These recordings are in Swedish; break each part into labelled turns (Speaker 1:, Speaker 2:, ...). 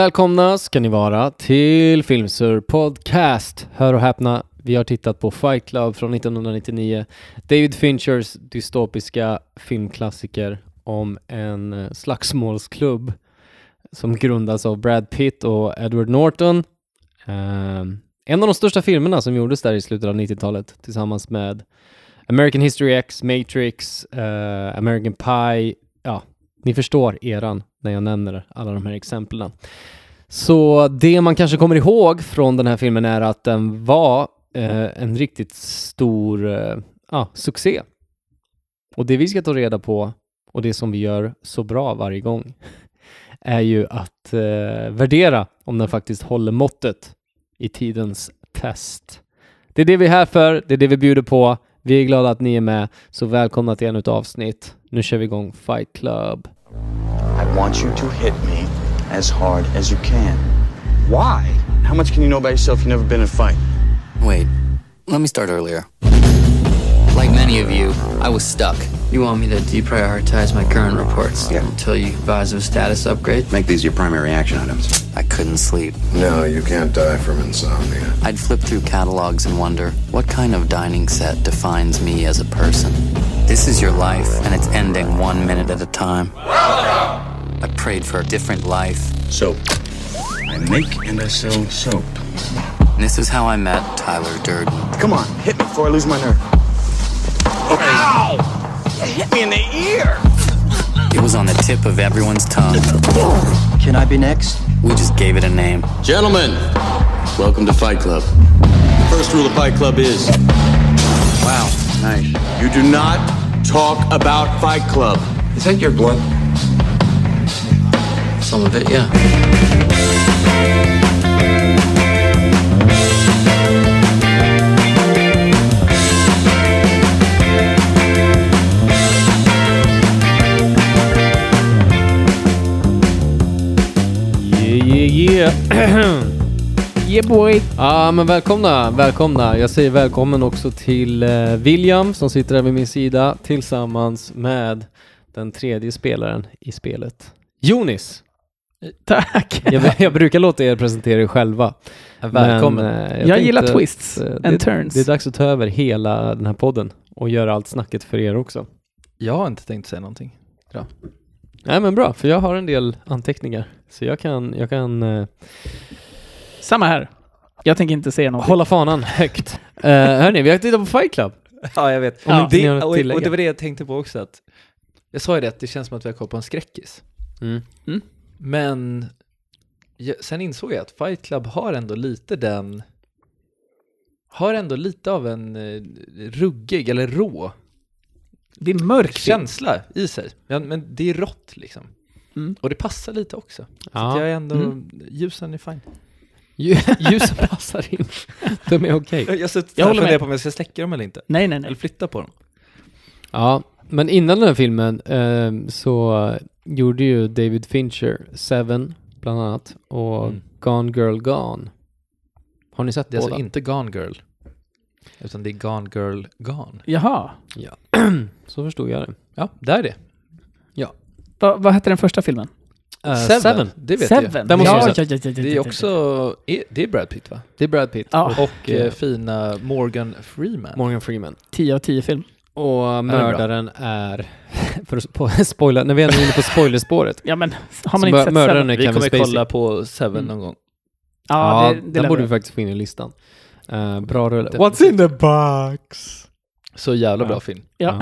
Speaker 1: Välkomna ska ni vara till Filmsur Podcast. Hör och häpna, vi har tittat på Fight Club från 1999. David Finchers dystopiska filmklassiker om en eh, slagsmålsklubb som grundas av Brad Pitt och Edward Norton. Ehm, en av de största filmerna som gjordes där i slutet av 90-talet tillsammans med American History X, Matrix, eh, American Pie. Ja, ni förstår eran när jag nämner alla de här exemplen. Så det man kanske kommer ihåg från den här filmen är att den var eh, en riktigt stor eh, ja, succé. Och det vi ska ta reda på och det som vi gör så bra varje gång är ju att eh, värdera om den faktiskt håller måttet i tidens test. Det är det vi är här för, det är det vi bjuder på. Vi är glada att ni är med, så välkomna till ännu ett avsnitt. Nu kör vi igång Fight Club.
Speaker 2: I want you to hit me as hard as you can. Why? How much can you know about yourself if you've never been in a fight?
Speaker 3: Wait, let me start earlier. Like many of you, I was stuck.
Speaker 4: You want me to deprioritize my current reports
Speaker 5: Yeah.
Speaker 4: until you advise of a status upgrade?
Speaker 5: Make these your primary action items.
Speaker 3: I couldn't sleep.
Speaker 6: No, you can't die from insomnia.
Speaker 3: I'd flip through catalogs and wonder what kind of dining set defines me as a person. This is your life, and it's ending one minute at a time. I prayed for a different life.
Speaker 2: Soap. I make and I sell soap.
Speaker 3: And this is how I met Tyler Durden.
Speaker 2: Come on, hit me before I lose my nerve. Ow! You hit me in the ear!
Speaker 3: It was on the tip of everyone's tongue.
Speaker 4: Can I be next?
Speaker 3: We just gave it a name.
Speaker 7: Gentlemen, welcome to Fight Club. The first rule of Fight Club is
Speaker 3: Wow.
Speaker 5: Nice.
Speaker 7: you do not talk about Fight Club.
Speaker 6: Is that your blood?
Speaker 4: Some of it, yeah.
Speaker 1: Yeah, yeah, yeah. yeah boy. Ja, men välkomna, välkomna. Jag säger välkommen också till eh, William som sitter här vid min sida tillsammans med den tredje spelaren i spelet. Jonis.
Speaker 8: Eh, Tack!
Speaker 1: Jag, jag brukar låta er presentera er själva.
Speaker 8: Välkommen.
Speaker 1: Men, eh,
Speaker 8: jag
Speaker 1: tänkte
Speaker 8: gillar
Speaker 1: att,
Speaker 8: twists
Speaker 1: eh,
Speaker 8: and
Speaker 1: det,
Speaker 8: turns.
Speaker 1: Det är dags att ta över hela den här podden och göra allt snacket för er också.
Speaker 8: jag har inte tänkt säga någonting.
Speaker 1: Nej men bra, för jag har en del anteckningar. Så jag kan, jag kan eh,
Speaker 8: Samma här. Jag tänker inte säga någonting.
Speaker 1: hålla fanan högt. Uh, hörni, vi har tittat på Fight Club.
Speaker 9: Ja, jag vet.
Speaker 1: Om
Speaker 8: Ja.
Speaker 1: inte ni har
Speaker 9: Och,
Speaker 1: något att
Speaker 9: och
Speaker 1: tillägga.
Speaker 9: det var det jag tänkte på också, att jag sa ju det, att det känns som att vi har kollat på en skräckis.
Speaker 1: Mm.
Speaker 8: Mm.
Speaker 9: Men jag, sen insåg jag att Fight Club har ändå lite den, har ändå lite av en eh, ruggig eller rå
Speaker 8: Det är mörk film.
Speaker 9: känsla i sig. Men, men det är rått liksom.
Speaker 8: Mm.
Speaker 9: Och det passar lite också.
Speaker 1: Ja.
Speaker 9: Jag är ändå,
Speaker 8: Mm.
Speaker 9: ljusen är fine.
Speaker 1: Ljusen passar in. De är okej.
Speaker 9: Jag, jag sitter
Speaker 8: Jag
Speaker 9: jag och
Speaker 8: håller med.
Speaker 9: funderar på om jag ska släcka dem eller inte.
Speaker 8: Nej, nej,
Speaker 9: Eller
Speaker 8: nej.
Speaker 9: flytta på dem.
Speaker 1: Ja, men innan den här filmen eh, så gjorde ju David Fincher Seven bland annat och
Speaker 9: Mm.
Speaker 1: Gone Girl Gone. Har ni sett
Speaker 9: Det är
Speaker 1: båda?
Speaker 9: alltså inte Gone Girl. Utan det är Gone Girl Gone.
Speaker 8: Jaha.
Speaker 1: Så förstod jag det.
Speaker 9: Ja, där är det.
Speaker 8: Va, vad hette den första filmen?
Speaker 1: Eh,
Speaker 9: Seven. Det vet jag.
Speaker 8: Seven?
Speaker 1: Den måste
Speaker 8: ja,
Speaker 1: vi
Speaker 8: ja,
Speaker 1: se.
Speaker 8: ja, ja, ja, ja,
Speaker 9: Det är
Speaker 8: ja.
Speaker 9: också, är- det är Brad Pitt va?
Speaker 1: Det är Brad Pitt
Speaker 8: Ja.
Speaker 1: och
Speaker 9: Och eh, fina Morgan Freeman.
Speaker 1: Morgan Freeman.
Speaker 8: 10 av 10 film.
Speaker 1: Och
Speaker 9: bra.
Speaker 1: mördaren är... För att spo- spoila, när vi ändå är inne på spoilerspåret.
Speaker 8: Ja, men
Speaker 1: så
Speaker 8: har man
Speaker 1: mör-
Speaker 8: inte sett
Speaker 1: mördaren
Speaker 8: Seven?
Speaker 1: är
Speaker 9: vi
Speaker 1: Kevin
Speaker 9: kommer
Speaker 1: Spacey.
Speaker 9: kolla på Seven
Speaker 8: Mm.
Speaker 9: någon gång.
Speaker 8: Ja,
Speaker 1: Ja,
Speaker 8: det, det
Speaker 1: den
Speaker 8: lär
Speaker 1: borde
Speaker 8: vi. Typ.
Speaker 1: vi faktiskt få in i listan. Eh, bra rulle.
Speaker 9: Definitivt.
Speaker 1: the box?
Speaker 9: Så jävla
Speaker 1: Ja.
Speaker 9: bra film.
Speaker 8: Ja.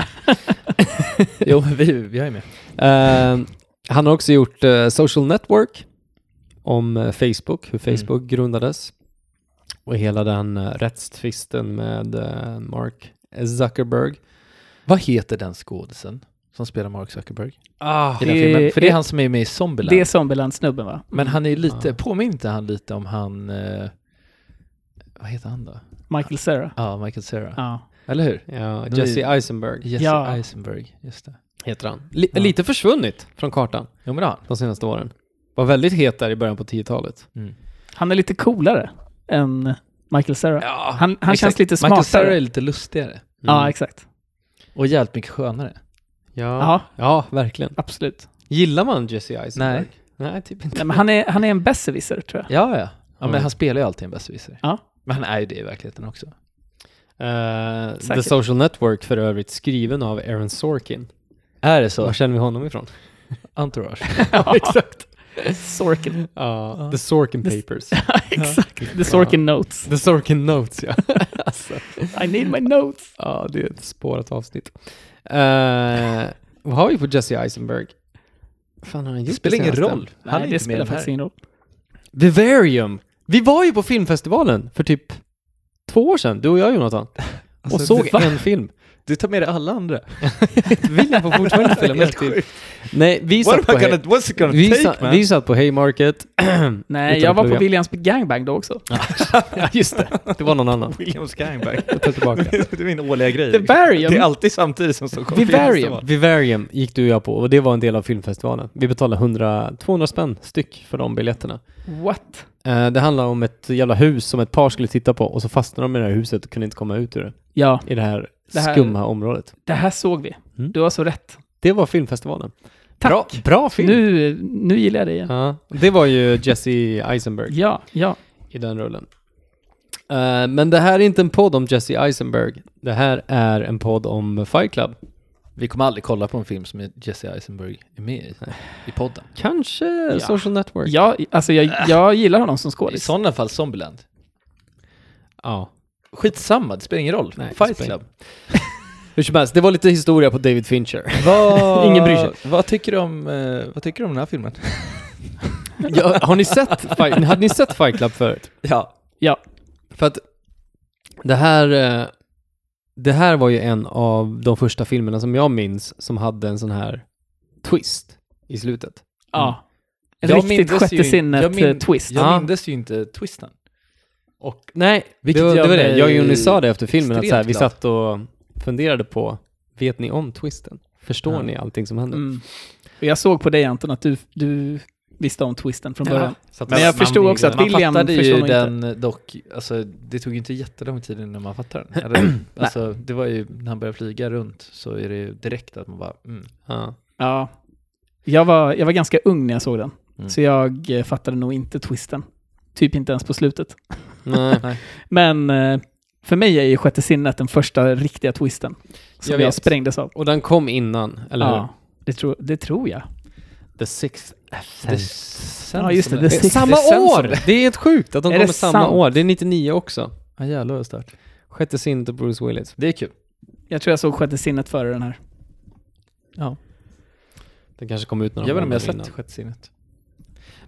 Speaker 9: Jo, men vi, vi är med.
Speaker 1: Eh, han har också gjort eh, Social Network om eh, Facebook, hur
Speaker 8: Mm.
Speaker 1: Facebook grundades och hela den eh, rättstvisten med eh, Mark Zuckerberg.
Speaker 9: Vad heter den skådisen som spelar Mark Zuckerberg?
Speaker 1: Ah,
Speaker 9: I den
Speaker 8: Eh,
Speaker 9: filmen? För det
Speaker 8: eh,
Speaker 9: är han som är med i Zombieland.
Speaker 8: Det är Zombieland-snubben, va?
Speaker 9: Men han är lite,
Speaker 1: Ja.
Speaker 9: påminner inte han lite om han, eh, vad heter han då?
Speaker 8: Michael Cera.
Speaker 9: Ja, Michael Cera.
Speaker 8: Ja.
Speaker 9: Eller hur?
Speaker 1: Ja,
Speaker 8: Mm.
Speaker 9: Det är-
Speaker 1: Jesse Eisenberg
Speaker 9: Jesse
Speaker 8: Ja.
Speaker 9: Eisenberg, just det.
Speaker 1: heter han. Li-
Speaker 9: Ja.
Speaker 1: Lite försvunnit från kartan
Speaker 9: Jo men det har han.
Speaker 1: de senaste åren. Var väldigt het där i början på 10-talet.
Speaker 8: Han är lite coolare än Michael Cera.
Speaker 9: Ja,
Speaker 8: han han
Speaker 9: exakt.
Speaker 8: känns lite
Speaker 9: Michael Cera
Speaker 8: smartare.
Speaker 9: är lite lustigare.
Speaker 8: Ja, exakt.
Speaker 9: Och jävligt mycket skönare.
Speaker 1: Mm. Ja.
Speaker 8: Ja,
Speaker 1: ja, verkligen.
Speaker 8: absolut.
Speaker 1: Gillar man Jesse Eisenberg?
Speaker 9: Nej.
Speaker 1: Nej, typ inte.
Speaker 8: Nej, men han, är, han är en besserwisser tror jag.
Speaker 9: Ja, ja. ja
Speaker 1: Mm.
Speaker 9: men han spelar ju alltid en besserwisser.
Speaker 8: Ja.
Speaker 9: Men han är ju det i verkligheten också.
Speaker 1: Eh, The
Speaker 8: Säkert.
Speaker 1: Social Network för övrigt, skriven av Aaron Sorkin.
Speaker 9: Är det så?
Speaker 1: Var känner vi honom ifrån?
Speaker 9: Entourage.
Speaker 1: Exakt.
Speaker 8: Sorkin.
Speaker 1: Ja, The Sorkin Papers.
Speaker 8: Exakt. The Sorkin Notes.
Speaker 1: The Sorkin Notes, ja. alltså.
Speaker 8: I need my notes.
Speaker 1: Ja, det är ett spårat avsnitt. Eh, vad har vi på Jesse Eisenberg? fan har han gjort
Speaker 9: Det spelar ingen
Speaker 1: senaste?
Speaker 9: roll. Han är
Speaker 8: Nej,
Speaker 9: inte
Speaker 8: det
Speaker 9: med i
Speaker 8: spelar
Speaker 9: den här.
Speaker 8: faktiskt ingen roll.
Speaker 1: Vivarium! Vi var ju på filmfestivalen för typ två år sedan, du och jag Jonathan. och såg
Speaker 9: va?
Speaker 1: en film.
Speaker 9: Alltså, Du tar med dig alla andra.
Speaker 1: Viljan får fortfarande följa med till. Nej, vi satt,
Speaker 9: What
Speaker 1: på
Speaker 9: am I
Speaker 1: hey,
Speaker 9: gonna, what's it gonna
Speaker 1: vi,
Speaker 9: take
Speaker 1: satt,
Speaker 9: man?
Speaker 1: vi satt på Haymarket.
Speaker 8: Nej,
Speaker 1: Utan
Speaker 8: jag var på
Speaker 1: plugga.
Speaker 8: Williams Gangbang då också.
Speaker 1: Ja, just det. Det var någon annan.
Speaker 9: William Skangberg.
Speaker 1: Jag tar tillbaka.
Speaker 9: det är min årliga grej.
Speaker 8: Vivarium.
Speaker 9: Det är alltid samtidigt som Stockholm
Speaker 1: Vivarium. Vivarium gick du och jag på och det var en del av filmfestivalen. Vi betalade 100, 200 spänn styck för de biljetterna.
Speaker 8: What?
Speaker 1: Eh, det handlar om ett jävla hus som ett par skulle titta på och så fastnade de i det här huset och kunde inte komma ut ur det.
Speaker 8: Ja,
Speaker 1: I det här,
Speaker 8: Det här-
Speaker 1: skumma området.
Speaker 8: det här såg vi.
Speaker 1: Mm.
Speaker 8: Du har så rätt.
Speaker 1: Det var filmfestivalen.
Speaker 8: Tack.
Speaker 1: Bra, bra film!
Speaker 8: Nu, nu gillar jag dig igen.
Speaker 1: Ja, det var ju Jesse Eisenberg
Speaker 8: Ja, ja.
Speaker 1: i den rullen. Eh, men det här är inte en podd om Jesse Eisenberg. Det här är en podd om Fight Club.
Speaker 9: Vi kommer aldrig kolla på en film som Jesse Eisenberg är med i, i podden.
Speaker 1: Kanske Social Network.
Speaker 8: ja alltså jag, jag gillar honom som
Speaker 9: I
Speaker 8: skådis.
Speaker 9: sådana fall Zombieland.
Speaker 1: Ja.
Speaker 9: Skitsamma, det spelar ingen roll.
Speaker 1: Nej, det
Speaker 9: Fight
Speaker 1: spelar
Speaker 9: Club.
Speaker 1: Hur som helst, det var lite historia på David Fincher.
Speaker 9: Vad,
Speaker 1: Ingen bryr sig.
Speaker 9: Vad tycker, du om, eh, vad tycker du om den här filmen?
Speaker 1: ja, har ni sett, Fight- hade ni sett Fight Club förut?
Speaker 9: Ja.
Speaker 8: Ja,
Speaker 1: För att det här, eh, det här var ju en av de första filmerna som jag minns som hade en sån här twist i slutet.
Speaker 8: ja. En
Speaker 9: Jag
Speaker 8: riktigt
Speaker 9: mindes ju
Speaker 8: sjätte eh,
Speaker 9: in- jag
Speaker 1: eh,
Speaker 9: min-
Speaker 8: sinnet-twist.
Speaker 9: Jag
Speaker 1: Ja.
Speaker 9: mindes ju inte twisten.
Speaker 1: Och nej,
Speaker 9: Vilket
Speaker 1: det, var-
Speaker 9: gör
Speaker 1: det var det.
Speaker 9: mig
Speaker 1: Jag och Jonny sa det efter filmen att
Speaker 9: extremt
Speaker 1: så här, vi
Speaker 9: glad.
Speaker 1: satt och funderade på, vet ni om twisten? Förstår
Speaker 9: Ja.
Speaker 1: ni allting som händer?
Speaker 8: Mm. Och jag såg på dig Anton att du, du visste om twisten från början.
Speaker 1: Så att
Speaker 8: Men
Speaker 1: man-
Speaker 8: jag
Speaker 1: man
Speaker 8: förstod
Speaker 1: blir
Speaker 8: också att
Speaker 1: glad.
Speaker 9: Man
Speaker 8: William
Speaker 9: fattade
Speaker 8: förstår
Speaker 9: ju
Speaker 8: nog inte.
Speaker 9: den dock, alltså det tog ju inte jättelång tid innan man fattade den. Eller, alltså det var ju, när han började flyga runt så är det ju direkt att man bara, mm.
Speaker 1: Ja.
Speaker 8: Ja. Jag var, jag var ganska ung när jag såg den. Så jag eh, fattade nog inte twisten. Typ inte ens på slutet.
Speaker 1: Nej.
Speaker 8: Men eh, för mig är ju sjätte sinnet den första riktiga twisten. Som
Speaker 1: Jag
Speaker 8: jag,
Speaker 1: vet.
Speaker 8: sprängdes av.
Speaker 1: Och den kom innan, eller hur?
Speaker 8: Ja, det, tror, det tror jag.
Speaker 1: The sixth
Speaker 9: Det känns
Speaker 8: Ja, just det.
Speaker 9: som
Speaker 8: The Sixth
Speaker 1: Samma
Speaker 8: Sense.
Speaker 1: år! Det är helt sjukt att de
Speaker 8: Är
Speaker 1: kommer
Speaker 8: det
Speaker 1: samma
Speaker 8: sant?
Speaker 1: år. Det är 99 också.
Speaker 9: Ja jävlar vad stört.
Speaker 1: Sjätte sinnet och Bruce Willis.
Speaker 9: Det är kul.
Speaker 8: Jag tror jag såg sjätte sinnet före den här.
Speaker 1: Den kanske kom ut några
Speaker 9: Jag vet inte om jag
Speaker 1: månader
Speaker 9: har sett
Speaker 1: innan.
Speaker 9: Sjätte sinnet.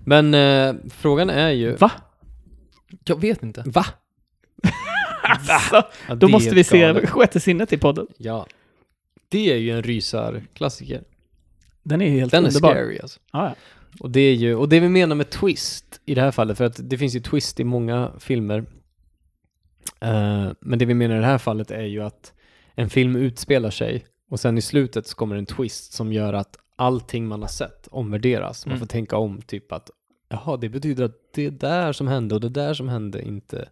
Speaker 1: Men eh, frågan är ju...
Speaker 8: Va?
Speaker 9: Jag vet inte.
Speaker 1: Va?
Speaker 8: Alltså,
Speaker 1: Ja,
Speaker 8: då
Speaker 1: det
Speaker 8: måste
Speaker 1: är
Speaker 8: vi se
Speaker 1: galet.
Speaker 8: sjätte sinnet i podden.
Speaker 1: Ja. Det är ju en rysarklassiker.
Speaker 8: Den är ju helt
Speaker 1: Den är
Speaker 8: underbar.
Speaker 1: scary alltså.
Speaker 8: Ja, ja.
Speaker 1: Och det är ju, och det vi menar med twist i det här fallet, för att det finns ju twist i många filmer. Eh, men det vi menar i det här fallet är ju att en film utspelar sig och sen i slutet så kommer en twist som gör att allting man har sett omvärderas. Man
Speaker 9: Mm.
Speaker 1: får tänka om, typ att jaha, det betyder att det där som hände och det där som hände inte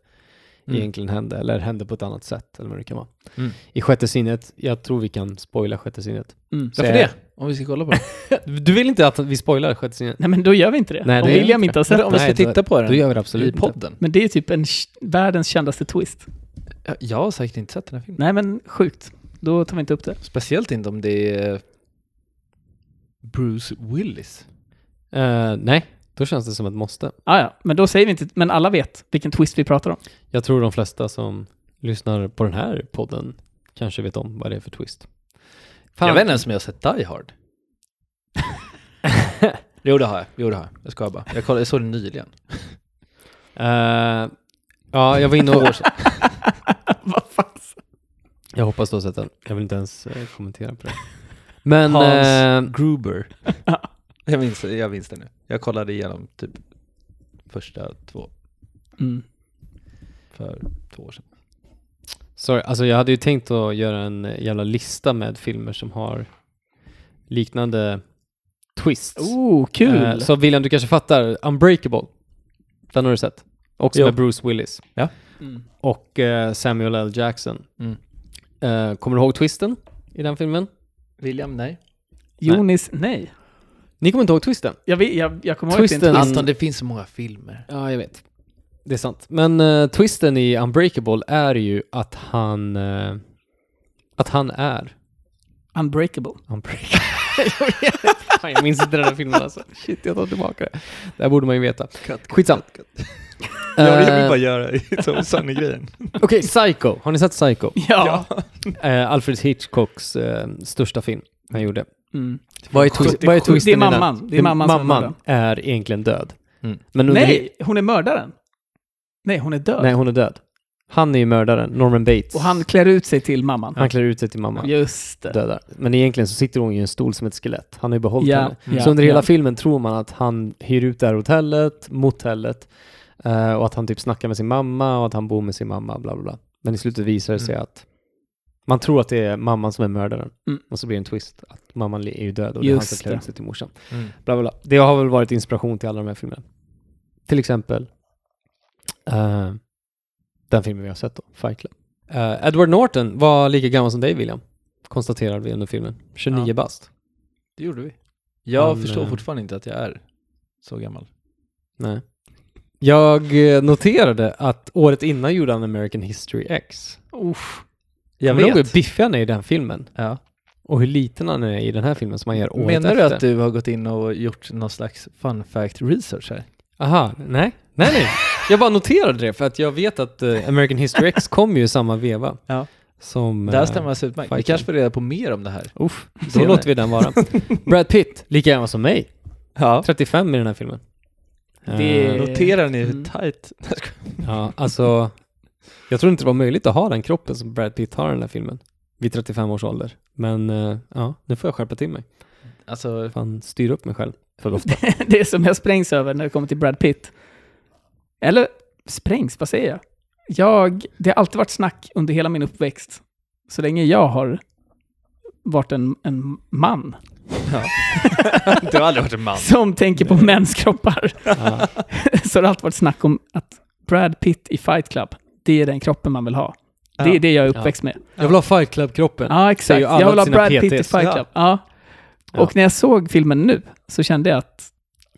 Speaker 9: Mm.
Speaker 1: egentligen hände, eller hände på ett annat sätt, eller vad det kan vara.
Speaker 9: Mm.
Speaker 1: I Sjätte sinnet, jag tror vi kan spoila Sjätte sinnet.
Speaker 8: Mm.
Speaker 1: Så
Speaker 9: Varför
Speaker 1: jag-
Speaker 9: det? Om vi ska kolla på den.
Speaker 1: Du vill inte att vi spoilar Sjätte sinnet?
Speaker 8: Nej, men då gör vi inte det.
Speaker 1: Nej,
Speaker 8: Om
Speaker 1: det gör vi
Speaker 8: William
Speaker 1: inte.
Speaker 8: inte har sett
Speaker 9: Men om
Speaker 8: den.
Speaker 9: vi ska
Speaker 1: Nej, då-
Speaker 9: titta på
Speaker 1: Då
Speaker 9: den
Speaker 1: gör vi det
Speaker 9: i
Speaker 1: absolut inte.
Speaker 9: podden.
Speaker 8: Men det är typ en, sh- världens kändaste twist.
Speaker 9: Jag- Jag har säkert inte sett den här filmen.
Speaker 8: Nej, men sjukt. Då tar vi inte upp det.
Speaker 9: Speciellt inte om det är Bruce Willis.
Speaker 1: Eh, nej, då känns det som ett måste.
Speaker 8: Ah, ja, men då säger vi inte, men alla vet vilken twist vi pratar om.
Speaker 1: Jag tror de flesta som lyssnar på den här podden kanske vet om vad det är för twist. Fan.
Speaker 9: Jag vet inte ens om jag har sett Die Hard. jo det har jag, jo det har jag. Jag skojar bara. Jag, kollade, jag såg den nyligen.
Speaker 1: Eh, ja, jag var inne och... vad fan? Jag hoppas du har sett den. Jag vill inte ens eh, kommentera på det. Men...
Speaker 9: Hans
Speaker 1: eh,
Speaker 9: Gruber. jag, minns, jag minns det nu. Jag kollade igenom typ första två
Speaker 8: Mm.
Speaker 9: för två år sedan.
Speaker 1: sorry, alltså jag hade ju tänkt att göra en jävla lista med filmer som har liknande twists.
Speaker 8: Oh, kul!
Speaker 1: Eh, Så William, du kanske fattar. Unbreakable. Den har du sett. Också
Speaker 9: Jo.
Speaker 1: med Bruce Willis.
Speaker 9: Ja.
Speaker 8: Mm.
Speaker 1: Och eh, Samuel L. Jackson.
Speaker 9: Mm.
Speaker 1: Eh, kommer du ihåg twisten i den filmen?
Speaker 9: William, nej.
Speaker 8: Jonis, nej.
Speaker 1: Ni kommer inte ihåg twisten?
Speaker 8: Jag, vet, jag, jag kommer ihåg att det är en
Speaker 1: Twisten-
Speaker 8: twist.
Speaker 9: Anton, det finns så många filmer.
Speaker 1: Ja, jag vet. Det är sant. Men eh, twisten i Unbreakable är ju att han... eh, att han är
Speaker 8: Unbreakable.
Speaker 1: Unbreakable. Fan, jag minns inte den här filmen alltså. Shit, jag tar tillbaka det. Det här borde man ju veta. Skitsamma. Eh,
Speaker 9: göra Tom Sanne-grejen.
Speaker 1: Okej, Psycho. Har ni sett Psycho?
Speaker 8: Ja.
Speaker 1: Eh, Alfred Hitchcocks eh, största film han gjorde.
Speaker 8: Mm.
Speaker 1: Vad är, twist, vad är twisten
Speaker 8: Det är
Speaker 1: i den?
Speaker 8: mamman. Det är mamman som är
Speaker 1: mamman
Speaker 8: mördaren.
Speaker 1: är egentligen död.
Speaker 9: Mm.
Speaker 1: Men under,
Speaker 8: Nej, hon är mördaren. Nej, hon är död.
Speaker 1: Nej, hon är död. Han är ju mördaren, Norman Bates.
Speaker 8: Och han klär ut sig till mamman.
Speaker 1: han klär ut sig till mamma.
Speaker 8: Just det.
Speaker 1: Dödar. Men egentligen så sitter hon i en stol som ett skelett. Han har ju behållit
Speaker 8: Ja,
Speaker 1: henne.
Speaker 8: ja,
Speaker 1: så under hela
Speaker 8: ja.
Speaker 1: filmen tror man att han hyr ut det här hotellet, motellet, eh, och att han typ snackar med sin mamma och att han bor med sin mamma, bla bla bla. Men i slutet visar det sig att man tror att det är mamman som är mördaren.
Speaker 8: Mm.
Speaker 1: Och så blir det en twist att mamman är ju död och det är han
Speaker 8: Just
Speaker 1: som klär
Speaker 8: det.
Speaker 1: ut sig till morsan.
Speaker 9: Mm.
Speaker 1: Bla bla bla. Det har väl varit inspiration till alla de här filmerna. Till exempel eh, den filmen vi har sett då, Fight Club. Eh, Edward Norton var lika gammal som dig William, konstaterade vi under filmen. 29
Speaker 9: Ja.
Speaker 1: bast.
Speaker 9: Det gjorde vi. Jag
Speaker 1: Han,
Speaker 9: förstår
Speaker 1: eh,
Speaker 9: fortfarande inte att jag är så gammal.
Speaker 1: Nej. Jag eh, noterade att året innan gjorde han American History X.
Speaker 8: Uff.
Speaker 1: Jag
Speaker 9: vet.
Speaker 1: vet hur biffig han är i den filmen
Speaker 9: Ja.
Speaker 1: och hur liten han är i den här filmen som han gör året
Speaker 9: Menar du
Speaker 1: efter.
Speaker 9: att du har gått in och gjort någon slags fun fact research här?
Speaker 1: Aha, nej. Nej, nej. Jag bara noterade det för att jag vet att eh, American History X kom ju i samma veva.
Speaker 9: Ja.
Speaker 1: Som...
Speaker 9: Det här
Speaker 1: eh,
Speaker 9: stämmer alldeles utmärkt. Vi
Speaker 1: fighten.
Speaker 9: kanske får reda på mer om det här.
Speaker 1: Uff, då
Speaker 9: Senare.
Speaker 1: låter vi den vara. Brad Pitt, lika gammal som mig.
Speaker 9: Ja.
Speaker 1: 35 i den här filmen.
Speaker 8: Det
Speaker 1: Eh,
Speaker 8: är-
Speaker 9: Noterar ni hur
Speaker 8: Mm.
Speaker 9: tight...
Speaker 1: Ja, alltså... Jag tror inte det var möjligt att ha den kroppen som Brad Pitt har i den här filmen. Vid 35 års ålder. Men eh, ja, nu får jag skärpa till mig.
Speaker 9: Alltså,
Speaker 1: Fan, styr upp mig själv. För ofta.
Speaker 8: det är som jag sprängs över när det kommer till Brad Pitt. Eller sprängs, vad säger jag? jag? Det har alltid varit snack under hela min uppväxt, så länge jag har varit en, en man
Speaker 9: du har aldrig varit en man.
Speaker 8: som tänker på mäns kroppar,
Speaker 1: Ja.
Speaker 8: så har det alltid varit snack om att Brad Pitt i Fight Club, det är den kroppen man vill ha. Det är det jag är uppväxt med.
Speaker 1: Jag vill ha Fight Club-kroppen.
Speaker 8: Ja, exakt.
Speaker 1: ju alla
Speaker 8: Jag vill ha
Speaker 1: sina
Speaker 8: Brad Pitt i
Speaker 1: PTs.
Speaker 8: Fight Club. Ja.
Speaker 1: Ja.
Speaker 8: Och när jag såg filmen nu så kände jag att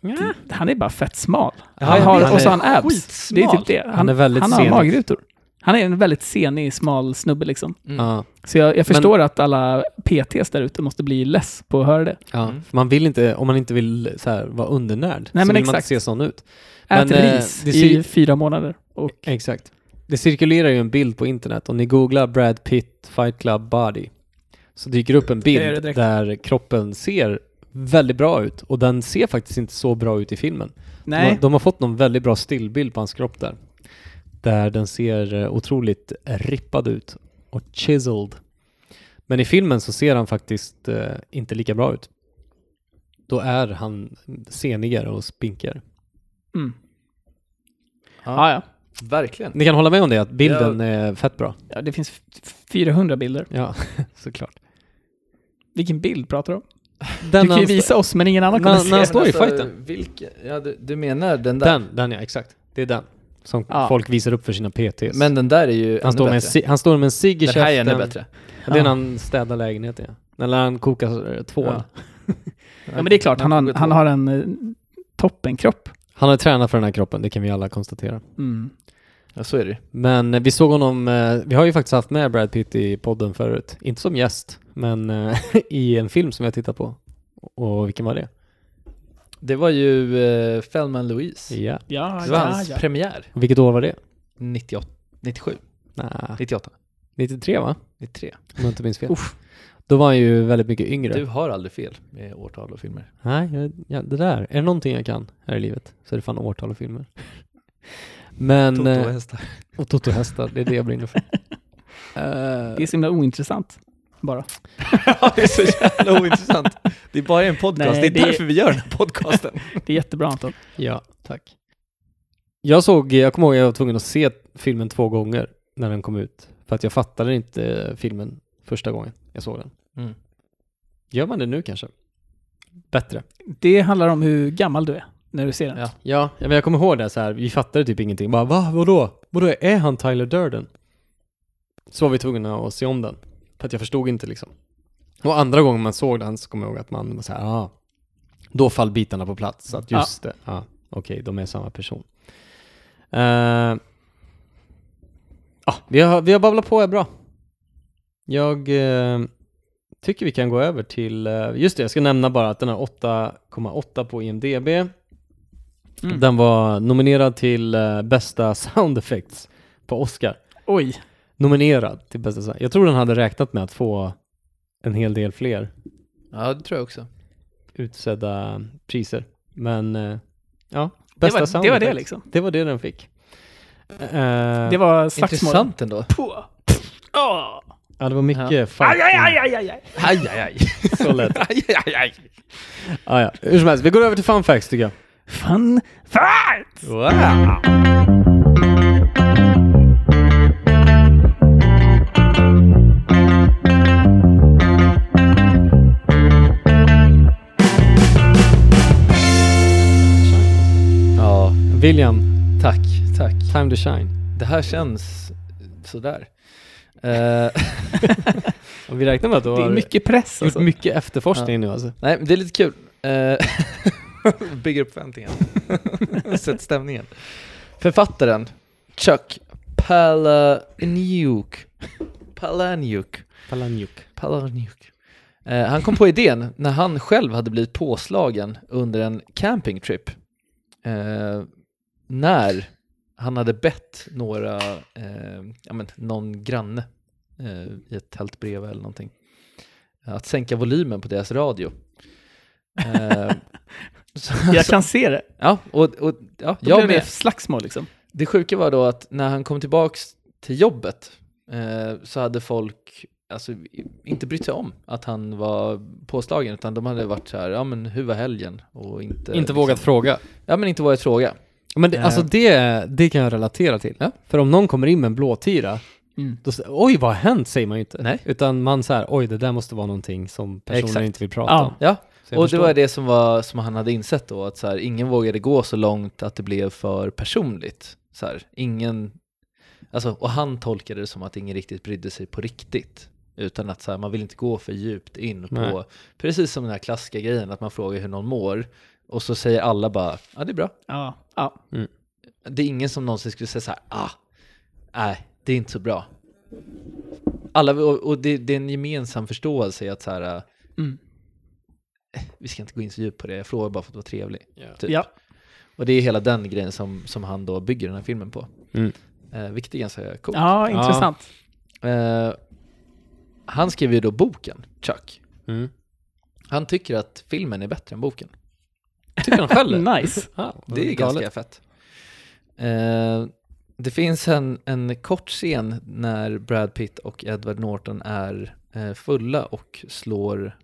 Speaker 1: Ja.
Speaker 8: han är bara fett smal.
Speaker 9: Ja,
Speaker 8: han har,
Speaker 9: han är
Speaker 8: och så har han abs.
Speaker 9: skitsmal.
Speaker 8: Det är typ det. Han,
Speaker 1: Han är väldigt
Speaker 8: han har
Speaker 1: senig.
Speaker 8: magrutor. Han är en väldigt senig, smal snubbe liksom.
Speaker 1: Ja.
Speaker 8: Så jag, jag förstår att alla PTs där ute måste bli less på att höra det.
Speaker 1: Ja,
Speaker 9: Mm.
Speaker 1: för man vill inte, om man inte vill så här, vara undernärd,
Speaker 8: men
Speaker 1: så vill man
Speaker 8: exakt.
Speaker 1: inte se sån ut.
Speaker 8: Ät
Speaker 1: Men, eh,
Speaker 8: ris
Speaker 1: det ser ju-
Speaker 8: i fyra månader. Och,
Speaker 1: Exakt. Det cirkulerar ju en bild på internet. Om ni googlar Brad Pitt Fight Club Body så dyker upp en
Speaker 8: Jag gör det
Speaker 1: bild
Speaker 8: direkt.
Speaker 1: där kroppen ser väldigt bra ut och den ser faktiskt inte så bra ut i filmen. De,
Speaker 8: nej,
Speaker 1: har- de har fått någon väldigt bra stillbild på hans kropp där. Där den ser eh, otroligt rippad ut och chiseled. Men i filmen så ser han faktiskt eh, inte lika bra ut. Då är han senigare och spinkigare.
Speaker 8: Mm. ja, ja.
Speaker 9: Verkligen.
Speaker 1: Ni kan hålla med om det, att bilden är fett bra.
Speaker 8: ja, det finns f- 400 bilder.
Speaker 1: Ja, såklart.
Speaker 8: Vilken bild pratar du om?
Speaker 1: Den
Speaker 8: Du kan ju
Speaker 1: han står-
Speaker 8: visa oss, men ingen annan
Speaker 1: När-
Speaker 8: kommer
Speaker 1: när han
Speaker 8: se.
Speaker 1: står i
Speaker 9: Alltså,
Speaker 1: fighten.
Speaker 9: Vilken, ja, du, du menar den där?
Speaker 1: Den, den ja, exakt. Det är den. Som
Speaker 8: Ja.
Speaker 1: folk visar upp för sina PTs.
Speaker 9: Men den där är ju
Speaker 1: han,
Speaker 9: ännu
Speaker 1: står med en,
Speaker 9: bättre.
Speaker 1: ci- han står med en cigg i
Speaker 9: Den
Speaker 1: käften.
Speaker 9: här är ännu bättre.
Speaker 1: Det är när han städar lägenheten, ja. Eller när han kokar eh, tvål.
Speaker 9: Ja.
Speaker 8: Ja, men det är klart, han har, han har en eh, toppenkropp.
Speaker 1: Han har tränat för den här kroppen, det kan vi alla konstatera.
Speaker 8: Mm.
Speaker 9: Ja, så är det ju.
Speaker 1: Men eh, vi såg honom, eh, vi har ju faktiskt haft med Brad Pitt i podden förut. Inte som gäst, men eh, i en film som jag tittat på. Och vilken var det?
Speaker 9: Det var ju uh, Fellman Louise.
Speaker 1: Ja.
Speaker 8: Ja,
Speaker 9: Det var hans premiär.
Speaker 1: Och vilket år var det?
Speaker 9: 98, 97,
Speaker 1: Nah,
Speaker 9: 98,
Speaker 1: 93 va?
Speaker 9: 93.
Speaker 1: Om jag inte minns fel. Då var han ju väldigt mycket yngre.
Speaker 9: Du har aldrig fel med årtal och filmer.
Speaker 1: Nej, jag, ja, det där. Är det någonting jag kan här i livet så är det fan årtal och filmer. Men...
Speaker 9: Toto och
Speaker 1: eh,
Speaker 9: hästar.
Speaker 1: Och Toto-hästar, det är det jag brinner för.
Speaker 8: Det är så himla ointressant. Bara.
Speaker 9: Eh, Ja, det är så jävla ointressant. Det är bara en podcast,
Speaker 8: Nej,
Speaker 9: det är
Speaker 8: det är-
Speaker 9: därför vi gör den här podcasten.
Speaker 8: Det är jättebra Anton.
Speaker 1: Ja, tack. Jag såg, jag kommer ihåg jag var tvungen att se filmen två gånger när den kom ut. För att jag fattade inte filmen första gången jag såg den.
Speaker 9: Mm.
Speaker 1: Gör man det nu kanske? Bättre.
Speaker 8: Det handlar om hur gammal du är när du ser den.
Speaker 9: Ja.
Speaker 1: Ja, men jag kommer ihåg det så här, vi fattade typ ingenting. Bara va, vadå? Vadå, är han Tyler Durden? Så var vi tvungna att se om den. För att jag förstod inte liksom. Och andra gången man såg den så kommer jag ihåg att man var så här, ah, Då fall bitarna på plats. Så att
Speaker 8: Ja.
Speaker 1: just det. Ja, Okej, de är samma person. Eh, ja, vi, har, vi har babblat på är bra. Jag eh, tycker vi kan gå över till... eh, just det, jag ska nämna bara att den har 8,8 på IMDB.
Speaker 8: Mm.
Speaker 1: Den var nominerad till eh, bästa sound effects på Oscar.
Speaker 8: Oj.
Speaker 1: Nominerad till bästa sound. Jag tror den hade räknat med att få en hel del fler
Speaker 9: Ja, det tror jag också.
Speaker 1: utsedda priser. Men eh, ja,
Speaker 8: Det
Speaker 1: bästa
Speaker 8: var,
Speaker 1: sound
Speaker 8: det var det
Speaker 1: effects.
Speaker 8: liksom.
Speaker 1: Det var det den fick. Eh,
Speaker 8: Det var slagsmål.
Speaker 9: Intressant ändå.
Speaker 8: På. Åh.
Speaker 1: Ja, det var mycket
Speaker 8: Aj,
Speaker 1: fighting.
Speaker 8: aj, aj, aj, aj, aj.
Speaker 9: Aj, aj, aj.
Speaker 1: Så lätt.
Speaker 9: aj, aj, aj.
Speaker 1: Ah, ja. Hur som helst, vi går över till fun facts tycker jag.
Speaker 8: Fun fact!
Speaker 9: Ja,
Speaker 1: William,
Speaker 9: tack, tack.
Speaker 1: time to shine.
Speaker 9: Det här känns sådär. Eh,
Speaker 1: Och vi räknar med att du
Speaker 8: Det är
Speaker 1: har
Speaker 8: mycket press
Speaker 1: gjort
Speaker 8: alltså.
Speaker 1: mycket efterforskning nu alltså.
Speaker 9: nej, men det är lite kul. Eh, bygger upp förväntningen. Sätt stämningen. Författaren Chuck Palahniuk. Palahniuk.
Speaker 1: Palanjuk.
Speaker 9: Palahniuk. Eh, han kom på idén när han själv hade blivit påslagen under en campingtrip. Eh, när han hade bett några, eh, ja, men, någon granne eh, i ett tält bredvid eller någonting att sänka volymen på deras radio. Eh, så,
Speaker 8: Jag kan se det.
Speaker 9: ja, och, och, ja,
Speaker 8: Då
Speaker 9: jag
Speaker 8: blev
Speaker 9: med.
Speaker 8: det slagsmål liksom.
Speaker 9: Det sjuka var då att när han kom tillbaks till jobbet eh, så hade folk alltså, i- inte brytt sig om att han var påslagen utan de hade varit så här, ja men hur var helgen? Och inte, liksom-
Speaker 1: Inte vågat fråga.
Speaker 9: Ja men inte vågat fråga.
Speaker 1: Men det,
Speaker 9: Eh.
Speaker 1: alltså det, det kan jag relatera till. För om någon kommer in med en blåtira,
Speaker 8: Mm.
Speaker 1: då säger oj vad har hänt säger man ju inte.
Speaker 9: Nej.
Speaker 1: Utan man säger oj det där måste vara någonting som personen
Speaker 9: Exakt.
Speaker 1: inte vill prata om.
Speaker 8: Ja.
Speaker 9: Ja,
Speaker 1: Så jag
Speaker 9: och det
Speaker 1: förstår.
Speaker 9: var det som, var, som han hade insett då, att så här, ingen vågade gå så långt att det blev för personligt. Så här, ingen, alltså, och han tolkade det som att ingen riktigt brydde sig på riktigt. Utan att så här, man vill inte gå för djupt in på,
Speaker 1: Nej.
Speaker 9: precis som den här klassiska grejen att man frågar hur någon mår och så säger alla bara, ja det är bra.
Speaker 8: Ja. ja.
Speaker 9: Det är ingen som någonsin skulle säga så här, ah, nej, det är inte så bra. Alla, och och det, det är en gemensam förståelse i att så här, eh,
Speaker 8: Mm.
Speaker 9: vi ska inte gå in så djupt på det, jag frågar bara för att vara trevlig. Typ.
Speaker 8: ja.
Speaker 9: Och det är hela den grejen som, som han då bygger den här filmen på.
Speaker 1: Mm.
Speaker 9: Eh, vilket är ganska coolt.
Speaker 8: Ja, intressant.
Speaker 9: Eh, han skriver ju då boken, Chuck.
Speaker 1: Mm.
Speaker 9: Han tycker att filmen är bättre än boken.
Speaker 1: Tycker han själv det?
Speaker 8: Nice.
Speaker 1: Ja,
Speaker 9: Det är ganska fett. Eh, det finns en, en kort scen när Brad Pitt och Edward Norton är eh, fulla och slår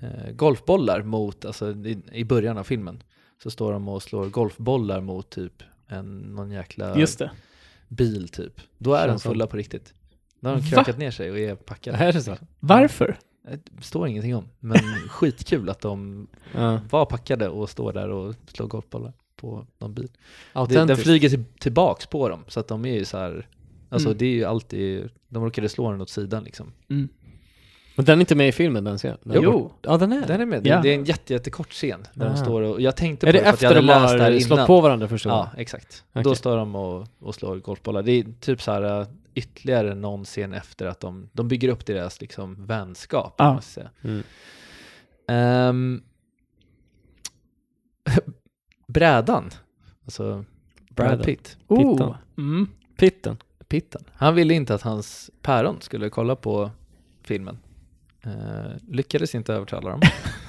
Speaker 9: eh, golfbollar mot, alltså i, i början av filmen, så står de och slår golfbollar mot typ en, någon jäkla
Speaker 8: Just det.
Speaker 9: bil typ. Då är de
Speaker 1: Känns som.
Speaker 9: fulla på riktigt. Då har de
Speaker 8: Va?
Speaker 9: krökat ner sig och är packade.
Speaker 1: Är det så?
Speaker 8: Varför?
Speaker 9: Det står ingenting om, men skitkul att de
Speaker 1: Ja.
Speaker 9: var packade och står där och slår golfbollar på någon bil. Det, den
Speaker 1: Autentiskt.
Speaker 9: flyger till, tillbaks på dem, så att de är ju så här, alltså
Speaker 8: Mm.
Speaker 9: det är ju alltid, de råkade slå den åt sidan liksom.
Speaker 1: Men den är inte med i filmen den ser jag. Den
Speaker 9: Jo.
Speaker 1: bort- Ja den är
Speaker 9: Den är med, det-
Speaker 8: Ja.
Speaker 9: det är en jätte, jättekort scen där
Speaker 1: Ah.
Speaker 9: de står och, jag tänkte
Speaker 1: Är det
Speaker 9: på det, för att jag
Speaker 1: efter
Speaker 9: hade
Speaker 1: de
Speaker 9: läst det här
Speaker 1: har slått
Speaker 9: innan.
Speaker 1: på varandra första gången?
Speaker 9: Ja, exakt.
Speaker 1: Okej.
Speaker 9: Då står de och, och slår golfbollar. Det är typ så här äh, ytterligare någon scen efter att de, de bygger upp deras liksom vänskap.
Speaker 8: Ja.
Speaker 9: måste säga.
Speaker 1: Mm.
Speaker 9: Ehm, brädan, alltså
Speaker 1: Brädan.
Speaker 9: Brad Pitt,
Speaker 1: Pittan.
Speaker 8: Mm.
Speaker 1: Pitten.
Speaker 9: Pitten, han ville inte att hans päron skulle kolla på filmen. Eh, lyckades inte övertala dem.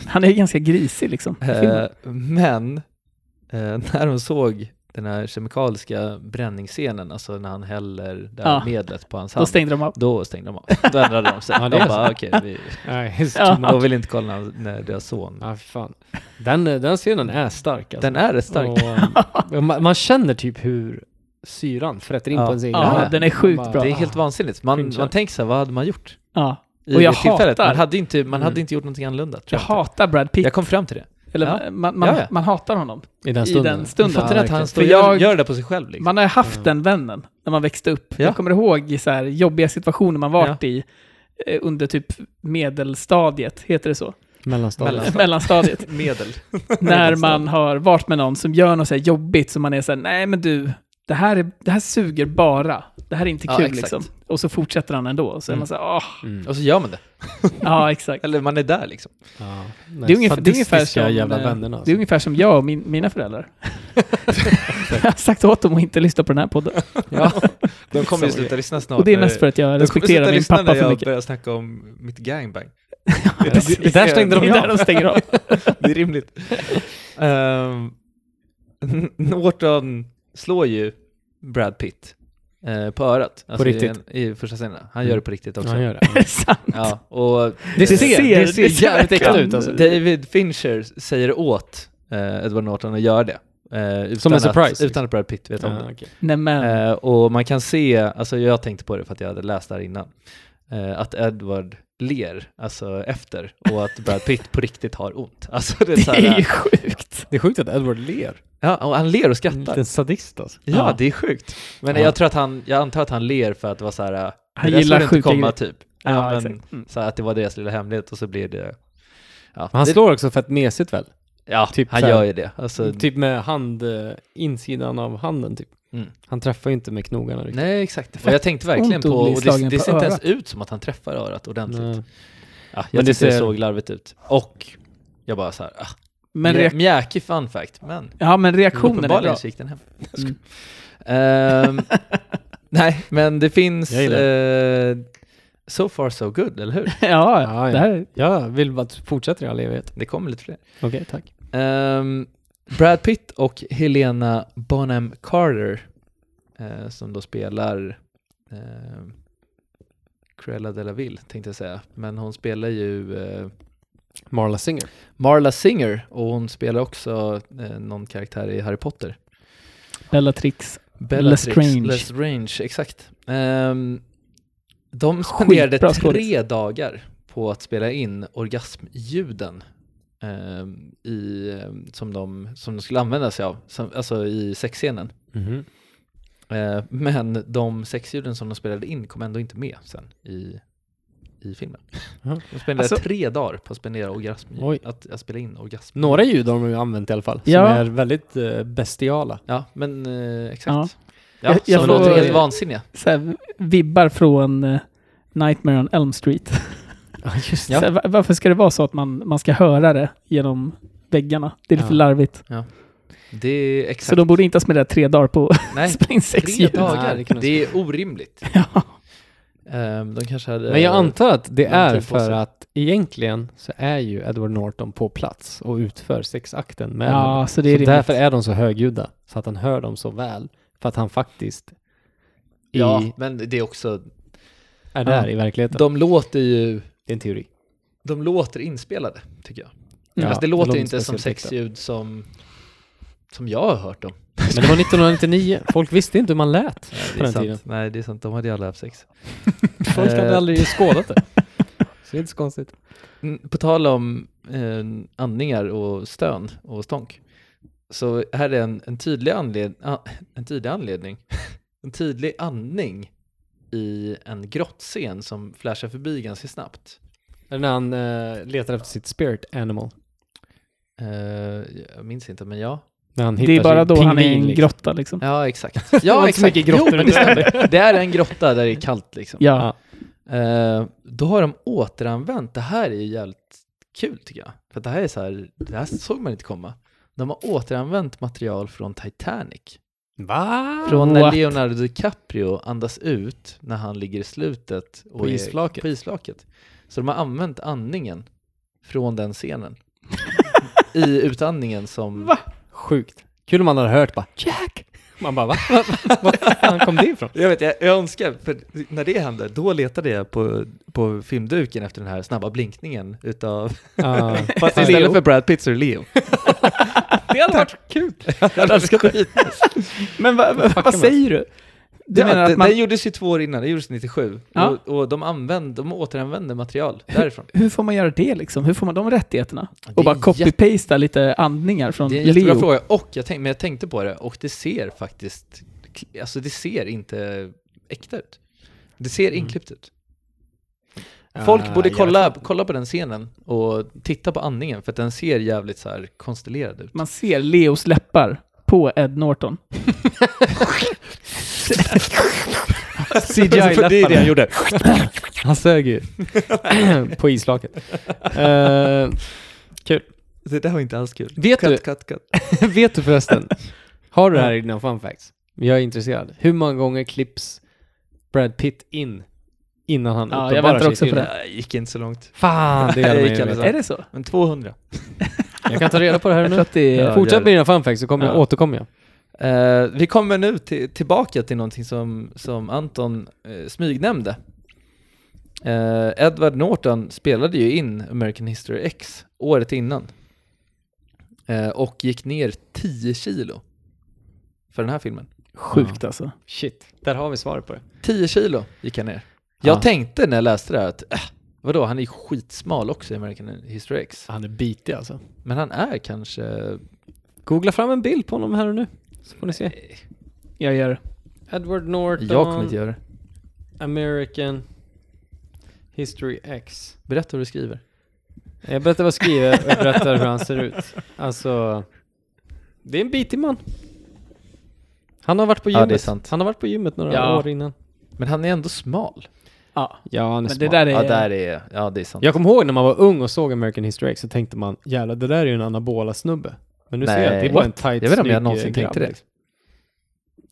Speaker 8: Han är ju ganska grisig liksom.
Speaker 9: Eh, men eh, när de såg den här kemikaliska bränningsscenen, alltså när han häller det här
Speaker 8: Ja.
Speaker 9: medlet på hans
Speaker 8: Då
Speaker 9: hand,
Speaker 8: stängde de av.
Speaker 9: då stängde de av. Då ändrade de sig.
Speaker 1: Ja, det
Speaker 9: de
Speaker 1: är
Speaker 9: bara, okej, vi
Speaker 1: Nej,
Speaker 8: Ja.
Speaker 9: de vill inte kolla när, när deras son...
Speaker 1: Ja, fy fan. Den, den scenen är stark alltså.
Speaker 9: Den är rätt stark.
Speaker 1: Och, um, man, man känner typ hur syran frätter in
Speaker 9: Ja.
Speaker 1: på ens egna
Speaker 8: Ja,
Speaker 1: hand.
Speaker 8: den är sjukt bra.
Speaker 9: Det är helt vansinnigt. Man,
Speaker 1: Cringe.
Speaker 9: man tänker så här, vad hade man gjort?
Speaker 8: Ja.
Speaker 9: I
Speaker 8: Och jag
Speaker 9: det tillfället? Man
Speaker 8: hatar-
Speaker 9: hade inte, man hade
Speaker 1: Mm.
Speaker 9: inte gjort någonting annorlunda. Tror
Speaker 8: Jag
Speaker 9: jag, inte.
Speaker 8: hatar Brad Pitt.
Speaker 9: jag kom fram till det.
Speaker 8: Eller
Speaker 9: Ja.
Speaker 8: man, man,
Speaker 9: Ja, ja.
Speaker 8: man hatar honom.
Speaker 1: I den
Speaker 8: I
Speaker 1: stunden.
Speaker 8: den stunden.
Speaker 9: Fattar ni att han står och
Speaker 8: För
Speaker 9: gör,
Speaker 8: jag-
Speaker 9: gör det på sig själv? Liksom.
Speaker 8: Man har ju haft den vännen när man växte upp.
Speaker 9: Ja.
Speaker 8: Jag kommer ihåg i så här jobbiga situationer man varit i eh, under typ medelstadiet, heter det så?
Speaker 1: Mellanstadiet.
Speaker 9: Mellan-
Speaker 8: mellanstadiet.
Speaker 9: Medel.
Speaker 8: när man har varit med någon som gör något så här jobbigt som man är så här, nej men du, det här, är, det här suger bara. Det här är inte
Speaker 9: Ja,
Speaker 8: kul
Speaker 9: exakt. Mm.
Speaker 8: liksom. Och så fortsätter han ändå. Och så är man så här, åh,
Speaker 1: Mm.
Speaker 9: Och så gör man det.
Speaker 8: ja exakt.
Speaker 9: Eller man är där liksom.
Speaker 1: Ja,
Speaker 8: Det är ungefär- det är ungefär
Speaker 1: sadistiska
Speaker 8: som,
Speaker 1: jävla alltså.
Speaker 8: eh,
Speaker 1: vännerna.
Speaker 8: Det är ungefär som jag och min, mina föräldrar. jag har sagt åt dem att inte lyssna på den här podden.
Speaker 9: De kommer ju sluta lyssna snart.
Speaker 8: Och det är
Speaker 9: när-
Speaker 8: mest för att jag
Speaker 9: de kommer
Speaker 8: respekterar
Speaker 9: sluta
Speaker 8: min
Speaker 9: lyssna
Speaker 8: pappa
Speaker 9: när
Speaker 8: för
Speaker 9: jag
Speaker 8: mycket.
Speaker 9: börjar snacka om mitt gangbang.
Speaker 1: Precis. Det där stängde de
Speaker 8: det är där
Speaker 1: av.
Speaker 8: de alltså. stänger av.
Speaker 9: Det är rimligt. Ehm, N- Norton slår ju Brad Pitt eh, på örat. Alltså i
Speaker 1: riktigt?
Speaker 9: en- I, första scenen. Han
Speaker 8: Mm.
Speaker 9: gör det på riktigt också.
Speaker 1: Ja, han gör det.
Speaker 8: Är det sant?
Speaker 9: Ja, och
Speaker 1: Det ser-
Speaker 9: det ser
Speaker 8: det ser
Speaker 9: jävligt äckligt
Speaker 8: verkligen-
Speaker 9: ut. Alltså. David Fincher säger åt eh, Edward Norton att göra det. eh, utan
Speaker 1: Som en surprise,
Speaker 9: Att,
Speaker 1: liksom.
Speaker 9: utan att Brad Pitt vet om det.
Speaker 1: Ja, okej.
Speaker 8: Nej men,
Speaker 9: Eh, och man kan se, alltså jag tänkte på det för att jag hade läst det här innan, eh, att Edward ler, alltså efter, och att Brad Pitt på riktigt har ont. Alltså det är
Speaker 8: det
Speaker 9: så
Speaker 8: är ju
Speaker 9: här,
Speaker 8: sjukt.
Speaker 1: Det är sjukt att Edward ler.
Speaker 9: ja, och han ler och
Speaker 1: En
Speaker 9: skrattar.
Speaker 1: liten sadist alltså.
Speaker 9: Ja, det är sjukt. Men
Speaker 1: Ja.
Speaker 9: jag tror att han, jag antar att han ler för att det var så här, eh,
Speaker 8: Han
Speaker 9: det där
Speaker 8: gillar
Speaker 9: skulle inte
Speaker 8: sjuka
Speaker 9: komma
Speaker 8: grejer.
Speaker 9: typ. Ja,
Speaker 8: Ja,
Speaker 9: men,
Speaker 8: exakt. Mm.
Speaker 9: så här, att det var deras lilla hemlighet och så blir det, ja,
Speaker 1: Men han
Speaker 9: det,
Speaker 1: slår också fett mesigt väl?
Speaker 9: ja
Speaker 1: typ
Speaker 9: han
Speaker 1: så här-
Speaker 9: gör ju det. Alltså,
Speaker 1: Typ med hand, eh, insidan av handen typ.
Speaker 9: Mm.
Speaker 1: Han träffar ju inte med knogarna riktigt.
Speaker 9: Nej, exakt. Och jag tänkte verkligen
Speaker 8: ont att
Speaker 9: på,
Speaker 8: bli
Speaker 9: och det,
Speaker 8: slagen
Speaker 9: det
Speaker 8: på
Speaker 9: ser inte ens
Speaker 8: örat.
Speaker 9: ut som att han träffar örat ordentligt.
Speaker 1: Nej.
Speaker 9: Ja, jag
Speaker 1: Men det
Speaker 9: tyckte det
Speaker 1: ser-
Speaker 9: såg larvigt ut. Och jag bara så här, ah,
Speaker 8: Men,
Speaker 9: mjä-
Speaker 8: reak-
Speaker 9: mjäkig fun fact,
Speaker 1: Oh,
Speaker 9: men
Speaker 8: ja, men reaktionen är bra.
Speaker 9: uppenbarligen så gick den hem. Ehm, nej, men det finns
Speaker 1: Jag gillar
Speaker 9: eh, so far so good, eller hur?
Speaker 8: Ja,
Speaker 1: Ja, ja.
Speaker 8: det här
Speaker 1: Jag vill bara att du fortsätter i all evighet.
Speaker 9: Det kommer lite fler.
Speaker 1: Okej, tack.
Speaker 9: Ehm, Brad Pitt och Helena Bonham Carter, eh, som då spelar ehm, Cruella de la Ville, tänkte jag säga. Men hon spelar ju eh,
Speaker 1: Marla Singer.
Speaker 9: Marla Singer och hon spelar också eh, någon karaktär i Harry Potter.
Speaker 8: Bellatrix.
Speaker 9: Bellatrix
Speaker 8: Lestrange.
Speaker 9: Lestrange, exakt. Ehm, de spenderade
Speaker 8: Skitbra
Speaker 9: tre
Speaker 8: skådis.
Speaker 9: dagar på att spela in orgasmljuden ehm, i, ehm, som, de, som de skulle använda sig av, som, alltså i sexscenen. Eh, men de sexljuden som de spelade in kom ändå inte med sen i, i filmen.
Speaker 1: Jaha.
Speaker 9: De spenderade
Speaker 8: Alltså-
Speaker 9: tre dagar på att, spendera orgasm,
Speaker 1: Oj.
Speaker 9: att, att spela in orgasm.
Speaker 1: Några ljud har de ju använt i alla fall,
Speaker 8: Ja.
Speaker 1: som är väldigt eh, bestiala.
Speaker 9: Ja, men eh,
Speaker 8: Ja.
Speaker 9: exakt. Ja,
Speaker 8: Jag- jag
Speaker 9: som
Speaker 8: får-
Speaker 9: låter helt vansinniga.
Speaker 8: Så här, vibbar från eh, Nightmare on Elm Street.
Speaker 1: Ja, just
Speaker 9: Ja.
Speaker 8: Så här, va- varför ska det vara så att man, man ska höra det genom väggarna? Det är lite
Speaker 1: Ja.
Speaker 8: för larvigt.
Speaker 9: Det är exakt.
Speaker 8: Så de borde inte ha spenderat tre dagar på
Speaker 9: Nej,
Speaker 8: att spela in sex
Speaker 9: Tre
Speaker 8: ljud.
Speaker 9: dagar,
Speaker 1: Nej, det
Speaker 9: det,
Speaker 1: kunde
Speaker 9: är orimligt.
Speaker 8: Ja.
Speaker 9: Ehm, de kanske hade...
Speaker 1: Men jag antar att det
Speaker 9: lång
Speaker 1: är
Speaker 9: tid på sig.
Speaker 1: för att egentligen så är ju Edward Norton på plats och utför sexakten med henne.
Speaker 8: ja, så det
Speaker 1: så
Speaker 8: är rimligt.
Speaker 1: därför är de så högljudda, så att han hör dem så väl. För att han faktiskt i,
Speaker 9: Ja, men det är också...
Speaker 1: är där
Speaker 8: Ja.
Speaker 1: i verkligheten.
Speaker 9: De låter ju...
Speaker 1: det är en teori.
Speaker 9: De låter inspelade, tycker jag.
Speaker 1: Ja,
Speaker 9: alltså, det låter
Speaker 1: de
Speaker 9: inte som
Speaker 1: speciellt äkta.
Speaker 9: sexljud som, som jag har hört dem.
Speaker 1: Men det var 1999, folk visste inte hur man lät
Speaker 9: Det
Speaker 1: på
Speaker 9: är
Speaker 1: den
Speaker 9: sant.
Speaker 1: tiden.
Speaker 9: Nej, det är sant. De hade ju aldrig haft sex.
Speaker 1: Folk hade
Speaker 9: Eh,
Speaker 1: aldrig skådat det. Så det är inte så konstigt.
Speaker 9: Mm, På tal om eh, andningar och stön och stånk. Så här är en, en, tydlig, anled, a- en tydlig anledning. En tydlig andning i en grottscen som flashar förbi ganska snabbt.
Speaker 1: När han eh, letar efter sitt spirit animal.
Speaker 9: Eh, jag minns inte, men ja.
Speaker 1: När han hittar
Speaker 8: det är bara
Speaker 1: sin
Speaker 8: då han är i
Speaker 1: pingvin,
Speaker 8: en
Speaker 1: liksom.
Speaker 8: grotta liksom.
Speaker 9: Ja, exakt.
Speaker 1: Det var
Speaker 9: Ja,
Speaker 1: inte så
Speaker 9: exakt.
Speaker 1: mycket grottor
Speaker 9: jo, men det,
Speaker 1: där.
Speaker 9: stämmer. det är en grotta där det är kallt liksom.
Speaker 8: Ja.
Speaker 9: Eh, då har de återanvänt, det här är ju jävligt kul tycker jag. För att det här är så här, det här såg man inte komma. De har återanvänt material från Titanic.
Speaker 1: Va?
Speaker 9: Från när
Speaker 8: What?
Speaker 9: Leonardo DiCaprio andas ut när han ligger i slutet och
Speaker 1: På
Speaker 9: är
Speaker 1: isflaket.
Speaker 9: på isflaket. Så de har använt andningen från den scenen. I utandningen som...
Speaker 1: Sjukt. Kul om man hade hört bara Jack! Man bara va? Va? Va? Var fan kom det ifrån?
Speaker 9: Jag vet, jag, jag önskar, för när det hände, då letade jag på, på filmduken efter den här snabba blinkningen utav...
Speaker 1: Ja.
Speaker 9: Fast istället för Brad Pitt så är det Leo.
Speaker 8: Det hade varit kul.
Speaker 9: Jag älskar skit.
Speaker 8: Men va, va, vad säger du? Du
Speaker 9: Det,
Speaker 8: menar att man,
Speaker 9: det gjordes ju två år innan, det gjordes 97.
Speaker 8: Ja.
Speaker 9: Och, och de, använde, de återanvände material därifrån.
Speaker 8: hur får man göra det liksom? Hur får man de rättigheterna?
Speaker 9: Det är
Speaker 8: Och bara
Speaker 9: jätte-
Speaker 8: copy-pasta lite andningar från
Speaker 9: Det är en jättebra
Speaker 8: Leo.
Speaker 9: fråga, och jag tänkte, men jag tänkte på det, och det ser faktiskt, alltså det ser inte äkta ut. Det ser inklippt ut. Folk borde
Speaker 1: Ah,
Speaker 9: kolla, kolla på den scenen och titta på andningen för att den ser jävligt så här konstellerad ut.
Speaker 8: Man ser Leos läppar på Ed Norton.
Speaker 9: För det är det han gjorde.
Speaker 1: Han sög ju. på islaket. Eh,
Speaker 9: Det där var inte alls kul.
Speaker 1: vet, du,
Speaker 9: Cut, cut, cut.
Speaker 1: vet du förresten, har du det här i dina fun facts? Jag är intresserad. Hur många gånger klipps Brad Pitt in innan han
Speaker 8: Ja, jag
Speaker 1: uppenbarar
Speaker 8: väntar
Speaker 1: sig i
Speaker 8: också på
Speaker 1: filmen?
Speaker 8: det.
Speaker 9: Nej, gick inte så långt.
Speaker 1: Fan, det
Speaker 9: Jag
Speaker 1: gäller mig.
Speaker 9: gick alldeles
Speaker 1: att
Speaker 8: Är
Speaker 1: veta.
Speaker 8: det så?
Speaker 9: Men 200.
Speaker 1: Jag kan ta reda på det här
Speaker 8: Jag
Speaker 1: nu.
Speaker 8: tror att det är...
Speaker 9: Ja. gör
Speaker 1: Fortsätt
Speaker 9: det.
Speaker 1: med dina fun facts så kommer jag,
Speaker 9: Ja.
Speaker 1: återkommer jag.
Speaker 9: Eh, vi kommer nu till, tillbaka till någonting som, som Anton eh, smygnämnde. Eh, Edward Norton spelade ju in American History X året innan. Eh, och gick ner 10 kilo för den här filmen.
Speaker 8: Sjukt alltså.
Speaker 1: Shit, där har vi svaret på det.
Speaker 9: 10 kilo gick han ner. Jag
Speaker 1: Ja.
Speaker 9: tänkte när jag läste det här att äh, vadå, han är ju skitsmal också i American History X.
Speaker 1: Han är bitig alltså.
Speaker 9: Men han är kanske...
Speaker 1: Googla fram en bild på honom här och nu. Så får ni se.
Speaker 8: Jag gör det.
Speaker 1: Edward Norton,
Speaker 9: Jag kommer inte göra det.
Speaker 1: American History X.
Speaker 9: Berätta vad du skriver.
Speaker 1: Jag berättar vad jag skriver och jag berättar hur han ser ut. Alltså, det är en bitig man. Han har varit på
Speaker 9: Ja, det är
Speaker 1: gymmet.
Speaker 9: sant.
Speaker 1: Han har varit på gymmet några
Speaker 8: Ja.
Speaker 1: år innan.
Speaker 9: Men han är ändå smal.
Speaker 8: Ja,
Speaker 1: Ja, han är
Speaker 8: men det
Speaker 1: smart.
Speaker 8: där är...
Speaker 9: Ja, där är... Ja, det är sant.
Speaker 1: Jag kommer ihåg när man var ung och såg American History X så tänkte man jävlar det där är ju en anabola snubbe. Men nu ser jag att det
Speaker 9: Nej,
Speaker 1: var en
Speaker 9: what?
Speaker 1: tight
Speaker 9: Jag vet inte om jag
Speaker 1: snygg,
Speaker 9: någonsin
Speaker 1: eh,
Speaker 9: tänkte det.
Speaker 1: liksom.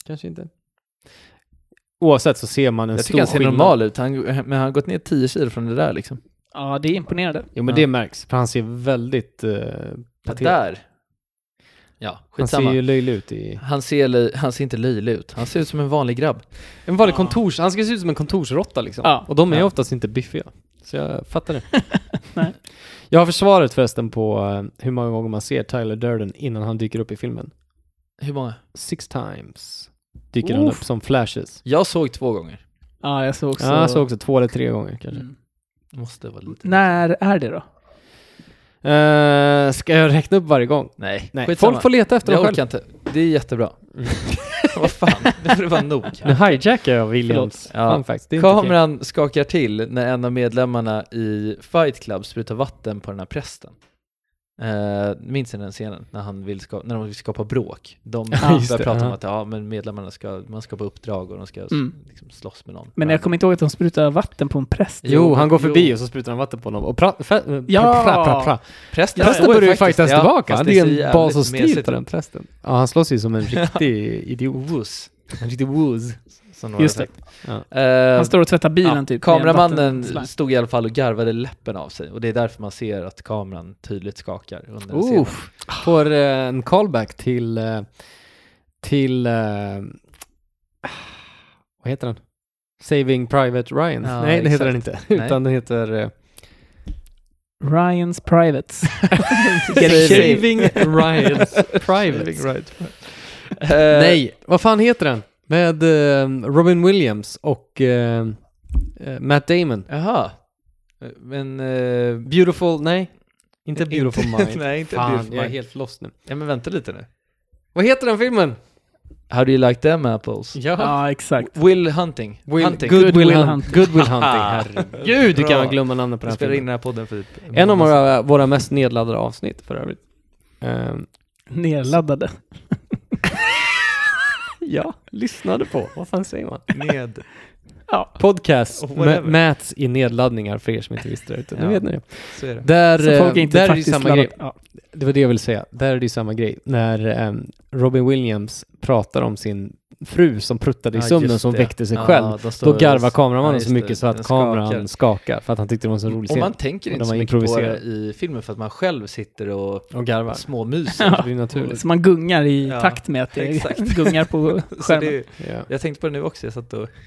Speaker 1: Kanske inte. Oavsett så ser man en
Speaker 9: Jag
Speaker 1: stor
Speaker 9: tycker han ser
Speaker 1: skillnad.
Speaker 9: normal ut, han, men han har gått ner 10 kilo från det där liksom.
Speaker 8: Ja, det är imponerande.
Speaker 1: Jo men
Speaker 9: Ja.
Speaker 1: det märks för han ser väldigt uh,
Speaker 9: Det
Speaker 1: patetisk.
Speaker 9: där. Ja,
Speaker 1: Han ser ju
Speaker 9: skitsamma.
Speaker 1: löjlig ut i...
Speaker 9: Han ser, löj- han ser inte löjlig ut, han ser ut som en vanlig grabb.
Speaker 1: En vanlig kontors... Han ska se ut som en kontorsrotta liksom.
Speaker 8: Ja.
Speaker 1: Och de är
Speaker 9: Ja.
Speaker 1: oftast inte biffiga. Så jag fattar det. Jag har försvaret förresten på eh, hur många gånger man ser Tyler Durden innan han dyker upp i filmen.
Speaker 9: Hur många?
Speaker 1: Six times dyker han
Speaker 8: Oof.
Speaker 1: upp som flashes.
Speaker 9: Jag såg två gånger.
Speaker 8: Ja, jag såg också...
Speaker 1: Ja, jag såg också två eller tre gånger kanske.
Speaker 8: Mm.
Speaker 9: Måste vara lite...
Speaker 8: När är det då?
Speaker 1: Eh, ska jag räkna upp varje gång?
Speaker 9: Nej,
Speaker 1: Nej,
Speaker 9: Mm. skitsamma.
Speaker 1: folk får leta efter
Speaker 9: Jag
Speaker 1: dem
Speaker 9: orkar
Speaker 1: själv.
Speaker 9: inte. Det är jättebra. Vad fan, nu får det vara nog.
Speaker 1: Nu hijackar jag Williams
Speaker 9: Förlåt. Ja.
Speaker 1: fun facts. Det är inte okej.
Speaker 9: Kameran skakar till när en av medlemmarna i Fight Club sprutar vatten på den här prästen. Eh, minns ni den scenen? När, han vill ska, när de vill skapa bråk. De
Speaker 1: just
Speaker 9: börjar
Speaker 1: det,
Speaker 9: prata om
Speaker 1: ja.
Speaker 9: att ja, men medlemmarna ska, man ska på uppdrag och de ska s-
Speaker 8: Mm.
Speaker 9: liksom, slåss med någon.
Speaker 8: Men jag kommer inte ihåg att de sprutar vatten på en präst.
Speaker 1: Jo, han går förbi
Speaker 9: Jo.
Speaker 1: och så sprutar han vatten på honom. Och pra, fa,
Speaker 8: Ja!
Speaker 1: pra, pra, pra, pra.
Speaker 9: Prästen,
Speaker 1: Prästen
Speaker 9: står
Speaker 1: börjar ju
Speaker 9: faktiskt-
Speaker 1: fightas
Speaker 9: ja,
Speaker 1: tillbaka.
Speaker 9: fast
Speaker 1: Han är
Speaker 9: så
Speaker 1: ju en
Speaker 9: jävligt
Speaker 1: bas och stil
Speaker 9: mesigt
Speaker 1: på den prästen. Ja, han slås ju som en riktig idiot.
Speaker 9: Wuss,
Speaker 1: En riktig wooz.
Speaker 9: som några
Speaker 8: Just det.
Speaker 9: sagt.
Speaker 1: Ja.
Speaker 9: Eh,
Speaker 8: Han står och tvättar bilen typ. med en
Speaker 9: Kameramannen
Speaker 8: vattenslang.
Speaker 9: stod i alla fall och garvade läppen av sig och det är därför man ser att kameran tydligt skakar under
Speaker 1: Oh.
Speaker 9: en scen.
Speaker 1: Oof. Får eh, en callback till... eh, Till... eh, Vad heter den? Saving Private Ryan.
Speaker 9: Ja,
Speaker 1: Nej, det heter den inte.
Speaker 9: exakt. Nej.
Speaker 1: Utan den heter... eh,
Speaker 8: Ryan's Privates.
Speaker 1: Saving Ryan's Private.
Speaker 9: Eh,
Speaker 1: Nej, vad fan heter den? Med eh, Robin Williams och eh, eh, Matt Damon.
Speaker 9: Jaha. Men... eh,
Speaker 1: Beautiful, nej. Inte Beautiful Mind.
Speaker 9: Nej, inte
Speaker 1: Fan,
Speaker 9: Beautiful
Speaker 1: jag är
Speaker 9: Mind.
Speaker 1: helt lost nu.
Speaker 9: Ja, men vänta lite nu.
Speaker 1: Vad heter den filmen?
Speaker 9: How do you like them apples?
Speaker 8: ja, exakt.
Speaker 9: Will Hunting.
Speaker 1: Will,
Speaker 9: Hunting.
Speaker 1: Good,
Speaker 8: Good
Speaker 1: Will
Speaker 8: Will
Speaker 1: Hunt-
Speaker 8: Hunting.
Speaker 1: Good Will Hunting, herregud. Hur kan
Speaker 9: Bra.
Speaker 1: jag glömma namnet på
Speaker 9: Jag
Speaker 1: den här
Speaker 9: spelar in
Speaker 1: filmen?
Speaker 9: den här podden för typ...
Speaker 1: En av våra, våra mest nedladdade avsnitt för övrigt. Ehm,
Speaker 8: Nerladdade.
Speaker 1: ja, lyssnade på. Vad fan säger man?
Speaker 9: Med...
Speaker 1: Podcast
Speaker 9: Oh,
Speaker 1: mä-
Speaker 9: whatever.
Speaker 1: mäts i nedladdningar för er som inte visste det. Utan Nu
Speaker 9: Ja.
Speaker 1: vet ni det.
Speaker 9: Så är det.
Speaker 1: Där,
Speaker 8: Så folk är
Speaker 1: eh,
Speaker 8: inte
Speaker 1: där är det ju
Speaker 8: faktiskt
Speaker 1: samma
Speaker 8: laddade.
Speaker 1: grej.
Speaker 8: Ja.
Speaker 1: Det var det jag ville säga. Där är det ju samma grej. När ehm, Robin Williams pratar om sin fru som pruttade i
Speaker 9: Ja,
Speaker 1: sömnen
Speaker 9: just
Speaker 1: som
Speaker 9: det.
Speaker 1: väckte sig
Speaker 9: Ja,
Speaker 1: själv.
Speaker 9: de står-
Speaker 1: Då garvar kameramannen
Speaker 9: Ja,
Speaker 1: så
Speaker 9: just
Speaker 1: mycket
Speaker 9: det.
Speaker 1: så att
Speaker 9: Den
Speaker 1: kameran
Speaker 9: skakar.
Speaker 1: skakar. för att han tyckte det var en så rolig
Speaker 9: Och
Speaker 1: scen.
Speaker 9: man tänker
Speaker 1: Och
Speaker 9: inte
Speaker 1: de
Speaker 9: så
Speaker 1: har
Speaker 9: mycket på det
Speaker 1: improviserat.
Speaker 9: i filmen för att man själv sitter och
Speaker 1: Och garvar.
Speaker 9: småmyser.
Speaker 1: Det blir naturligt.
Speaker 8: Så man gungar i
Speaker 9: Ja,
Speaker 8: takt med att det
Speaker 9: exakt.
Speaker 8: gungar på
Speaker 9: Så
Speaker 8: skärmen.
Speaker 9: det,
Speaker 1: Ja.
Speaker 9: jag tänkte på det nu också, jag satt och...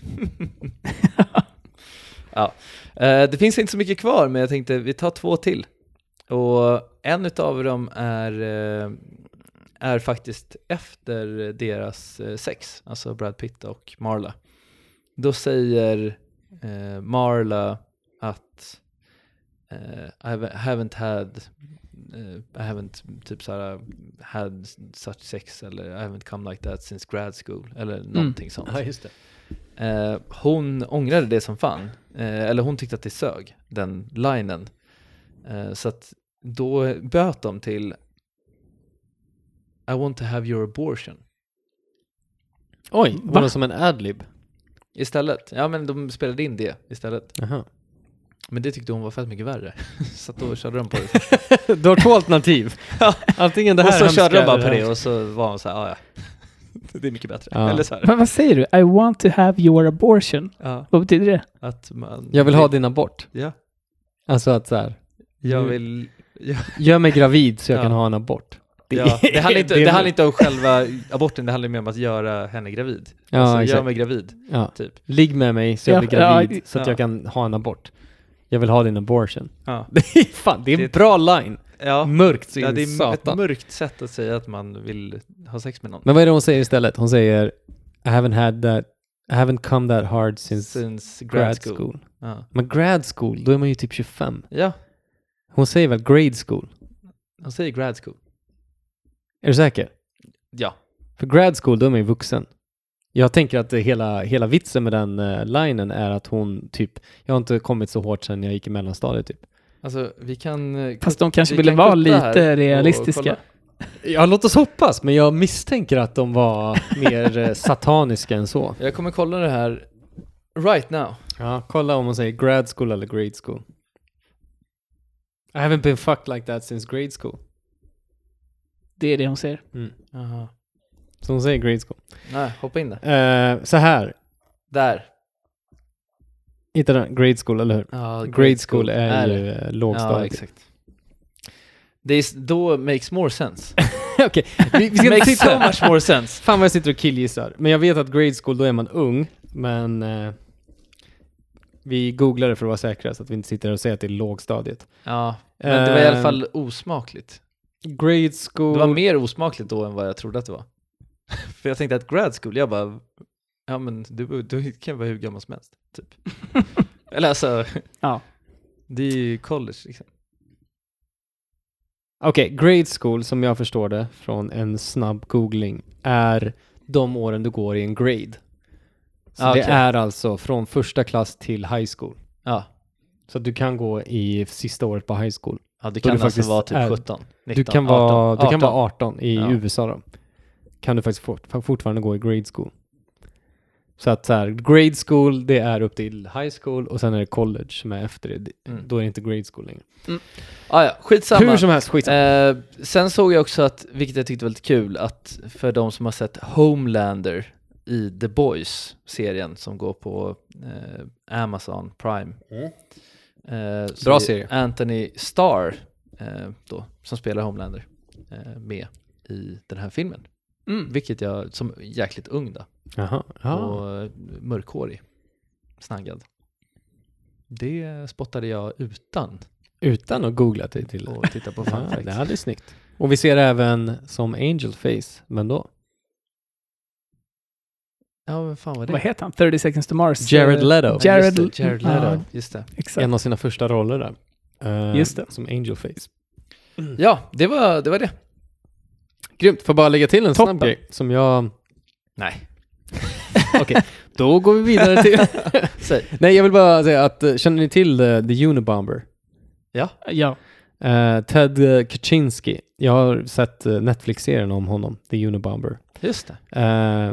Speaker 9: ja. Eh, Det finns inte så mycket kvar, men jag tänkte vi tar två till. Och en utav dem är, eh, är faktiskt efter deras eh, sex, alltså Brad Pitt och Marla. Då säger eh, Marla att eh, I haven't had eh, I haven't typ så här, had such sex eller I haven't come like that since grad school eller någonting sånt.
Speaker 1: Mm. Ja, just det.
Speaker 9: Eh, hon ångrade det som fan. Eh, eller hon tyckte att det sög, den linen. Eh, så att då böt de till I want to have your abortion.
Speaker 1: Oj, var
Speaker 8: Va?
Speaker 1: det som en adlib?
Speaker 9: Istället. Ja men de spelade in det istället.
Speaker 1: Jaha.
Speaker 9: Men det tyckte hon var fett mycket värre. så att då körde de på det.
Speaker 1: Du har två alternativ. Antingen det här
Speaker 9: och så
Speaker 1: hemska
Speaker 9: körde de bara
Speaker 1: eller
Speaker 9: på det
Speaker 1: här.
Speaker 9: och så var hon så här, "Ah, ja. Det är mycket bättre.
Speaker 1: Ja.
Speaker 9: Eller så här.
Speaker 8: Men vad säger du? I want to have your abortion.
Speaker 9: Ja,
Speaker 8: Vad betyder det?
Speaker 9: att man,
Speaker 1: Jag vill ha din abort.
Speaker 9: Ja,
Speaker 1: Alltså att så här,
Speaker 9: jag
Speaker 1: Mm.
Speaker 9: vill... Ja.
Speaker 1: gör mig gravid så jag
Speaker 9: Ja.
Speaker 1: kan ha en abort.
Speaker 9: Ja, det handlar inte,
Speaker 1: det är-
Speaker 9: det handlar inte om själva aborten, det handlar mer om att göra henne gravid.
Speaker 1: Ja,
Speaker 9: alltså, gör
Speaker 1: exakt.
Speaker 9: mig gravid,
Speaker 1: Ja.
Speaker 9: typ.
Speaker 1: Ligg med mig så jag
Speaker 8: Ja,
Speaker 1: blir gravid
Speaker 8: ja,
Speaker 1: så att
Speaker 9: ja.
Speaker 1: jag kan ha en abort. Jag vill ha din abortion.
Speaker 9: Ja,
Speaker 1: Det är fan, det är en
Speaker 9: Det-
Speaker 1: bra line.
Speaker 9: ja.
Speaker 1: Mörkt så in
Speaker 9: ja det
Speaker 1: i
Speaker 9: är ett
Speaker 1: satan.
Speaker 9: mörkt sätt att säga att man vill ha sex med någon.
Speaker 1: Men vad är det hon säger istället? Hon säger I haven't had that, I haven't come that hard since
Speaker 9: Since
Speaker 1: grad school.
Speaker 9: Ja.
Speaker 1: Men grad school, då är man ju typ 25.
Speaker 9: ja,
Speaker 1: Hon säger väl grade school?
Speaker 9: han säger grad school.
Speaker 1: Är du säker?
Speaker 9: Ja.
Speaker 1: För grad school, då är man ju vuxen. Jag tänker att det hela, hela vitsen med den eh, linen är att hon typ, jag har inte kommit så hårt sen jag gick i mellanstadiet typ.
Speaker 9: Alltså, vi kan... eh,
Speaker 8: Fast de kanske
Speaker 9: vi
Speaker 8: ville
Speaker 9: kan
Speaker 8: vara
Speaker 9: kutta här
Speaker 8: lite
Speaker 9: och
Speaker 8: realistiska.
Speaker 9: kolla.
Speaker 1: Ja, låt oss hoppas, men jag misstänker att de var mer eh, sataniska än så.
Speaker 9: Jag kommer kolla det här right now.
Speaker 1: Ja, kolla om hon säger grad school eller grade school. I haven't been fucked like that since grade school.
Speaker 8: Det är det hon säger.
Speaker 9: Mm. Jaha.
Speaker 1: Så hon säger grade school.
Speaker 9: Nej, hoppa in där.
Speaker 1: Eh, så här,
Speaker 9: Där.
Speaker 1: hittade den, grade school, eller hur?
Speaker 9: Ja,
Speaker 1: Grade school är
Speaker 9: det.
Speaker 1: ju eh,
Speaker 9: Ja,
Speaker 1: lågstadiet.
Speaker 9: exakt. Det är, s- då makes more sense.
Speaker 1: Okej, vi, vi ska inte
Speaker 9: makes so
Speaker 1: titta.
Speaker 9: much more sense.
Speaker 1: Fan vad jag sitter och killgissar. Men jag vet att grade school, då är man ung. Men eh, vi googlar det för att vara säkra så att vi inte sitter och säger att det är lågstadiet.
Speaker 9: Ja, men det var i alla
Speaker 1: Eh,
Speaker 9: fall osmakligt.
Speaker 1: Grade
Speaker 9: Det
Speaker 1: school...
Speaker 9: var mer osmakligt då än vad jag trodde att det var. För jag tänkte att grad school, jag bara, ja men du, du kan vara hur gammal som helst, typ. Eller alltså,
Speaker 8: Ja.
Speaker 9: det är ju college liksom.
Speaker 1: Okej, grade school som jag förstår det från en snabb googling är de åren du går i en grade. Så
Speaker 9: Ah,
Speaker 1: det
Speaker 9: okej.
Speaker 1: är alltså från första klass till high school.
Speaker 9: Ja,
Speaker 1: Så att du kan gå i sista året på high school.
Speaker 9: ja du
Speaker 1: Då
Speaker 9: kan
Speaker 1: du
Speaker 9: alltså
Speaker 1: faktiskt
Speaker 9: vara typ
Speaker 1: är-
Speaker 9: 17, 19,
Speaker 1: du kan, vara,
Speaker 9: 18.
Speaker 1: du kan vara 18 i
Speaker 9: Ja.
Speaker 1: USA då. Kan du faktiskt fort, fortfarande gå i grade school. Så att så här, grade school det är upp till high school och sen är det college som är efter det. Det-
Speaker 9: Mm.
Speaker 1: Då är det inte grade school längre.
Speaker 9: Ah, ja, skitsamma.
Speaker 1: Hur som helst, skitsamma.
Speaker 9: Eh, sen såg jag också att, vilket jag tyckte var lite kul, att för de som har sett Homelander i The Boys-serien som går på eh, Amazon Prime. Eh, så
Speaker 1: Mm. Bra
Speaker 9: är
Speaker 1: serie.
Speaker 9: Anthony Starr, eh, då, som spelar Homelander, eh, med i den här filmen.
Speaker 8: Mm.
Speaker 9: Vilket jag, som är jäkligt ung då,
Speaker 1: Jaha. Ja.
Speaker 9: och eh, mörkhårig, snaggad. Det spottade jag utan
Speaker 1: Utan att googla det till
Speaker 9: att titta på fun
Speaker 1: Ja,
Speaker 9: facts.
Speaker 1: det hade snyggt. Och vi ser även som Angel Face, men då?
Speaker 9: Ja, men fan vad det
Speaker 8: Vad heter han? 30 seconds to Mars?
Speaker 1: Jared
Speaker 8: eh,
Speaker 1: Leto.
Speaker 9: Ja, just
Speaker 8: Jared-
Speaker 9: det, Jared Leto.
Speaker 8: Ja.
Speaker 9: Just det.
Speaker 8: Exakt.
Speaker 1: En av sina första roller där. Eh,
Speaker 8: Just det.
Speaker 1: Som Angel Face.
Speaker 9: Ja, det var det. Var det.
Speaker 1: Grymt, får bara lägga till en
Speaker 8: Toppen.
Speaker 1: snabb grej som jag...
Speaker 9: Nej.
Speaker 1: Okej, då går vi vidare till...
Speaker 9: Säg.
Speaker 1: Nej, jag vill bara säga att eh, känner ni till eh, The Unabomber?
Speaker 8: Ja.
Speaker 1: Eh, Ted eh, Kaczynski. Jag har sett eh, Netflix-serien om honom, The Unabomber.
Speaker 9: Just det.
Speaker 1: Eh,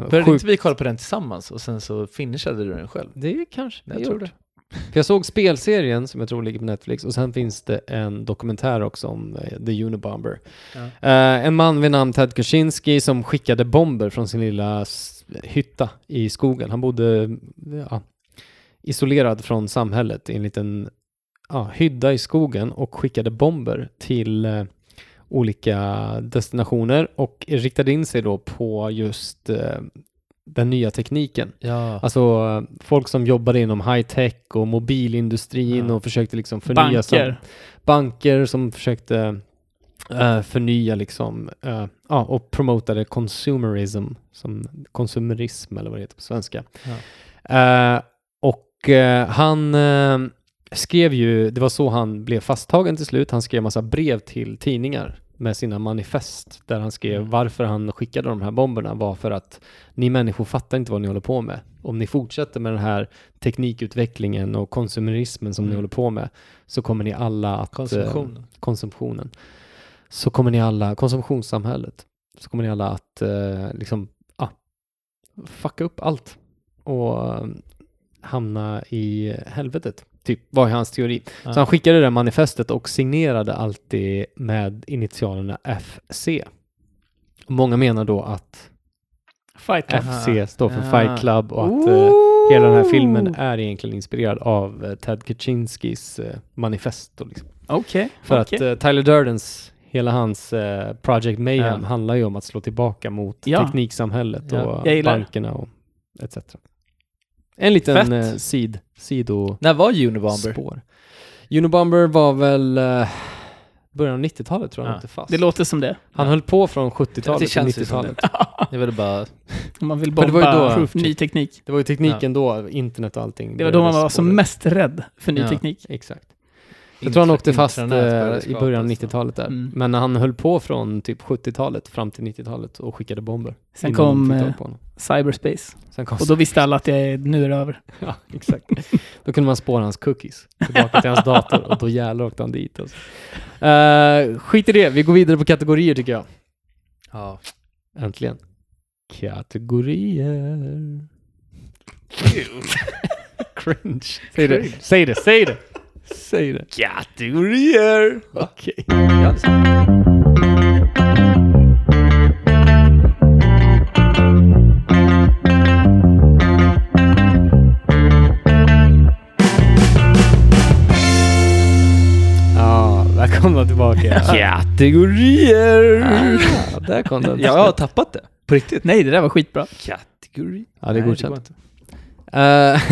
Speaker 9: Började
Speaker 1: sjukt-
Speaker 9: inte vi kolla på den tillsammans och sen så finishade du den själv?
Speaker 1: Det är kanske
Speaker 9: Jag tror det.
Speaker 1: För jag såg spelserien som jag tror ligger på Netflix och sen finns det en dokumentär också om eh, The Unabomber. Eh, en man vid namn Ted Kaczynski som skickade bomber från sin lilla s- hytta i skogen. Han bodde ja, isolerad från samhället i en liten ja, hydda i skogen och skickade bomber till eh, olika destinationer och riktade in sig då på just eh, den nya tekniken.
Speaker 9: Ja.
Speaker 1: Alltså eh, folk som jobbade inom high-tech och mobilindustrin
Speaker 9: Ja.
Speaker 1: och försökte liksom förnya Sam,
Speaker 8: Banker.
Speaker 1: banker som försökte eh, förnya liksom, eh, ja, och promotade consumerism, som konsumerism eller vad det heter på svenska. Eh, och eh, han eh, skrev ju, det var så han blev fasttagen till slut, han skrev massa brev till tidningar med sina manifest där han skrev varför han skickade de här bomberna var för att ni människor fattar inte vad ni håller på med. Om ni fortsätter med den här teknikutvecklingen och konsumerismen som ni håller på med så kommer ni alla att... eh,
Speaker 9: Konsumtionen.
Speaker 1: konsumtionen. Så kommer ni alla, konsumtionssamhället, så kommer ni alla att eh, liksom, ah, fucka upp allt och eh, hamna i helvetet. Typ, var ju hans teori.
Speaker 9: Ja.
Speaker 1: Så han skickade det där manifestet och signerade alltid med initialerna FC. Många menar då att
Speaker 8: Fight Club.
Speaker 1: FC står för
Speaker 9: Ja.
Speaker 1: Fight Club och att eh, hela den här filmen är egentligen inspirerad av eh, Ted Kaczynskis eh, manifest. och Liksom.
Speaker 8: Okej.
Speaker 1: För
Speaker 8: okej.
Speaker 1: att eh, Tyler Durdens, hela hans eh, Project Mayhem
Speaker 9: Ja.
Speaker 1: handlar ju om att slå tillbaka mot
Speaker 8: Ja.
Speaker 1: tekniksamhället
Speaker 9: Ja.
Speaker 1: och
Speaker 8: Jag gillar det.
Speaker 1: bankerna och etc. En liten
Speaker 9: Fett.
Speaker 1: eh, sid, sidospår.
Speaker 9: När var Unibomber?
Speaker 1: Unibomber var väl eh, början av 90-talet tror jag,
Speaker 9: Ja.
Speaker 1: han inte fast.
Speaker 8: det låter som det.
Speaker 1: han höll på från 70-talet
Speaker 9: Det
Speaker 1: till
Speaker 9: känns ju som
Speaker 1: 90-talet.
Speaker 9: Det var bara...
Speaker 8: Om man vill
Speaker 1: Men det var ju
Speaker 8: bomba
Speaker 1: då-
Speaker 8: proof- ny teknik.
Speaker 1: Det var ju tekniken då, internet och allting.
Speaker 8: Det var då man
Speaker 1: började
Speaker 8: var som
Speaker 1: spåra.
Speaker 8: mest rädd för ny
Speaker 9: Ja.
Speaker 8: teknik.
Speaker 1: Exakt. Jag tror han åkte fast
Speaker 9: Internet började
Speaker 1: eh, i början av
Speaker 9: skapas.
Speaker 1: 90-talet där.
Speaker 8: Mm.
Speaker 1: Men han höll på från typ 70-talet fram till 90-talet och skickade bomber.
Speaker 8: Sen
Speaker 1: Innan de
Speaker 8: kom
Speaker 1: tittade
Speaker 8: eh,
Speaker 1: på honom.
Speaker 8: cyberspace.
Speaker 1: Sen kom
Speaker 8: Och då visste alla att det är, nu är det över.
Speaker 1: ja, exakt. Då kunde man spåra hans cookies tillbaka till hans dator och då jävlar åkte han dit. Alltså. Eh, skit i det, vi går vidare på kategorier tycker jag.
Speaker 9: Ja.
Speaker 1: Äntligen. Kategorier. Cringe. Säg det, säg det, säg det. Säg det. Kategorier. Okej. Ja, där kom den tillbaka. Kategorier. Ah, där kom den.
Speaker 9: Jag har tappat det. På riktigt.
Speaker 8: Nej, det där var skitbra.
Speaker 9: Kategori.
Speaker 1: Ja, det är
Speaker 9: Nej,
Speaker 1: godkänt.
Speaker 9: går inte.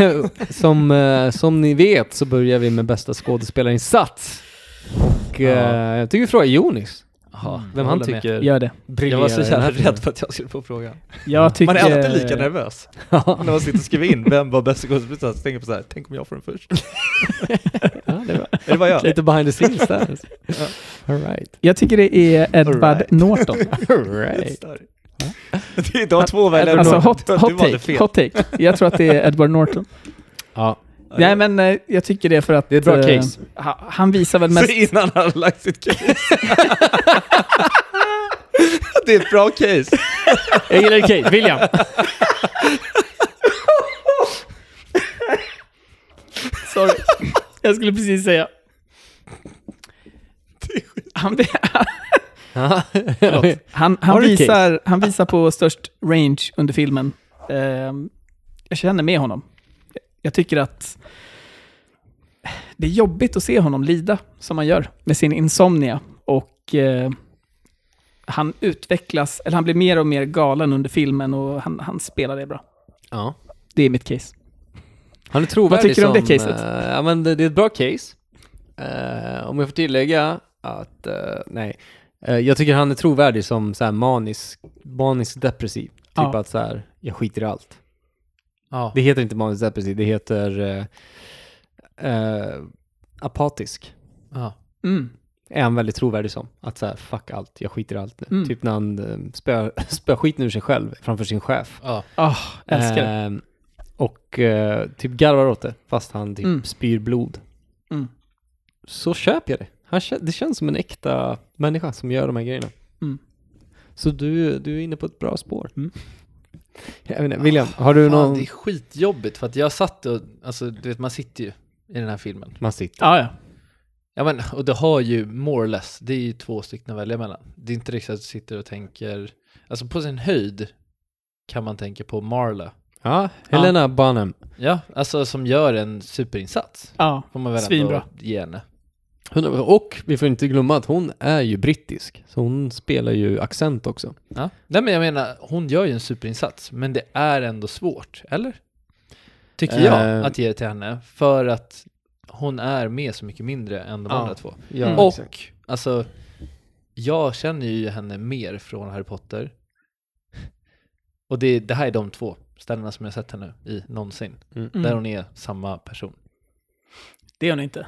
Speaker 1: Eh, som, eh, som ni vet så börjar vi med bästa skådespelarinsats. Och eh, jag tycker vi frågar Jonis.
Speaker 9: Jaha,
Speaker 1: Vem
Speaker 9: jag
Speaker 1: han
Speaker 9: håller med.
Speaker 1: tycker
Speaker 8: Gör det.
Speaker 1: briljerar
Speaker 9: Jag var så
Speaker 1: i den här filmen.
Speaker 9: jävla rädd för att jag skulle få frågan.
Speaker 8: Jag tycker...
Speaker 9: Man är alltid lika nervös
Speaker 1: ja,
Speaker 9: när man sitter och skriver in vem var bäst skådespelare, så tänker jag på så här, tänk om jag får den först.
Speaker 1: det var
Speaker 9: Är det bara jag?
Speaker 1: lite behind the scenes där. All right.
Speaker 8: Jag tycker det är Edward
Speaker 9: Alright.
Speaker 8: Norton.
Speaker 1: All right.
Speaker 9: Sorry. Det är de två väljer
Speaker 8: alltså
Speaker 9: du-
Speaker 8: hot,
Speaker 9: du
Speaker 8: hot,
Speaker 9: valde
Speaker 8: take,
Speaker 9: fel.
Speaker 8: hot take. Jag tror att det är Edward Norton.
Speaker 1: Ja,
Speaker 8: Nej, men eh, jag tycker det är för att...
Speaker 1: det är ett bra
Speaker 8: eh,
Speaker 1: case.
Speaker 8: ha- Han visar väl
Speaker 9: Så
Speaker 8: mest...
Speaker 9: innan han hade lagt sitt case. det är ett bra case.
Speaker 1: Jag gillar det case. William.
Speaker 8: Sorry. Jag skulle precis säga. Han,
Speaker 1: Förlåt.
Speaker 8: han,
Speaker 1: Har
Speaker 8: han,
Speaker 1: du ett
Speaker 8: visar, han visar på störst range under filmen. Ehm, jag känner med honom. Jag tycker att det är jobbigt att se honom lida som han gör med sin insomnia. Och eh, han utvecklas, eller han blir mer och mer galen under filmen och han, han spelar det bra.
Speaker 1: Ja.
Speaker 8: Det är mitt case.
Speaker 1: Han är trovärdig
Speaker 8: Vad tycker du om
Speaker 1: som,
Speaker 8: det caset?
Speaker 1: eh, ja, men det, det är ett bra case. Eh, om jag får tillägga att, eh, nej. Eh, jag tycker han är trovärdig som så här manisk, manisk depressiv. Typ
Speaker 8: Ja.
Speaker 1: att så här, jag skiter i allt.
Speaker 9: Ja.
Speaker 1: Det heter inte manisk depressiv, det heter eh, eh, apatisk.
Speaker 9: Ja.
Speaker 8: Mm.
Speaker 1: Är han väldigt trovärdig som. Att så här, fuck allt, jag skiter i allt nu.
Speaker 8: Mm.
Speaker 1: Typ när han uh, spöar spö skiten ur sig själv framför sin chef.
Speaker 9: Ja.
Speaker 8: Ah, älskar det.
Speaker 1: Ehm, och eh, typ garvar åt det, fast han typ
Speaker 8: Mm.
Speaker 1: spyr blod.
Speaker 8: Mm.
Speaker 1: Så köper jag det. Han, kä- det känns som en äkta människa som gör de här grejerna.
Speaker 8: Mm.
Speaker 1: Så du, du är inne på ett bra spår.
Speaker 8: Mm.
Speaker 1: Jag vet inte, William, har du
Speaker 9: Fan,
Speaker 1: någon...
Speaker 9: det är skitjobbigt för att jag satt och, alltså du vet man sitter ju i den här filmen.
Speaker 1: Man sitter.
Speaker 8: Ja, ja.
Speaker 9: Ja men, och det har ju more or less, det är ju två stycken att välja mellan. Det är inte riktigt att du sitter och tänker, alltså på sin höjd kan man tänka på Marla.
Speaker 1: Ja, Helena Bonham.
Speaker 9: Ja, alltså som gör en superinsats.
Speaker 8: ja.
Speaker 9: Får man väl
Speaker 8: Svinbra.
Speaker 9: ändå ge henne.
Speaker 1: 100%. Och vi får inte glömma att hon är ju brittisk, så hon spelar ju accent också.
Speaker 9: Ja. Nej men jag menar, hon gör ju en superinsats, men det är ändå svårt, eller? Tycker
Speaker 1: Eh.
Speaker 9: jag, att ge det till henne. För att hon är med så mycket mindre än de
Speaker 1: Ja.
Speaker 9: andra två.
Speaker 1: Ja,
Speaker 8: Mm.
Speaker 9: Och,
Speaker 1: exakt.
Speaker 9: alltså, jag känner ju henne mer från Harry Potter. Och det, det här är de två ställena som jag har sett henne i någonsin.
Speaker 1: Mm.
Speaker 9: Där hon är samma person.
Speaker 8: Det är hon inte.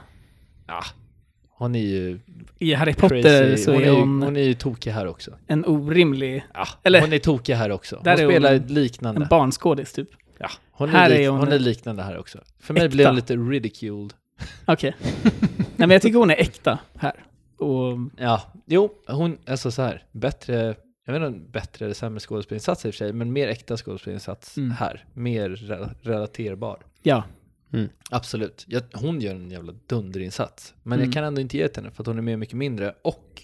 Speaker 9: Hon är ju
Speaker 8: I Harry
Speaker 9: crazy.
Speaker 8: Potter så
Speaker 9: hon,
Speaker 8: är
Speaker 9: ju,
Speaker 8: hon
Speaker 9: hon är ju tokig här också.
Speaker 8: en orimlig,
Speaker 9: Eller,
Speaker 8: Eller-
Speaker 9: hon är tokig här också.
Speaker 8: Där
Speaker 9: Hon
Speaker 8: är hon
Speaker 9: spelar ett
Speaker 8: en
Speaker 9: liknande.
Speaker 8: barnskådis typ.
Speaker 9: Ja, hon, är
Speaker 8: Här
Speaker 9: lik,
Speaker 8: är
Speaker 9: hon...
Speaker 8: hon-
Speaker 9: är liknande här också. För mig
Speaker 8: Äkta.
Speaker 9: blev hon lite ridiculed.
Speaker 8: Okej. Nej men jag tycker hon är äkta här. Och
Speaker 9: Ja, jo, hon, alltså så här, bättre, jag vet inte om bättre eller sämre skådespelarinsats i och för sig, men mer äkta skådespelarinsats
Speaker 8: Mm.
Speaker 9: här. Mer re- relaterbar.
Speaker 8: ja,
Speaker 9: Absolut. Jag, hon gör en jävla dunderinsats. Men jag
Speaker 8: Mm.
Speaker 9: kan ändå inte ge det till henne för att hon är med mycket mindre. Och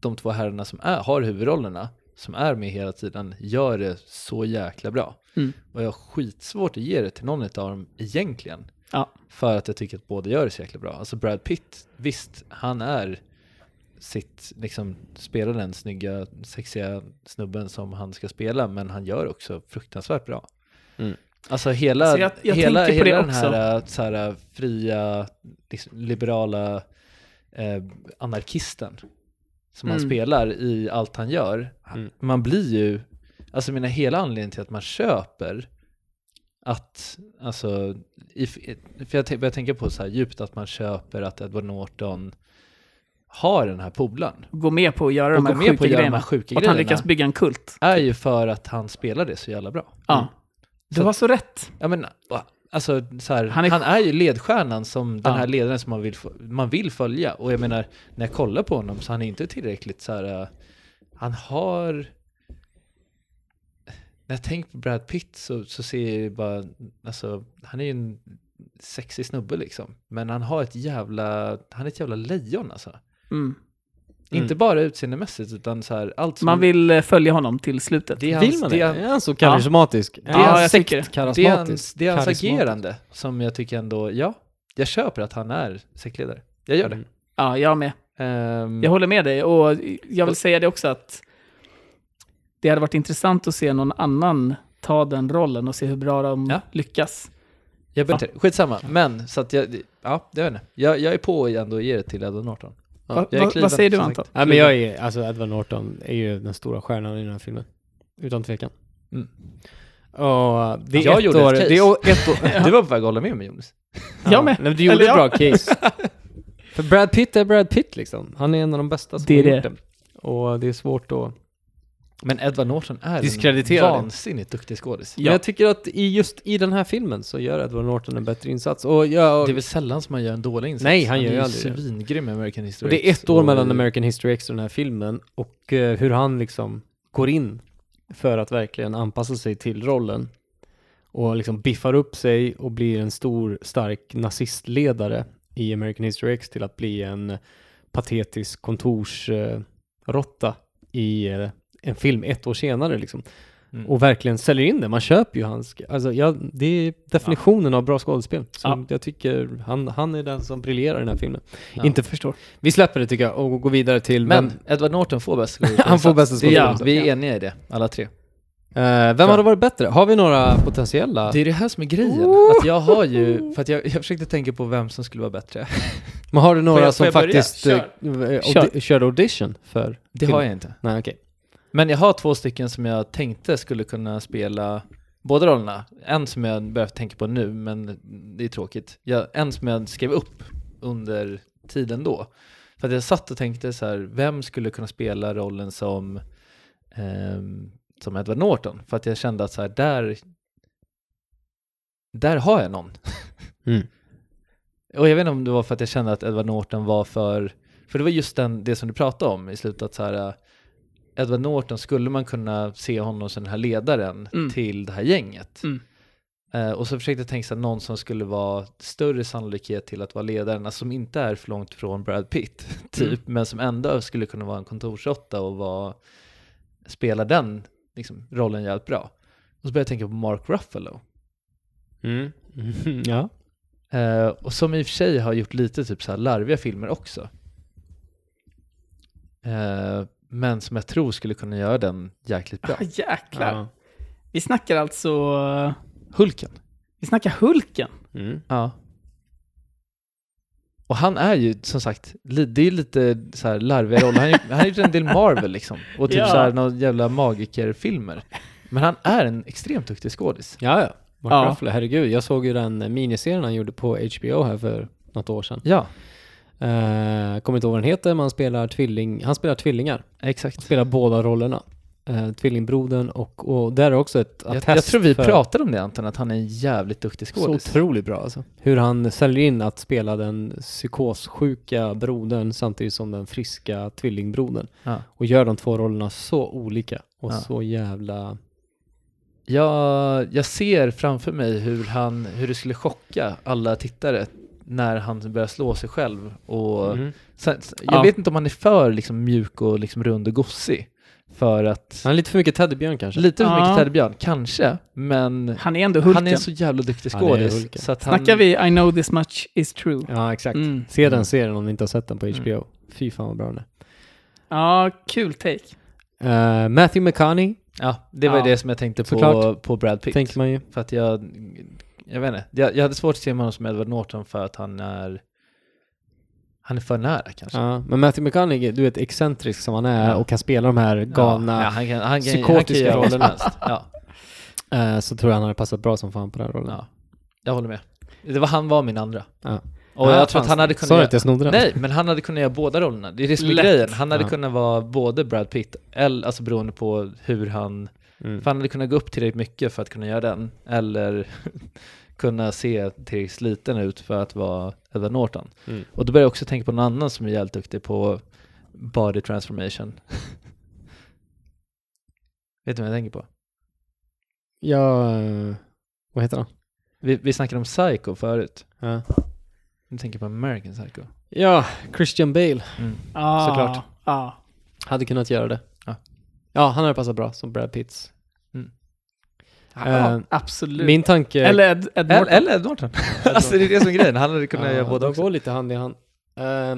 Speaker 9: de två herrarna som är, har huvudrollerna, som är med hela tiden, gör det så jäkla bra.
Speaker 8: Mm.
Speaker 9: Och jag har skitsvårt att ge det till någon av dem egentligen.
Speaker 8: Ja.
Speaker 9: För att jag tycker att båda gör det så jäkla bra. Alltså Brad Pitt, visst, han är sitt, liksom, spelar den snygga, sexiga snubben som han ska spela, men han gör också fruktansvärt bra.
Speaker 1: Mm.
Speaker 9: Alltså hela,
Speaker 8: Alltså, jag- jag
Speaker 9: hela,
Speaker 8: tänker på
Speaker 9: hela
Speaker 8: det
Speaker 9: den här, äh, så här äh, fria, liksom, liberala eh, anarkisten som han
Speaker 8: Mm.
Speaker 9: spelar i allt han gör.
Speaker 1: Mm.
Speaker 9: Man blir ju, alltså jag menar hela anledningen till att man köper att, alltså, if, för jag tän- börjar tänka på så här djupt att man köper att Edward Norton har den här polaren.
Speaker 8: gå med på att göra
Speaker 9: Och
Speaker 8: de här
Speaker 9: gå med på
Speaker 8: sjuka
Speaker 9: att göra de
Speaker 8: grejerna.
Speaker 9: här sjuka
Speaker 8: Och att han
Speaker 9: grejerna
Speaker 8: lyckas bygga en kult.
Speaker 9: är ju för att han spelar det så jävla bra.
Speaker 8: Ja. Du
Speaker 9: Mm. Så-
Speaker 8: har så rätt.
Speaker 9: Ja, men, va? alltså, så här, han,
Speaker 8: Han
Speaker 9: är...
Speaker 8: är-
Speaker 9: ju ledstjärnan som den
Speaker 8: Ja.
Speaker 9: här ledaren som man vill, fo- man vill följa. Och jag menar, när jag kollar på honom så han är inte tillräckligt så här, äh, han har... När jag tänker på Brad Pitt så, så ser jag ju bara, alltså, han är ju en sexig snubbe liksom. Men han har ett jävla, han är ett jävla lejon alltså.
Speaker 8: Mm.
Speaker 9: Inte bara utseendemässigt utan så här, allt som...
Speaker 8: Man vill eh, följa honom till slutet.
Speaker 9: det är
Speaker 1: Vill
Speaker 9: hans-
Speaker 1: man
Speaker 9: det
Speaker 1: det?
Speaker 9: är-
Speaker 1: Är han så karismatisk? Är
Speaker 8: Ja,
Speaker 1: han
Speaker 8: jag tycker det.
Speaker 9: Det är hans,
Speaker 1: sektkarismatisk?
Speaker 9: det är hans
Speaker 1: Karismatisk.
Speaker 9: agerande som jag tycker ändå, ja, jag köper att han är sektledare. Jag gör det.
Speaker 1: Mm.
Speaker 8: Ja, jag med.
Speaker 9: Ehm,
Speaker 8: Jag håller med dig och jag vill säga det också att det hade varit intressant att se någon annan ta den rollen och se hur bra de
Speaker 9: Ja.
Speaker 8: lyckas.
Speaker 9: jag behöver inte, skitsamma, men så att jag, ja, det vet inte. Jag, jag är på ändå och ger det till Edward Norton.
Speaker 1: Ja,
Speaker 8: Va,
Speaker 9: jag är
Speaker 8: va,
Speaker 9: kluven,
Speaker 8: vad säger du
Speaker 9: som
Speaker 8: Anton?
Speaker 1: Nej, men jag är, alltså Edward Norton är ju den stora stjärnan i den här filmen. Utan tvekan.
Speaker 9: Mm.
Speaker 1: Och eh, det är Alltså,
Speaker 9: Jag
Speaker 1: ett
Speaker 9: gjorde ett
Speaker 1: år,
Speaker 9: case.
Speaker 1: Det är o- ett år,
Speaker 9: Du var på väg att hålla med mig Jonas.
Speaker 8: Jag med.
Speaker 1: Nej, men du gjorde
Speaker 8: Eller
Speaker 1: ett bra
Speaker 8: jag.
Speaker 1: case. För Brad Pitt är Brad Pitt liksom. Han är en av de bästa som
Speaker 8: Det är
Speaker 1: har gjort
Speaker 8: det.
Speaker 1: det. Och det är svårt att...
Speaker 9: Men Edward Norton är en
Speaker 1: Diskreditera det.
Speaker 9: vansinnigt duktig skådis.
Speaker 1: Men jag tycker att i, just i den här filmen så gör Edward Norton en bättre insats. Och, jag,
Speaker 9: Det är
Speaker 1: det,
Speaker 9: väl sällan som man gör en dålig insats.
Speaker 1: Nej, han gör
Speaker 9: är
Speaker 1: ju
Speaker 9: ju
Speaker 1: aldrig det.
Speaker 9: svingrym i American History
Speaker 1: och det är ett
Speaker 9: X
Speaker 1: år
Speaker 9: och-
Speaker 1: mellan American History X och den här filmen. Och eh, hur han liksom går in för att verkligen anpassa sig till rollen. Och liksom biffar upp sig och blir en stor, stark nazistledare i American History X till att bli en patetisk eh, kontorsrotta i eh, en film ett år senare liksom.
Speaker 9: Mm.
Speaker 1: och verkligen säljer in det. Man köper ju hans... Alltså, ja, det är definitionen av bra skådespel. Som
Speaker 8: Ja.
Speaker 1: Jag tycker han, han är den som briljerar i den här filmen.
Speaker 9: Ja.
Speaker 1: Inte förstår. Vi släpper det tycker jag och går vidare till...
Speaker 9: Men
Speaker 1: vem,
Speaker 9: Edward Norton får bäst
Speaker 1: Han får bästa
Speaker 9: Ja,
Speaker 1: skådespelarinsats.
Speaker 9: vi är eniga i det, alla tre.
Speaker 1: eh, vem hade varit bättre? Har vi några potentiella?
Speaker 9: Det är det här som är grejen. Att jag har ju, för att jag, jag försökte tänka på vem som skulle vara bättre.
Speaker 1: Men har du några
Speaker 9: Får jag- får
Speaker 1: som
Speaker 9: jag börja?
Speaker 1: faktiskt eh, eh, audi- körde audition för?
Speaker 9: Det har jag inte.
Speaker 1: Nej, okej.
Speaker 9: Men jag har två stycken som jag tänkte skulle kunna spela båda rollerna. En som jag börjar tänka på nu, men det är tråkigt. Jag, en som jag skrev upp under tiden då. För att jag satt och tänkte så här, vem skulle kunna spela rollen som, ehm, som Edward Norton? För att jag kände att så här, där, där har jag någon.
Speaker 1: Mm.
Speaker 9: Och jag vet inte om det var för att jag kände att Edward Norton var för, för det var just den, det som du pratade om i slutet, att så här, äh, Edward Norton, skulle man kunna se honom som den här ledaren
Speaker 8: Mm.
Speaker 9: till det här gänget?
Speaker 8: Mm.
Speaker 9: Eh, och så försökte jag tänka så här, någon som skulle vara större sannolikhet till att vara ledaren, alltså som inte är för långt från Brad Pitt, typ,
Speaker 8: Mm.
Speaker 9: men som ändå skulle kunna vara en kontorsrotta och vara, spela den liksom, rollen jävligt bra. Och så började jag tänka på Mark Ruffalo.
Speaker 1: Mm. ja.
Speaker 9: Eh, och som i och för sig har gjort lite typ så här larviga filmer också. Eh, men som jag tror skulle kunna göra den jäkligt bra.
Speaker 8: Ah, jäklar.
Speaker 1: ja.
Speaker 8: Vi snackar alltså...
Speaker 9: Hulken.
Speaker 8: Vi snackar Hulken.
Speaker 1: Mm.
Speaker 9: Ja. Och han är ju som sagt, li- det är lite så här larviga roller. Han är- han har gjort en del Marvel liksom. Och typ
Speaker 8: Ja.
Speaker 9: så här några jävla magikerfilmer. Men han är en extremt duktig skådis.
Speaker 1: Ja, ja. Mark
Speaker 8: Ja.
Speaker 1: Ruffalo, herregud. Jag såg ju den eh, miniserien han gjorde på HBO här för något år sedan.
Speaker 9: Ja,
Speaker 1: Eh, kommer inte ihåg vad den heter, men han spelar, tvilling, han spelar tvillingar.
Speaker 9: exakt.
Speaker 1: Spelar båda rollerna. Eh, tvillingbrodern och, och där är också ett
Speaker 9: Jag,
Speaker 1: attest
Speaker 9: jag tror vi
Speaker 1: för-
Speaker 9: pratade om det Anton, att han är en jävligt duktig
Speaker 1: Så
Speaker 9: skådis.
Speaker 1: otroligt bra alltså. Hur han säljer in att spela den psykossjuka brodern samtidigt som den friska tvillingbrodern.
Speaker 9: Ja.
Speaker 1: Och gör de två rollerna så olika och
Speaker 9: Ja.
Speaker 1: så jävla...
Speaker 9: Jag, jag ser framför mig hur, han, hur det skulle chocka alla tittare när han börjar slå sig själv. Och
Speaker 1: Mm.
Speaker 9: sen, sen- jag
Speaker 8: Ja.
Speaker 9: vet inte om han är för liksom, mjuk och liksom, rund och gossig. För att,
Speaker 1: Han är lite för mycket teddybjörn kanske.
Speaker 9: lite för mycket
Speaker 8: Ja.
Speaker 9: teddybjörn, kanske, men
Speaker 8: Han är ändå Hulken.
Speaker 9: han är en så jävla duktig
Speaker 1: Han är
Speaker 9: skådis.
Speaker 1: Hulken.
Speaker 9: så att han,
Speaker 8: Snackar vi I know this much is true?
Speaker 1: Ja, exakt.
Speaker 8: Mm.
Speaker 1: Se den serien om ni inte har sett den på HBO.
Speaker 9: Mm.
Speaker 1: Fy fan vad bra den är.
Speaker 8: Ja, kul take.
Speaker 1: Eh, Matthew McConaughey
Speaker 9: Ja, det var ju
Speaker 8: Ja.
Speaker 9: det som jag tänkte på,
Speaker 1: Såklart.
Speaker 9: på Brad Pitt.
Speaker 1: tänker man ju.
Speaker 9: För att jag, jag vet inte, jag, jag hade svårt att se honom som Edward Norton för att han är, han är för nära kanske.
Speaker 1: Ja, men Matthew McConaughey, du vet excentrisk som han är
Speaker 9: Ja.
Speaker 1: och kan spela de här galna,
Speaker 9: ja, han kan, han kan, han kan
Speaker 1: psykotiska
Speaker 9: göra vad som
Speaker 1: rollerna.
Speaker 9: helst. Ja,
Speaker 1: eh, så tror jag han hade passat bra som fan på den här rollen.
Speaker 9: Ja. jag håller med. Det var, han var min andra.
Speaker 1: Ja.
Speaker 9: Och
Speaker 1: Ah,
Speaker 9: jag tror
Speaker 1: fan,
Speaker 9: att han hade kunnat...
Speaker 1: Sorry
Speaker 9: göra-
Speaker 1: att jag snodde den.
Speaker 9: Nej, men han hade kunnat göra båda rollerna. Det är det som är
Speaker 8: Lätt.
Speaker 9: grejen. Han hade
Speaker 1: Ja.
Speaker 9: kunnat vara både Brad Pitt, eller, alltså beroende på hur han...
Speaker 1: Mm.
Speaker 9: För han hade kunnat gå upp tillräckligt mycket för att kunna göra den, eller kunna se tillräckligt liten ut för att vara Edward Norton.
Speaker 1: Mm.
Speaker 9: Och då började jag också tänka på någon annan som är jävligt duktig på body transformation. Vet du vad jag tänker på?
Speaker 1: Jag... eh, Vad heter han?
Speaker 9: Vi, vi snackade om Psycho förut.
Speaker 1: Ja.
Speaker 9: Nu tänker jag på American Psycho.
Speaker 1: Ja, Christian Bale
Speaker 8: Ah,
Speaker 1: Såklart.
Speaker 8: Ah.
Speaker 1: hade kunnat göra det.
Speaker 9: Ja.
Speaker 1: Ja, han hade passat bra som Brad Pitts.
Speaker 8: Ja,
Speaker 1: Eh,
Speaker 8: absolut.
Speaker 1: Min tanke...
Speaker 8: Eller Ed, eh, Ed
Speaker 9: Eller,
Speaker 8: Norton.
Speaker 9: eller Ed Norton. alltså det är det som är grejen, han hade kunnat göra båda
Speaker 1: de
Speaker 9: också.
Speaker 1: går lite hand i hand. Eh,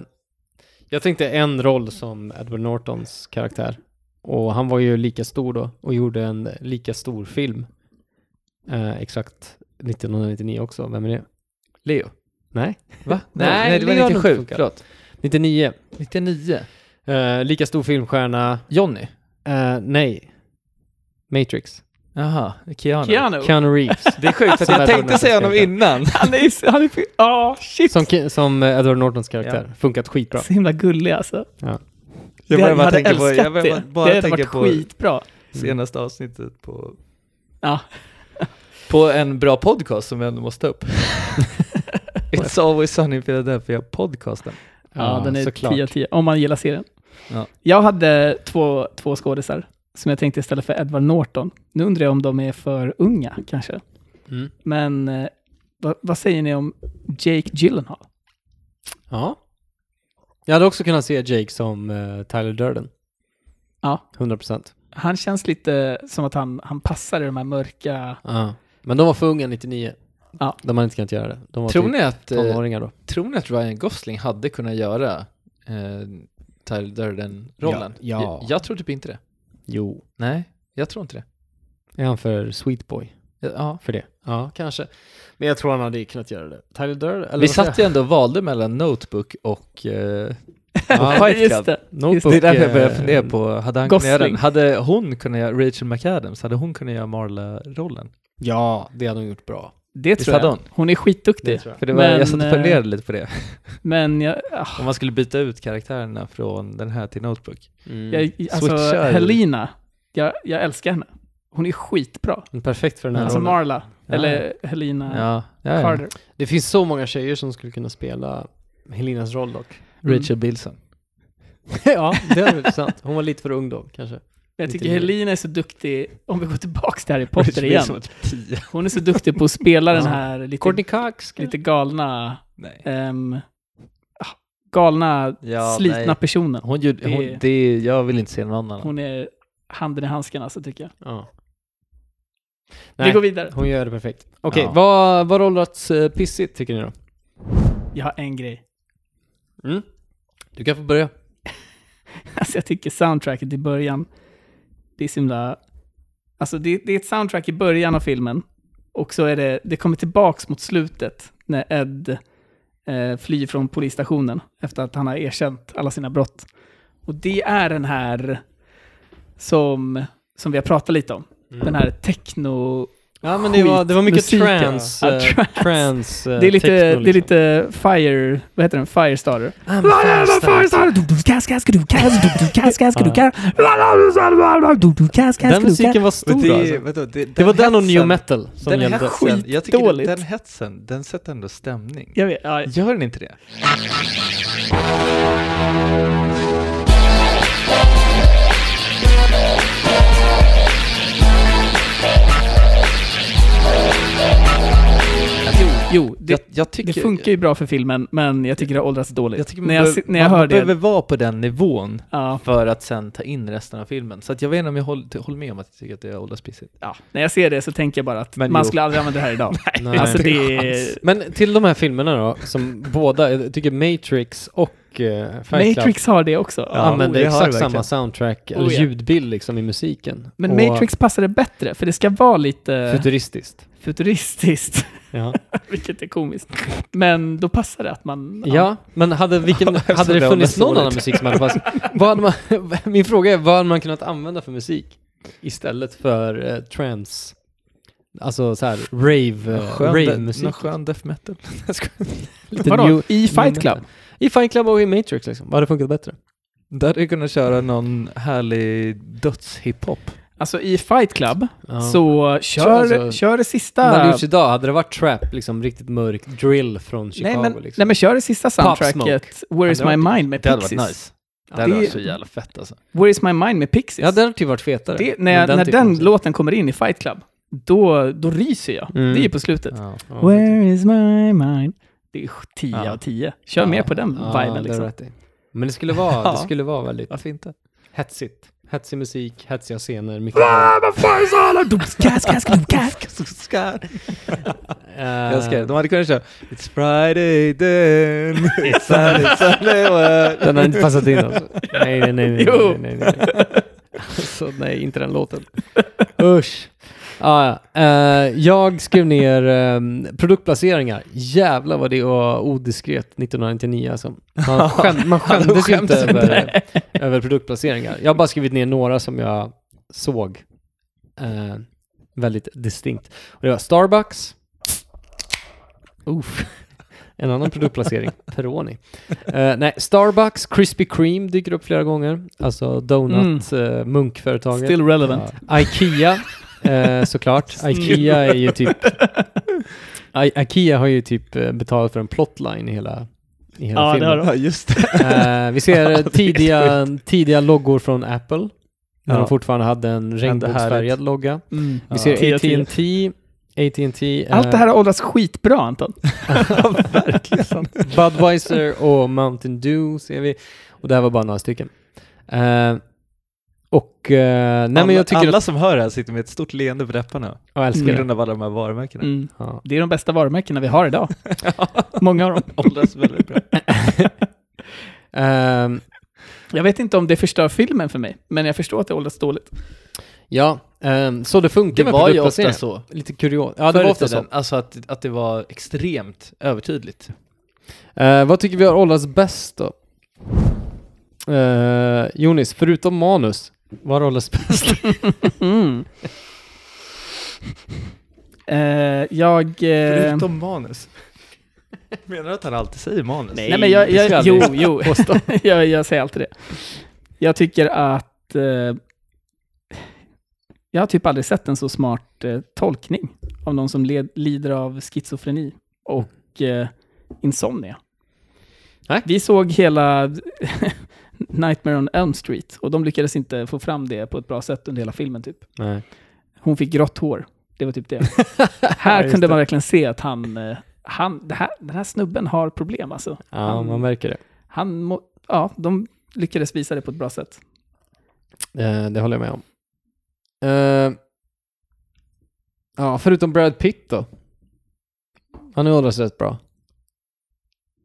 Speaker 1: jag tänkte en roll som Edward Nortons karaktär. Och han var ju lika stor då och gjorde en lika stor film. Eh, exakt 1999 också, vem är det?
Speaker 9: Leo.
Speaker 1: Nej,
Speaker 9: Va?
Speaker 1: Nej,
Speaker 9: Nej, nej det
Speaker 1: Leo
Speaker 9: var
Speaker 1: hade inte
Speaker 9: 97,
Speaker 1: funkat.
Speaker 9: förlåt.
Speaker 1: 99.
Speaker 9: 99.
Speaker 1: Eh, lika stor filmstjärna.
Speaker 9: Johnny.
Speaker 1: Eh, nej. Matrix.
Speaker 9: Jaha, Keanu.
Speaker 8: Keanu.
Speaker 1: Keanu Reeves.
Speaker 9: Oh. Det är sjukt att
Speaker 1: Som
Speaker 9: jag
Speaker 1: Edward
Speaker 9: tänkte säga
Speaker 1: Norton
Speaker 9: honom innan.
Speaker 8: Han är, han är, ja, shit.
Speaker 1: Som, Ke- som eh, Edward Nortons karaktär. Funkat skitbra.
Speaker 8: Så himla gullig alltså.
Speaker 9: Jag
Speaker 8: det,
Speaker 9: började
Speaker 8: jag
Speaker 9: bara
Speaker 8: hade
Speaker 9: tänka på,
Speaker 8: älskat
Speaker 9: jag började
Speaker 8: det.
Speaker 9: bara
Speaker 8: det hade
Speaker 9: tänka
Speaker 8: varit
Speaker 9: på
Speaker 8: skitbra.
Speaker 9: senaste avsnittet på...
Speaker 8: Ja.
Speaker 9: På en bra podcast som vi ändå måste ta upp. It's always sunny in Philadelphia podcasten.
Speaker 8: Ja, den är 10 av 10, om man gillar serien.
Speaker 9: Ja.
Speaker 8: Jag hade två, två skådisar som jag tänkte istället för Edward Norton. Nu undrar jag om de är för unga kanske.
Speaker 1: Mm.
Speaker 8: Men eh, vad, vad säger ni om Jake Gyllenhaal?
Speaker 1: Ja. Jag hade också kunnat se Jake som eh, Tyler Durden.
Speaker 8: Ja.
Speaker 1: 100 procent.
Speaker 8: Han känns lite som att han, han passar i de här mörka...
Speaker 1: Men de var för unga 99.
Speaker 8: Ja.
Speaker 1: De hade inte kunnat göra det. De var
Speaker 9: Tror
Speaker 1: typ
Speaker 9: ni, att, eh,
Speaker 1: tonåringar då.
Speaker 9: tror ni att Ryan Gosling hade kunnat göra eh, Tyler Durden-rollen?
Speaker 1: Ja, ja.
Speaker 9: Jag, jag tror typ inte det.
Speaker 1: Jo.
Speaker 9: Nej, jag tror inte det.
Speaker 1: Är han för sweet boy
Speaker 9: Ja, Ja.
Speaker 1: för det? Ja, kanske. Men jag tror han hade kunnat göra det. Tyler Durden? Eller
Speaker 9: Vi
Speaker 1: vad säger
Speaker 9: satt ju ändå och valde mellan Notebook och... Eh,
Speaker 1: jag?
Speaker 9: och
Speaker 1: Ja,
Speaker 9: Fight Club.
Speaker 8: Just det.
Speaker 1: Notebook,
Speaker 9: Det är därför jag började
Speaker 1: eh,
Speaker 9: fundera på, hade han
Speaker 8: Gosling.
Speaker 9: kunnat göra den? Hade hon kunnat göra Rachel McAdams? Hade hon kunnat göra Marla-rollen?
Speaker 1: Ja, det hade de gjort bra.
Speaker 8: Det
Speaker 9: Visst
Speaker 8: tror
Speaker 9: hade
Speaker 8: jag.
Speaker 9: hon?
Speaker 8: Hon är skitduktig.
Speaker 1: tror
Speaker 9: För det var,
Speaker 8: Men,
Speaker 9: jag satt och
Speaker 8: eh,
Speaker 9: funderade lite på det.
Speaker 8: Men jag... ah,
Speaker 9: Om man skulle byta ut karaktärerna från den här till Notebook.
Speaker 1: Mm.
Speaker 8: jag alltså,
Speaker 9: Switchar.
Speaker 8: Helena, jag, jag älskar henne. Hon är skitbra.
Speaker 1: Men Perfekt för den här
Speaker 8: Alltså
Speaker 1: rollen.
Speaker 8: Marla,
Speaker 9: Ja.
Speaker 8: eller Helena
Speaker 9: Ja, ja, ja.
Speaker 8: Carter.
Speaker 1: Det finns så många tjejer som skulle kunna spela Helenas roll dock.
Speaker 9: Rachel Bilson.
Speaker 1: ja, det hade varit intressant. Hon var lite för ung då, kanske.
Speaker 8: Mm. Men Jag
Speaker 1: Lite
Speaker 8: tycker
Speaker 1: mer.
Speaker 8: Helena är så duktig, om vi går tillbaka till Harry
Speaker 9: Rachel
Speaker 8: Potter igen.
Speaker 9: Bilson var typ 10.
Speaker 8: Hon är så duktig på att spela den
Speaker 1: Ja.
Speaker 8: här lite,
Speaker 1: Courtney Cox? kanske?
Speaker 8: lite galna,
Speaker 9: Nej.
Speaker 8: ehm, ah, galna,
Speaker 9: Ja,
Speaker 8: slitna
Speaker 9: nej.
Speaker 8: personen.
Speaker 9: Hon gjorde, hon,
Speaker 8: Det-
Speaker 9: det, jag vill inte se någon annan.
Speaker 8: Hon är handen i handsken alltså, tycker jag.
Speaker 1: Ja.
Speaker 8: Vi
Speaker 1: Nej,
Speaker 8: går vidare.
Speaker 1: hon gör det perfekt. Okej,
Speaker 9: Ja.
Speaker 1: vad, vad rollats eh, pissigt tycker ni då?
Speaker 8: Jag har en grej.
Speaker 1: Du kan få börja.
Speaker 8: Alltså jag tycker soundtracket i början, det är så himla... Alltså det, det är ett soundtrack i början av filmen, och så är det, det kommer tillbaks mot slutet när Ed eh, flyr från polisstationen efter att han har erkänt alla sina brott. Och det är den här som, som vi har pratat lite om, den här techno
Speaker 1: Ja men det var, det var mycket
Speaker 8: Skitmusik, ja.
Speaker 1: trans,
Speaker 8: Ja,
Speaker 1: eh,
Speaker 8: trans.
Speaker 1: trans eh,
Speaker 8: Det är lite,
Speaker 1: techno,
Speaker 8: det är
Speaker 1: liksom.
Speaker 8: lite fire... Vad heter den? Firestarter.
Speaker 1: Den musiken var stor alltså. Det var den och new metal som
Speaker 9: den
Speaker 1: gällde.
Speaker 9: hetsen, jag tycker
Speaker 8: Skitdåligt.
Speaker 9: den hetsen, den sätter ändå stämning.
Speaker 8: Jag vet, ja,
Speaker 9: Gör den inte det?
Speaker 8: jo, det,
Speaker 9: jag, jag tycker,
Speaker 8: det funkar ju bra för filmen, men jag tycker det har åldrats dåligt.
Speaker 9: Jag tycker man,
Speaker 8: när jag,
Speaker 9: behöver-
Speaker 8: se- när jag
Speaker 9: man
Speaker 8: hör det...
Speaker 9: behöver vara på den nivån
Speaker 8: Ja,
Speaker 9: för att sen ta in resten av filmen. Så att jag vet inte om jag håller, håller med om att jag tycker att det åldras pissigt.
Speaker 8: ja, när jag ser det så tänker jag bara att
Speaker 9: Men
Speaker 8: man
Speaker 9: jo.
Speaker 8: skulle aldrig använda det här idag.
Speaker 1: Nej.
Speaker 8: alltså det är...
Speaker 1: Men till de här filmerna då, som båda, jag tycker Matrix och eh, Fight Club
Speaker 8: Matrix har oh, det också.
Speaker 9: Ja, men
Speaker 1: använder
Speaker 9: det har
Speaker 1: exakt
Speaker 9: det verkligen.
Speaker 1: samma soundtrack,
Speaker 8: Oh,
Speaker 1: eller
Speaker 8: ja.
Speaker 1: ljudbild liksom i musiken.
Speaker 8: Men
Speaker 1: Och
Speaker 8: Matrix passar det bättre, för det ska vara lite
Speaker 1: Futuristiskt.
Speaker 8: futuristiskt,
Speaker 1: Ja.
Speaker 8: vilket är komiskt. Men då passar det att man...
Speaker 1: ja, men hade, vilken, hade
Speaker 9: det
Speaker 1: det funnits
Speaker 9: var
Speaker 1: någon
Speaker 9: dåligt.
Speaker 1: annan musik som hade passat? Vad hade man, min fråga är, vad hade man kunnat använda för musik istället för eh, trance? Alltså så här, rave, eh,
Speaker 9: Skön de-
Speaker 1: rave-musik.
Speaker 9: Någon skön death metal. Jag skojar.
Speaker 1: Lite
Speaker 8: Vadå?
Speaker 1: new-
Speaker 8: I Fight
Speaker 1: new
Speaker 8: Club?
Speaker 1: metal. I Fight Club och i Matrix liksom. Vad hade funkat bättre?
Speaker 9: Där hade jag kunnat köra någon härlig dödshiphop.
Speaker 8: Alltså i Fight Club
Speaker 1: Ja.
Speaker 8: så kör,
Speaker 1: alltså-
Speaker 8: kör det
Speaker 1: Om det hade
Speaker 8: sista...
Speaker 1: gjorts idag, hade det varit trap, liksom riktigt mörk drill från Chicago
Speaker 8: Nej men,
Speaker 1: liksom?
Speaker 8: nej men kör det sista
Speaker 1: Smoke.
Speaker 8: soundtracket, Where is
Speaker 9: Ja, det hade
Speaker 8: my
Speaker 9: varit-
Speaker 8: mind med
Speaker 9: Det hade
Speaker 8: Pixies.
Speaker 9: varit nice. Det
Speaker 8: det-
Speaker 9: hade varit så jävla fett alltså.
Speaker 8: Where is my mind med Pixies.
Speaker 1: ja, det hade typ varit fetare.
Speaker 8: det, när
Speaker 1: Med
Speaker 8: jag, när
Speaker 1: typen av
Speaker 8: den
Speaker 1: musik.
Speaker 8: låten kommer in i Fight Club, då, då ryser jag.
Speaker 1: Mm.
Speaker 8: Det är på slutet.
Speaker 1: Ja,
Speaker 8: Where is my mind? Det är 10
Speaker 9: Ja.
Speaker 8: av 10. Kör mer på den
Speaker 1: ja, det har
Speaker 8: viben
Speaker 1: du
Speaker 8: liksom.
Speaker 1: rätt i. Men det skulle vara,
Speaker 8: Ja.
Speaker 1: det skulle vara väldigt
Speaker 9: Varför inte?
Speaker 1: hetsigt. Hetsig musik, hetsiga scener, mycket... Eh,
Speaker 9: Jag älskar det. De hade kunnat köra It's Friday then, it's Sunday, Sunday world.
Speaker 1: Den har inte passat in alltså. Nej, nej, nej. nej,
Speaker 8: Jo.
Speaker 1: nej, nej, nej. Alltså, nej, inte den låten. Usch. Ah, ja. Eh, jag skrev ner ehm, produktplaceringar. Jävlar vad det var odiskret 1999 alltså. Man, skäm, man skämdes ju inte
Speaker 9: skämdes inte.
Speaker 1: över, över produktplaceringar. Jag har bara skrivit ner några som jag såg eh, väldigt distinkt. Och det var Starbucks. Uff. En annan produktplacering. Peroni. Eh, nej, Starbucks, Krispy Kreme dyker upp flera gånger. Alltså donut, eh, munkföretaget.
Speaker 8: Mm. Still relevant.
Speaker 1: Ja. Ikea, eh, såklart. Ikea är ju typ... I, Ikea har ju typ eh, betalat för en plotline i hela, i hela
Speaker 8: Ja, det
Speaker 1: filmen.
Speaker 8: har de.
Speaker 9: Ja, just det.
Speaker 1: Eh, vi ser eh, tidiga, tidiga loggor från Apple. När
Speaker 9: Ja.
Speaker 1: de fortfarande hade en regnbågsfärgad logga.
Speaker 8: Mm.
Speaker 1: Vi
Speaker 8: Tio
Speaker 1: ser
Speaker 8: av tio.
Speaker 1: AT&T, AT&T, eh,
Speaker 8: Allt det här har åldrats skitbra Anton.
Speaker 1: Budweiser och Mountain Dew ser vi. Och det här var bara några stycken. Eh, och... eh, nej men jag tycker
Speaker 9: alla
Speaker 1: att...
Speaker 9: som hör det här sitter med ett stort leende på läpparna.
Speaker 1: Ja, Jag älskar
Speaker 9: På
Speaker 1: det.
Speaker 9: grund av alla de här varumärkena.
Speaker 8: Mm.
Speaker 1: Ja.
Speaker 8: Det är de bästa varumärkena vi har idag.
Speaker 9: Mm.
Speaker 8: Många av dem.
Speaker 9: Åldras väldigt bra.
Speaker 1: Ehm,
Speaker 8: Jag vet inte om det förstör filmen för mig, men jag förstår att det åldras dåligt.
Speaker 1: ja, ehm, så det funkar
Speaker 9: Det
Speaker 1: med
Speaker 9: var ju
Speaker 1: produktplacering.
Speaker 9: ofta så.
Speaker 1: Lite kurios. Ja, det
Speaker 9: Förr i
Speaker 1: var ofta så.
Speaker 9: tiden, Alltså att, att det var extremt övertydligt.
Speaker 1: Eh, vad tycker vi har åldrats bäst då? Eh, Jonis, förutom manus, vad har åldrats bäst?
Speaker 8: Eh, jag... eh,
Speaker 9: Förutom manus. Menar du att han alltid säger manus?
Speaker 8: Nej, men jag,
Speaker 1: det ska
Speaker 8: jag,
Speaker 1: jag aldrig
Speaker 8: jo, jo. jag, jag säger alltid det. Jag tycker att... Eh, jag har typ aldrig sett en så smart eh, tolkning av någon som led, lider av schizofreni och eh, insomnia.
Speaker 1: Nej.
Speaker 8: Vi såg hela Nightmare on Elm Street och de lyckades inte få fram det på ett bra sätt under hela filmen typ.
Speaker 1: Nej.
Speaker 8: Hon fick grått hår. Det var typ det. här kunde man verkligen se att han... eh, han det här, den här snubben har problem alltså.
Speaker 1: Ja, man märker det.
Speaker 8: Han må, ja, de lyckades visa det på ett bra sätt.
Speaker 1: Eh, det håller jag med om. Eh, ja, förutom Brad Pitt då. Han har åldrats rätt bra.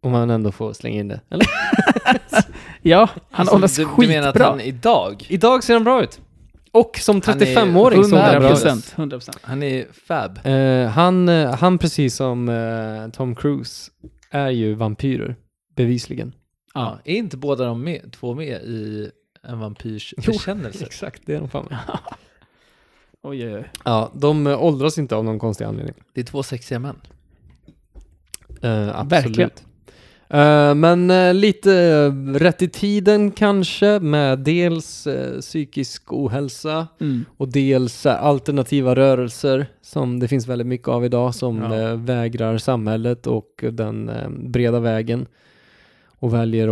Speaker 1: Om man ändå får slänga in det. Eller?
Speaker 8: Ja, han åldras
Speaker 9: Alltså, du, du menar att
Speaker 8: skitbra.
Speaker 9: han idag,
Speaker 1: Idag ser han bra ut. Och som
Speaker 9: Han är
Speaker 1: 35-åring såg han
Speaker 8: 100
Speaker 1: bra ut.
Speaker 8: procent. 100 procent.
Speaker 9: han är fab.
Speaker 1: Eh, han, eh, han, precis som eh, Tom Cruise, är ju vampyrer. Bevisligen.
Speaker 9: Ja. Är inte båda de med, två med i en vampyrs
Speaker 1: Jo,
Speaker 9: bekännelse?
Speaker 1: Exakt, det är de fan med.
Speaker 8: Oj, oj, oj.
Speaker 1: Ja, de eh, åldras inte av någon konstig anledning.
Speaker 9: Det är två sexiga män.
Speaker 1: Eh, absolut.
Speaker 8: Verkligen.
Speaker 1: Eh, men eh, lite eh, rätt i tiden kanske med dels eh, psykisk ohälsa
Speaker 8: Mm.
Speaker 1: och dels eh, alternativa rörelser som det finns väldigt mycket av idag som
Speaker 8: Ja.
Speaker 1: eh, vägrar samhället och den eh, breda vägen och väljer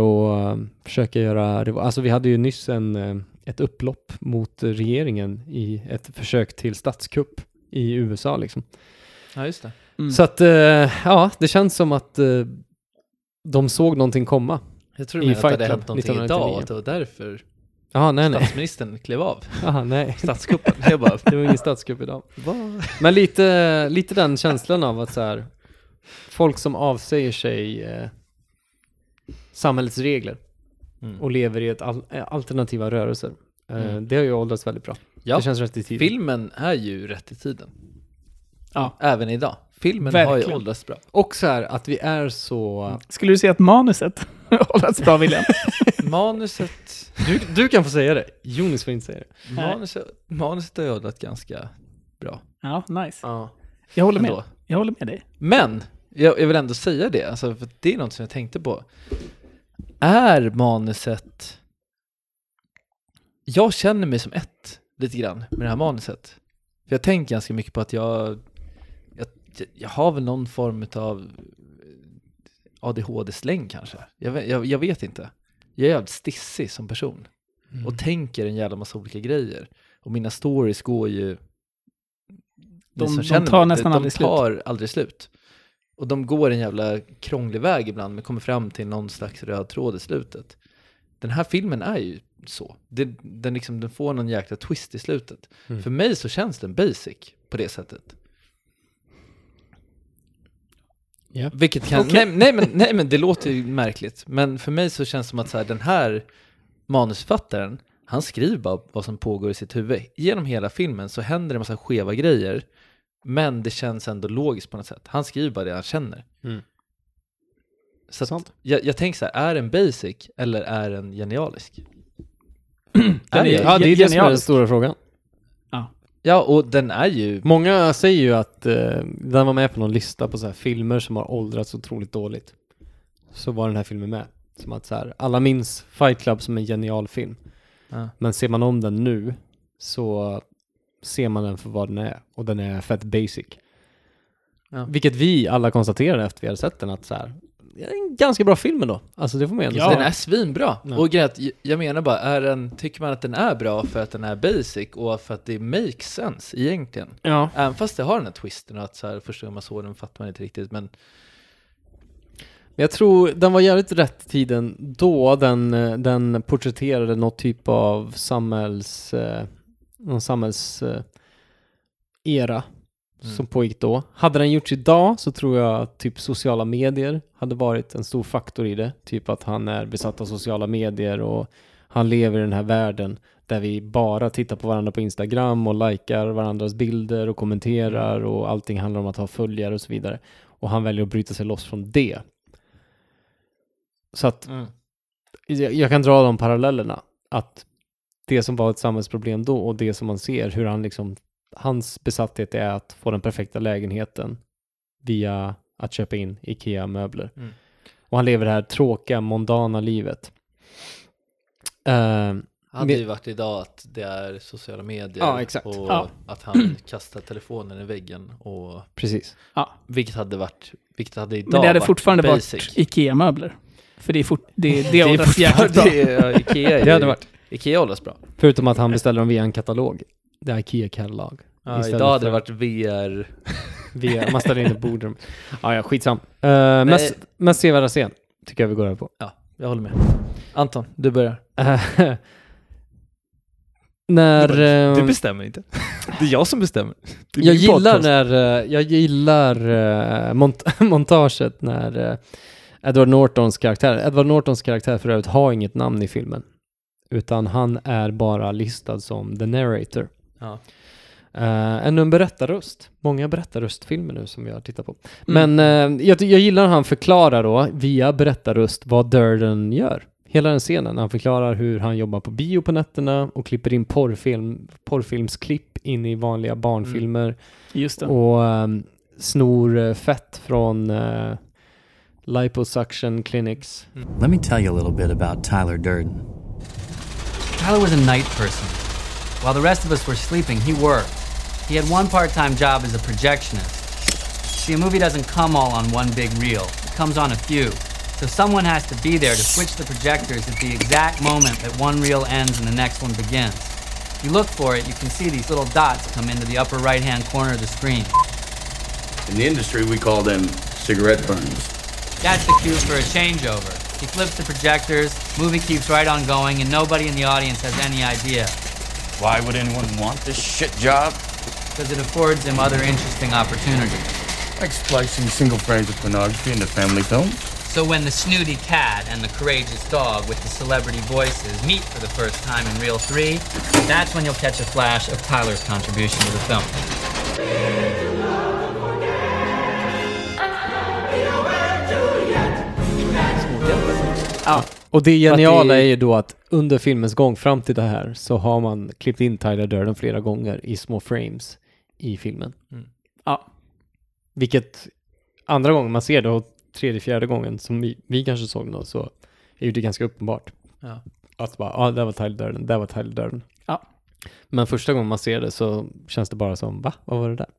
Speaker 1: att eh, försöka göra... revo- Alltså vi hade ju nyss en, eh, ett upplopp mot eh, regeringen i ett försök till statskupp i USA liksom.
Speaker 9: Ja, just det.
Speaker 8: Mm.
Speaker 1: Så att, eh, ja, det känns som att eh, de såg någonting komma.
Speaker 9: Jag tror
Speaker 1: I
Speaker 9: du menar att det
Speaker 1: Fight
Speaker 9: hade
Speaker 1: Club
Speaker 9: hänt någonting idag
Speaker 1: 1999.
Speaker 9: och att det var därför
Speaker 1: Ja, nej, nej.
Speaker 9: statsministern klev av
Speaker 1: Aha, nej.
Speaker 9: statskuppen. Jag bara,
Speaker 1: Det var ingen statskupp idag. Men lite, lite den känslan av att så här, folk som avsäger sig eh, samhällets regler
Speaker 9: Mm.
Speaker 1: och lever i ett al- eh, alternativa rörelser. Eh,
Speaker 9: Mm.
Speaker 1: Det har ju åldrats väldigt bra.
Speaker 9: Ja.
Speaker 1: Det känns rätt i tiden.
Speaker 9: Filmen är ju rätt i tiden.
Speaker 8: Ja.
Speaker 9: Även idag. Filmen har ju
Speaker 8: Verkligen.
Speaker 9: åldrats bra.
Speaker 1: Och så här att vi är så...
Speaker 8: Skulle du säga att manuset hållits bra, William?
Speaker 9: Manuset,
Speaker 1: Du, du kan få säga det. Jonas får inte säga det.
Speaker 8: Nej.
Speaker 9: manuset, manuset har ju åldrats ganska bra.
Speaker 8: ja, nice.
Speaker 1: Ja.
Speaker 8: Jag håller med.
Speaker 9: Ändå.
Speaker 8: Jag håller med dig.
Speaker 9: Men, jag, jag vill ändå säga det, alltså, för det är något som jag tänkte på. Är manuset... Jag känner mig som ett, lite grann, med det här manuset. För jag tänker ganska mycket på att jag... Jag, jag har väl någon form av ADHD-släng kanske. Jag, vet- jag, jag vet inte. Jag är jävligt stissig som person.
Speaker 8: Mm.
Speaker 9: Och tänker en jävla massa olika grejer. Och mina stories går ju...
Speaker 8: De-
Speaker 9: ni som
Speaker 8: de
Speaker 9: känner
Speaker 8: tar
Speaker 9: mig,
Speaker 8: nästan
Speaker 9: de,
Speaker 8: aldrig slut.
Speaker 9: De tar aldrig slut. Och de går en jävla krånglig väg ibland, men kommer fram till någon slags röd tråd i slutet. Den här filmen är ju så. Det, den, liksom, den får någon jäkla twist i slutet.
Speaker 8: Mm.
Speaker 9: För mig så känns den basic på det sättet.
Speaker 1: Ja.
Speaker 9: Vilket kan, nej, nej, men, nej men det låter ju märkligt, men för mig så känns det som att så här, den här manusförfattaren, han skriver bara vad som pågår i sitt huvud. Genom hela filmen så händer det en massa skeva grejer, men det känns ändå logiskt på något sätt. Han skriver bara det han känner.
Speaker 1: Mm.
Speaker 9: Så att
Speaker 1: Sant.
Speaker 9: jag, jag tänker så här, är den basic eller är den genialisk?
Speaker 8: Den
Speaker 9: är
Speaker 8: är-
Speaker 9: ju-
Speaker 1: Ja, det är det som är den
Speaker 8: Genialiskt.
Speaker 1: stora frågan.
Speaker 9: Ja, och den är ju...
Speaker 1: Många säger ju att eh, den var med på någon lista på så här filmer som har åldrats otroligt dåligt. Så var den här filmen med. Som att så här, alla minns Fight Club som en genial film.
Speaker 9: Ja.
Speaker 1: Men ser man om den nu så ser man den för vad den är. Och den är fett basic.
Speaker 9: Ja.
Speaker 1: Vilket vi alla konstaterade efter vi hade sett den att så här, det är en ganska bra film ändå. Alltså det får man ändå
Speaker 8: Ja.
Speaker 1: säga.
Speaker 9: Den är svinbra.
Speaker 1: Ja.
Speaker 9: Och grejen är att j- jag menar bara, är den, tycker man att den är bra för att den är basic och för att det makes sense egentligen?
Speaker 1: Ja.
Speaker 9: Även fast det har den här twisten och att så här, första gången man såg den fattar man inte riktigt, men
Speaker 1: Men Jag tror den var jävligt rätt i tiden då den, eh, den porträtterade någon typ av samhälls... Eh, någon samhälls... Eh, era
Speaker 9: Mm.
Speaker 1: som pågick då. Hade den gjorts idag så tror jag att typ sociala medier hade varit en stor faktor i det. Typ att han är besatt av sociala medier och han lever i den här världen där vi bara tittar på varandra på Instagram och likar varandras bilder och kommenterar och allting handlar om att ha följare och så vidare. Och han väljer att bryta sig loss från det. Så att jag, jag kan dra de parallellerna. Att det som var ett samhällsproblem då och det som man ser, hur han liksom, hans besatthet är att få den perfekta lägenheten via att köpa in IKEA-möbler.
Speaker 9: Mm.
Speaker 1: Och han lever det här tråkiga, mondana livet. Eh,
Speaker 9: hade
Speaker 1: Men-
Speaker 9: ju varit idag att det är sociala medier
Speaker 1: Ja, exakt.
Speaker 9: och
Speaker 8: Ja.
Speaker 9: att han kastar telefonen i väggen och
Speaker 1: precis.
Speaker 9: vilket hade varit, vilket hade idag
Speaker 8: Men det hade
Speaker 9: varit
Speaker 8: fortfarande
Speaker 9: basic.
Speaker 8: varit IKEA-möbler. För det är fort, det, det
Speaker 9: Det är
Speaker 8: åldras jävligt bra.
Speaker 9: fortfarande, ja, Ikea, är
Speaker 1: Det hade
Speaker 9: ju-
Speaker 1: varit.
Speaker 9: Ikea hållas bra.
Speaker 1: Förutom att han beställer dem via en katalog. Det är IKEA-katalog.
Speaker 9: Ja,
Speaker 1: Istället
Speaker 9: idag hade det
Speaker 1: för-
Speaker 9: varit VR.
Speaker 1: Via, man ställer in ett bord. i dem. Ja, ja, skitsam. Uh, mest, mest sevärda scen, tycker jag vi går över på.
Speaker 9: Ja, jag håller med. Anton, du börjar.
Speaker 1: Eh, när... ehm,
Speaker 9: bestämmer inte. Det är jag som bestämmer.
Speaker 1: jag, gillar när, eh, jag gillar eh, mont- montaget när eh, Edward Nortons karaktär, Edward Nortons karaktär för övrigt har inget namn i filmen. Utan han är bara listad som the narrator.
Speaker 9: Ja.
Speaker 1: Eh, ännu en berättarröst. Många berättarröstfilmer nu som jag tittar på. Men eh, jag, ty- jag gillar när han förklarar då, via berättarröst, vad Durden gör. Hela den scenen. Han förklarar hur han jobbar på bio på nätterna och klipper in porrfilm, porrfilmsklipp in i vanliga barnfilmer
Speaker 8: Just det.
Speaker 1: och ehm, snor eh, fett från eh, liposuction clinics.
Speaker 3: Let me tell you a little bit about Tyler Durden. Tyler was a night person. While the rest of us were sleeping, he worked. He had one part time job as a projectionist. See, a movie doesn't come all on one big reel, it comes on a few. So someone has to be there to switch the projectors at the exact moment that one reel ends and the next one begins. If you look for it, you can see these little dots come into the upper right hand corner of the screen.
Speaker 7: In the industry, we call them cigarette burns.
Speaker 3: That's the cue for a changeover. He flips the projectors, movie keeps right on going, and nobody in the audience has any idea
Speaker 2: Why would anyone want this shit job?
Speaker 3: because it affords him other interesting opportunities.
Speaker 7: Like splicing single frames of pornography into family films.
Speaker 3: So when the snooty cat and the courageous dog with the celebrity voices meet for the first time in Reel 3, that's when you'll catch a flash of Tyler's contribution to the film.
Speaker 1: Och det
Speaker 8: att
Speaker 1: geniala
Speaker 8: det-
Speaker 1: är ju då att under filmens gång fram till det här så har man klippt in Tyler Durden flera gånger i små frames i filmen.
Speaker 8: Ja.
Speaker 1: Vilket andra gången man ser det och tredje, fjärde gången som vi, vi kanske såg det då så är ju det ganska uppenbart.
Speaker 9: Ja.
Speaker 1: Att bara, ja, ah, där var Tyler Durden, där var Tyler Durden.
Speaker 8: Ja.
Speaker 1: Men första gången man ser det så känns det bara som, va? Vad var det där?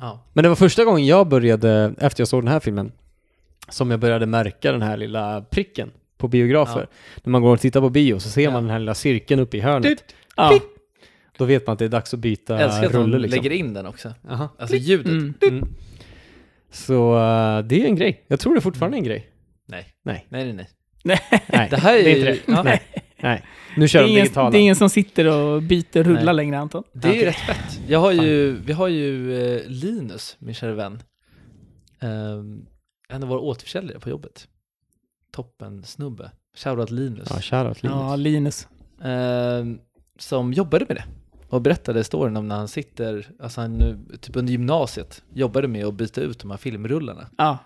Speaker 9: Ja.
Speaker 1: Men det var första gången jag började, efter jag såg den här filmen, som jag började märka den här lilla pricken på biografer. När man går och tittar på bio så ser man den här lilla cirkeln uppe i hörnet.
Speaker 8: Ja.
Speaker 1: Då vet man att det är dags att byta
Speaker 9: Jag älskar att de
Speaker 1: rulle liksom.
Speaker 9: lägger in den också.
Speaker 1: Aha.
Speaker 9: Alltså ljudet.
Speaker 8: Mm.
Speaker 1: Så eh, det är en grej. Jag tror det fortfarande är en grej.
Speaker 9: Nej.
Speaker 1: Nej.
Speaker 9: Nej, nej, nej.
Speaker 8: Nej.
Speaker 1: Nej,
Speaker 9: Det här är,
Speaker 1: är inte det.
Speaker 9: Ja,
Speaker 1: Nej. Nej. Nu
Speaker 8: Det
Speaker 1: kör
Speaker 8: är,
Speaker 1: de
Speaker 8: ingen,
Speaker 1: digitala.
Speaker 8: det är ingen som sitter och byter rulla
Speaker 9: Nej.
Speaker 8: längre Anton.
Speaker 9: Det är ju rätt fett. Jag har ju, vi har ju eh, Linus, min kära vän. Ehm, en av våra återförsäljare på jobbet. Toppen snubbe. Shoutout Linus.
Speaker 1: Ja, shoutout Linus.
Speaker 8: Ja, Linus.
Speaker 9: Ehm, som jobbade med det. Och berättade storyn om när han sitter, alltså han, eh, typ under gymnasiet, jobbade med att byta ut de här filmrullarna.
Speaker 8: Ja.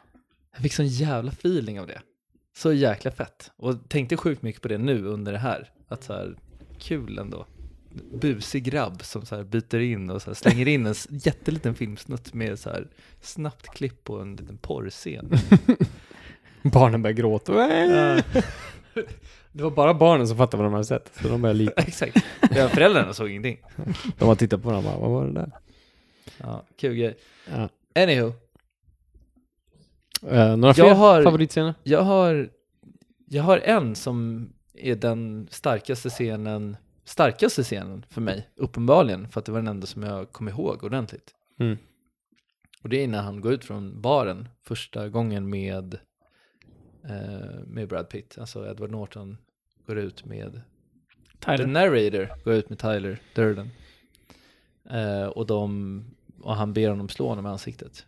Speaker 9: Jag fick sån jävla feeling av det. Så jäkla fett. Och tänkte sjukt mycket på det nu under det här. Att så här, kul ändå. Busig grabb som så här byter in och så här slänger in en s- jätteliten filmsnutt med så här snabbt klipp på en liten porrscen.
Speaker 1: Barnen börjar gråta.
Speaker 9: Ja,
Speaker 1: Det var bara barnen som fattade vad de hade sett. Så de började lita.
Speaker 9: exakt. Ja, föräldrarna såg ingenting.
Speaker 1: De har tittat på varandra och bara, vad var det där?
Speaker 9: Ja, kul grej.
Speaker 1: Ja.
Speaker 9: Anywho,
Speaker 1: Eh, några
Speaker 9: Jag
Speaker 1: fler
Speaker 9: har-
Speaker 1: favoritscener?
Speaker 9: jag har, jag har en som är den starkaste scenen, starkaste scenen för mig, uppenbarligen, för att det var den enda som jag kom ihåg ordentligt.
Speaker 1: Mm.
Speaker 9: Och det är när han går ut från baren första gången med, eh, med Brad Pitt, alltså Edward Norton går ut med, the
Speaker 8: Tyler.
Speaker 9: narrator går ut med Tyler Durden. Eh, och, de, och han ber honom slå honom i ansiktet.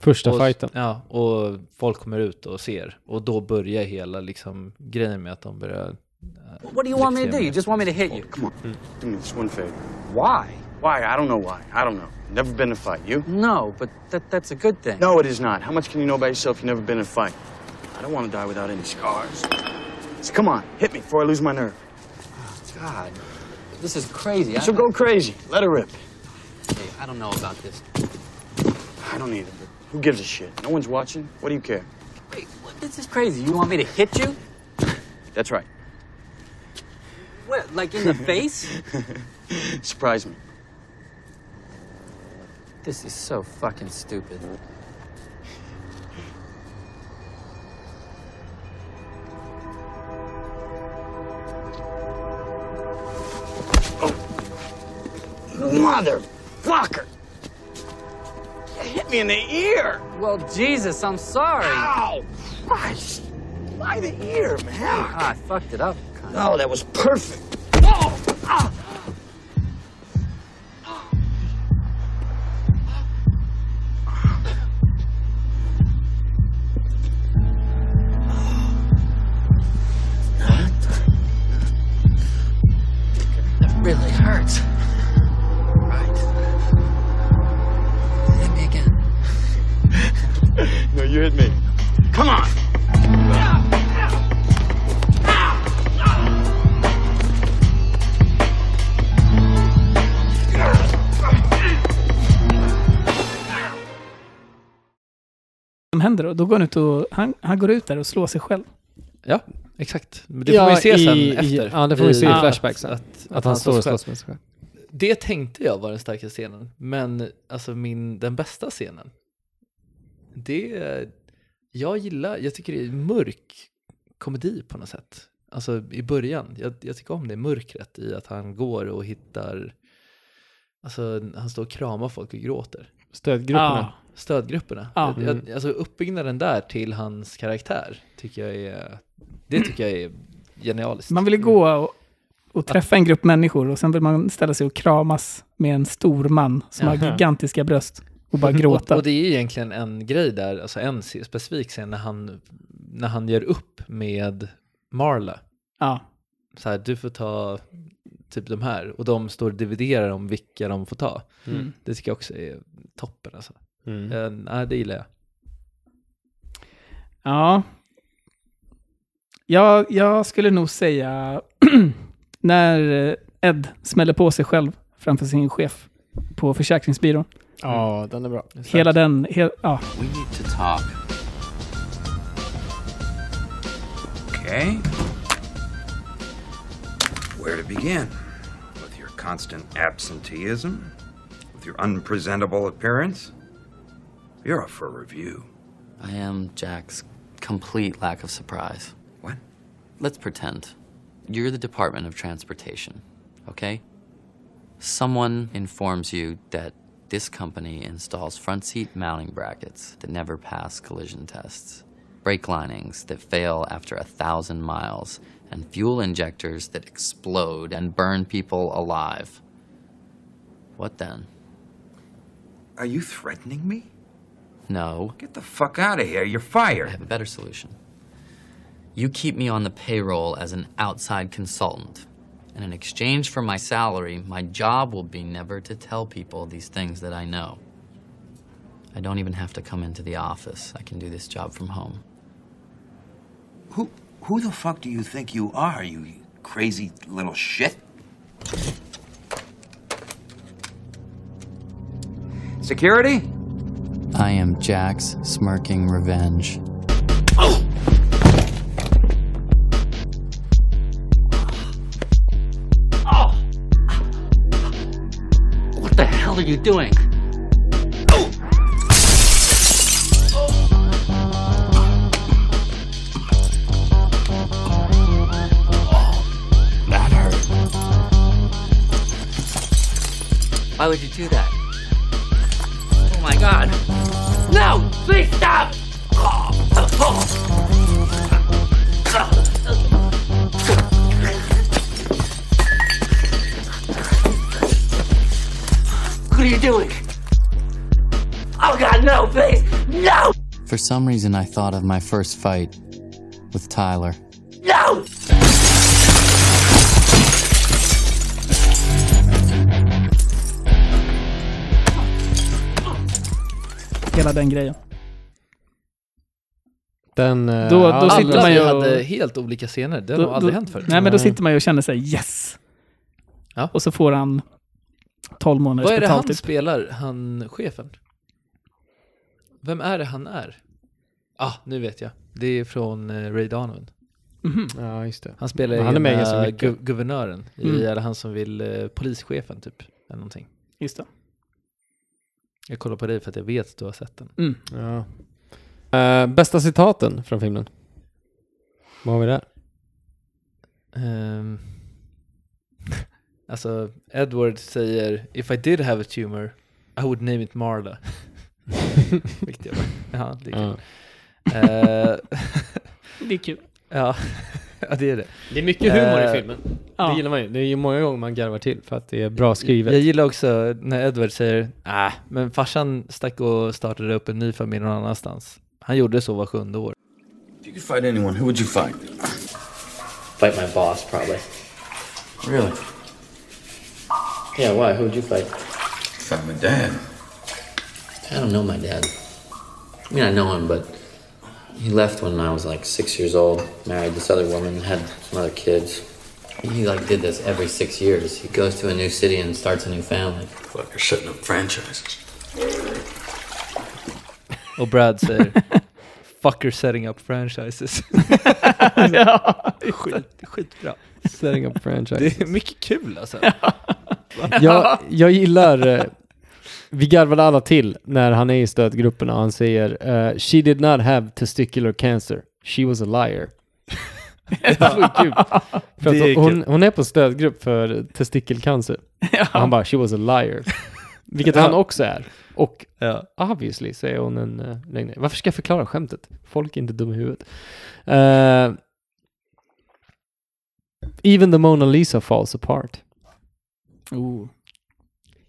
Speaker 1: Första
Speaker 9: Och-
Speaker 1: fighten.
Speaker 9: Ja, och folk kommer ut och ser. Och då börjar hela liksom, grejen med att de börjar... eh,
Speaker 3: What do you want me to do? You just want me to hit you.
Speaker 2: Oh, Come on,
Speaker 5: Hmm.
Speaker 2: do me this one favor. Why? Why? I don't know why. I don't know. Never been in a fight. You?
Speaker 3: No, but that, that's a good thing.
Speaker 2: No, it is not. How much can you know about yourself if you've never been in a fight? I don't want to die without any scars. So come on, hit me before I lose my nerve.
Speaker 3: God, this is crazy.
Speaker 2: So go crazy. Let her rip.
Speaker 3: Hey, I don't know about this.
Speaker 2: I don't either, but who gives a shit? No one's watching. What do you care?
Speaker 3: Wait, what, this is crazy. You want me to hit you?
Speaker 2: That's right.
Speaker 3: What, like in the face?
Speaker 2: Surprise me.
Speaker 3: This is so fucking stupid.
Speaker 2: Oh. Motherfucker! You hit me in the ear!
Speaker 3: Well, Jesus, I'm sorry.
Speaker 2: Ow! Christ! Why the ear, man?
Speaker 3: Ah, I fucked it up.
Speaker 2: Oh, that was perfect. Oh! Ah!
Speaker 3: That really hurts. Right. Hit me again.
Speaker 2: No, you hit me. Come on!
Speaker 8: händer då? Då går han ut och, han, han går ut där och slår sig själv.
Speaker 9: Exakt. Men det
Speaker 1: Ja,
Speaker 9: får vi se
Speaker 1: i-
Speaker 9: sen
Speaker 1: i-
Speaker 9: efter.
Speaker 1: ja, det får vi se i
Speaker 9: att-
Speaker 1: flashback sen.
Speaker 9: Att,
Speaker 1: Att han står och
Speaker 9: själv.
Speaker 1: slåss med sig själv.
Speaker 9: Det tänkte jag var den starka scenen, men alltså min, den bästa scenen, det, jag gillar, jag tycker det är mörk komedi på något sätt. Alltså i början, jag, jag tycker om det mörkret i att han går och hittar, alltså han står och kramar folk och gråter.
Speaker 1: Stödgrupperna.
Speaker 9: Stödgrupperna,
Speaker 8: Ja. Mm.
Speaker 9: jag, jag, alltså uppbyggnaden där till hans karaktär tycker jag är, det tycker jag är genialiskt.
Speaker 8: Man vill ju gå och, och träffa en grupp människor och sen vill man ställa sig och kramas med en stor man som har
Speaker 1: Jaha.
Speaker 8: gigantiska bröst och bara gråta.
Speaker 9: Och, och det är egentligen en grej där, alltså en se- specifik scen när han, när han gör upp med Marla.
Speaker 8: ja.
Speaker 9: Så här, du får ta typ de här. Och de står och dividerar om vilka de får ta.
Speaker 8: Mm.
Speaker 9: Det tycker jag också är toppen alltså.
Speaker 1: Mm.
Speaker 9: Eh, nej, det gillar jag.
Speaker 8: Ja. Jag, jag skulle nog säga när eh, Ed smäller på sig själv framför sin chef på försäkringsbyrån.
Speaker 1: Ja, den är bra.
Speaker 8: Hela den, he, ja,
Speaker 3: We need to talk.
Speaker 5: Okay. Where to begin? With your constant absenteeism? With your unpresentable appearance? You're up for review.
Speaker 3: I am Jack's complete lack of surprise.
Speaker 5: What?
Speaker 3: Let's pretend you're the Department of Transportation, okay? Someone informs you that this company installs front seat mounting brackets that never pass collision tests, brake linings that fail after a thousand miles, and fuel injectors that explode and burn people alive. What then?
Speaker 5: Are you threatening me?
Speaker 3: No,
Speaker 5: Get the fuck out of here. You're
Speaker 3: I
Speaker 5: fired.
Speaker 3: have a better solution. You keep me on the payroll as an outside consultant, and in exchange for my salary, my job will be never to tell people these things that I know. I don't even have to come into the office. I can do this job from home.
Speaker 10: Who who the fuck do you think you are, you crazy little shit?
Speaker 5: Security?
Speaker 3: I am Jack's smirking revenge. What the hell are you doing? That hurt. Why would you do that? Oh my god. No! Please stop! What are you doing? Oh god, no, please! No! For some reason, I thought of my first fight with Tyler. No!
Speaker 8: hela den grejen.
Speaker 1: Den, eh,
Speaker 8: Då- då
Speaker 1: ja,
Speaker 8: sitter
Speaker 1: den-
Speaker 9: Alla
Speaker 8: man
Speaker 9: vi
Speaker 8: ju-
Speaker 9: hade helt olika scener, det har nog aldrig hänt förut.
Speaker 8: Nej, men då
Speaker 1: Nej.
Speaker 8: sitter man ju och känner sig yes.
Speaker 9: Mm. Ja.
Speaker 8: Och så får han 12 månaders
Speaker 9: Vad är det han
Speaker 8: betalt. Typ.
Speaker 9: spelar, han chefen? Vem är det han är? Ah, nu vet jag. Det är från eh, Ray Donovan.
Speaker 8: Mhm,
Speaker 1: Ja, just det.
Speaker 9: Han spelar
Speaker 1: Men han är med
Speaker 9: ena
Speaker 1: ganska mycket.
Speaker 9: gu- guvernören, i,
Speaker 8: Mm.
Speaker 9: eller han som vill, eh, polischefen typ, eller någonting.
Speaker 8: Just det.
Speaker 9: Jag kollar på dig för att jag vet att du har sett den.
Speaker 8: Mm.
Speaker 1: Ja. Eh, bästa citaten från filmen? Vad har vi där?
Speaker 9: Ehm, alltså, Edward säger If I did have a tumor, I would name it Marla. Vilket jag bara, ja, det är
Speaker 1: Ja.
Speaker 9: kul. Eh,
Speaker 8: Det är kul.
Speaker 9: ja, ja, det är det.
Speaker 1: Det är mycket humor
Speaker 9: Eh,
Speaker 1: i filmen. Det
Speaker 8: Ja.
Speaker 1: gillar man ju. Det är ju många gånger man garvar till för att det är bra skrivet.
Speaker 9: Jag gillar också när Edward säger ah, men farsan stack och startade upp en ny familj någon annanstans. Han gjorde så var sjunde år.
Speaker 7: If you could fight anyone, who would you fight?
Speaker 4: Fight my boss, probably.
Speaker 7: Really?
Speaker 4: Yeah, why? Who would you fight?
Speaker 7: Fight my dad.
Speaker 4: I don't know my dad. I mean, I know him, but he left when I was like six years old, married this other woman, had some other kids.
Speaker 3: He like did this every six years. He goes to a new city and starts a new family.
Speaker 7: Fucker setting up franchises.
Speaker 9: Och Brad säger Fucker setting up franchises. Skit, skitbra.
Speaker 1: Setting up franchises.
Speaker 9: Det är mycket kul alltså.
Speaker 1: jag, jag gillar... eh, Vi garvade alla till när han är i stödgrupperna och han säger eh, “She did not have testicular cancer. She was a liar”. Det var sjukt kul. För
Speaker 9: Det är
Speaker 1: att hon,
Speaker 9: kul.
Speaker 1: hon är på stödgrupp för testikelcancer. Och han bara “She was a liar”. Vilket han också är. Och obviously så är hon en eh, lögnare. Varför ska jag förklara skämtet? Folk är inte dumma i huvudet. Eh, even the Mona Lisa falls apart.
Speaker 8: Oh.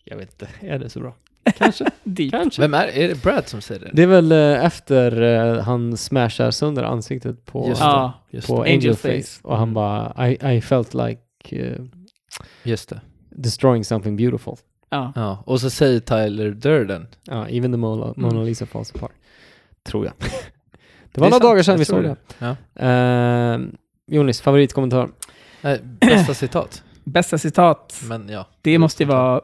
Speaker 1: Jag vet inte, är det så bra? Kanske.
Speaker 8: Deep.
Speaker 1: Kanske.
Speaker 9: Vem är, är det Brad som säger det?
Speaker 1: Det är väl eh, efter eh, han smashar sönder ansiktet på,
Speaker 9: Just det.
Speaker 8: Ja,
Speaker 9: Just
Speaker 1: på
Speaker 9: det.
Speaker 1: Angel,
Speaker 8: Angel
Speaker 1: face.
Speaker 8: Face.
Speaker 1: Och han bara, I, I felt like eh,
Speaker 9: Just det.
Speaker 1: destroying something beautiful.
Speaker 8: ja.
Speaker 9: Ja. Och så säger Tyler Durden.
Speaker 1: Ja, even the Mona, Mona Lisa falls apart. Tror jag. Det
Speaker 9: är
Speaker 1: var några dagar
Speaker 9: sant,
Speaker 1: sedan
Speaker 9: jag
Speaker 1: vi
Speaker 9: tror
Speaker 1: såg det.
Speaker 9: det. Ja.
Speaker 1: Eh, Jonis, favoritkommentar?
Speaker 9: Nej, bästa citat.
Speaker 8: Bästa citat.
Speaker 9: Men ja.
Speaker 8: Det måste ju vara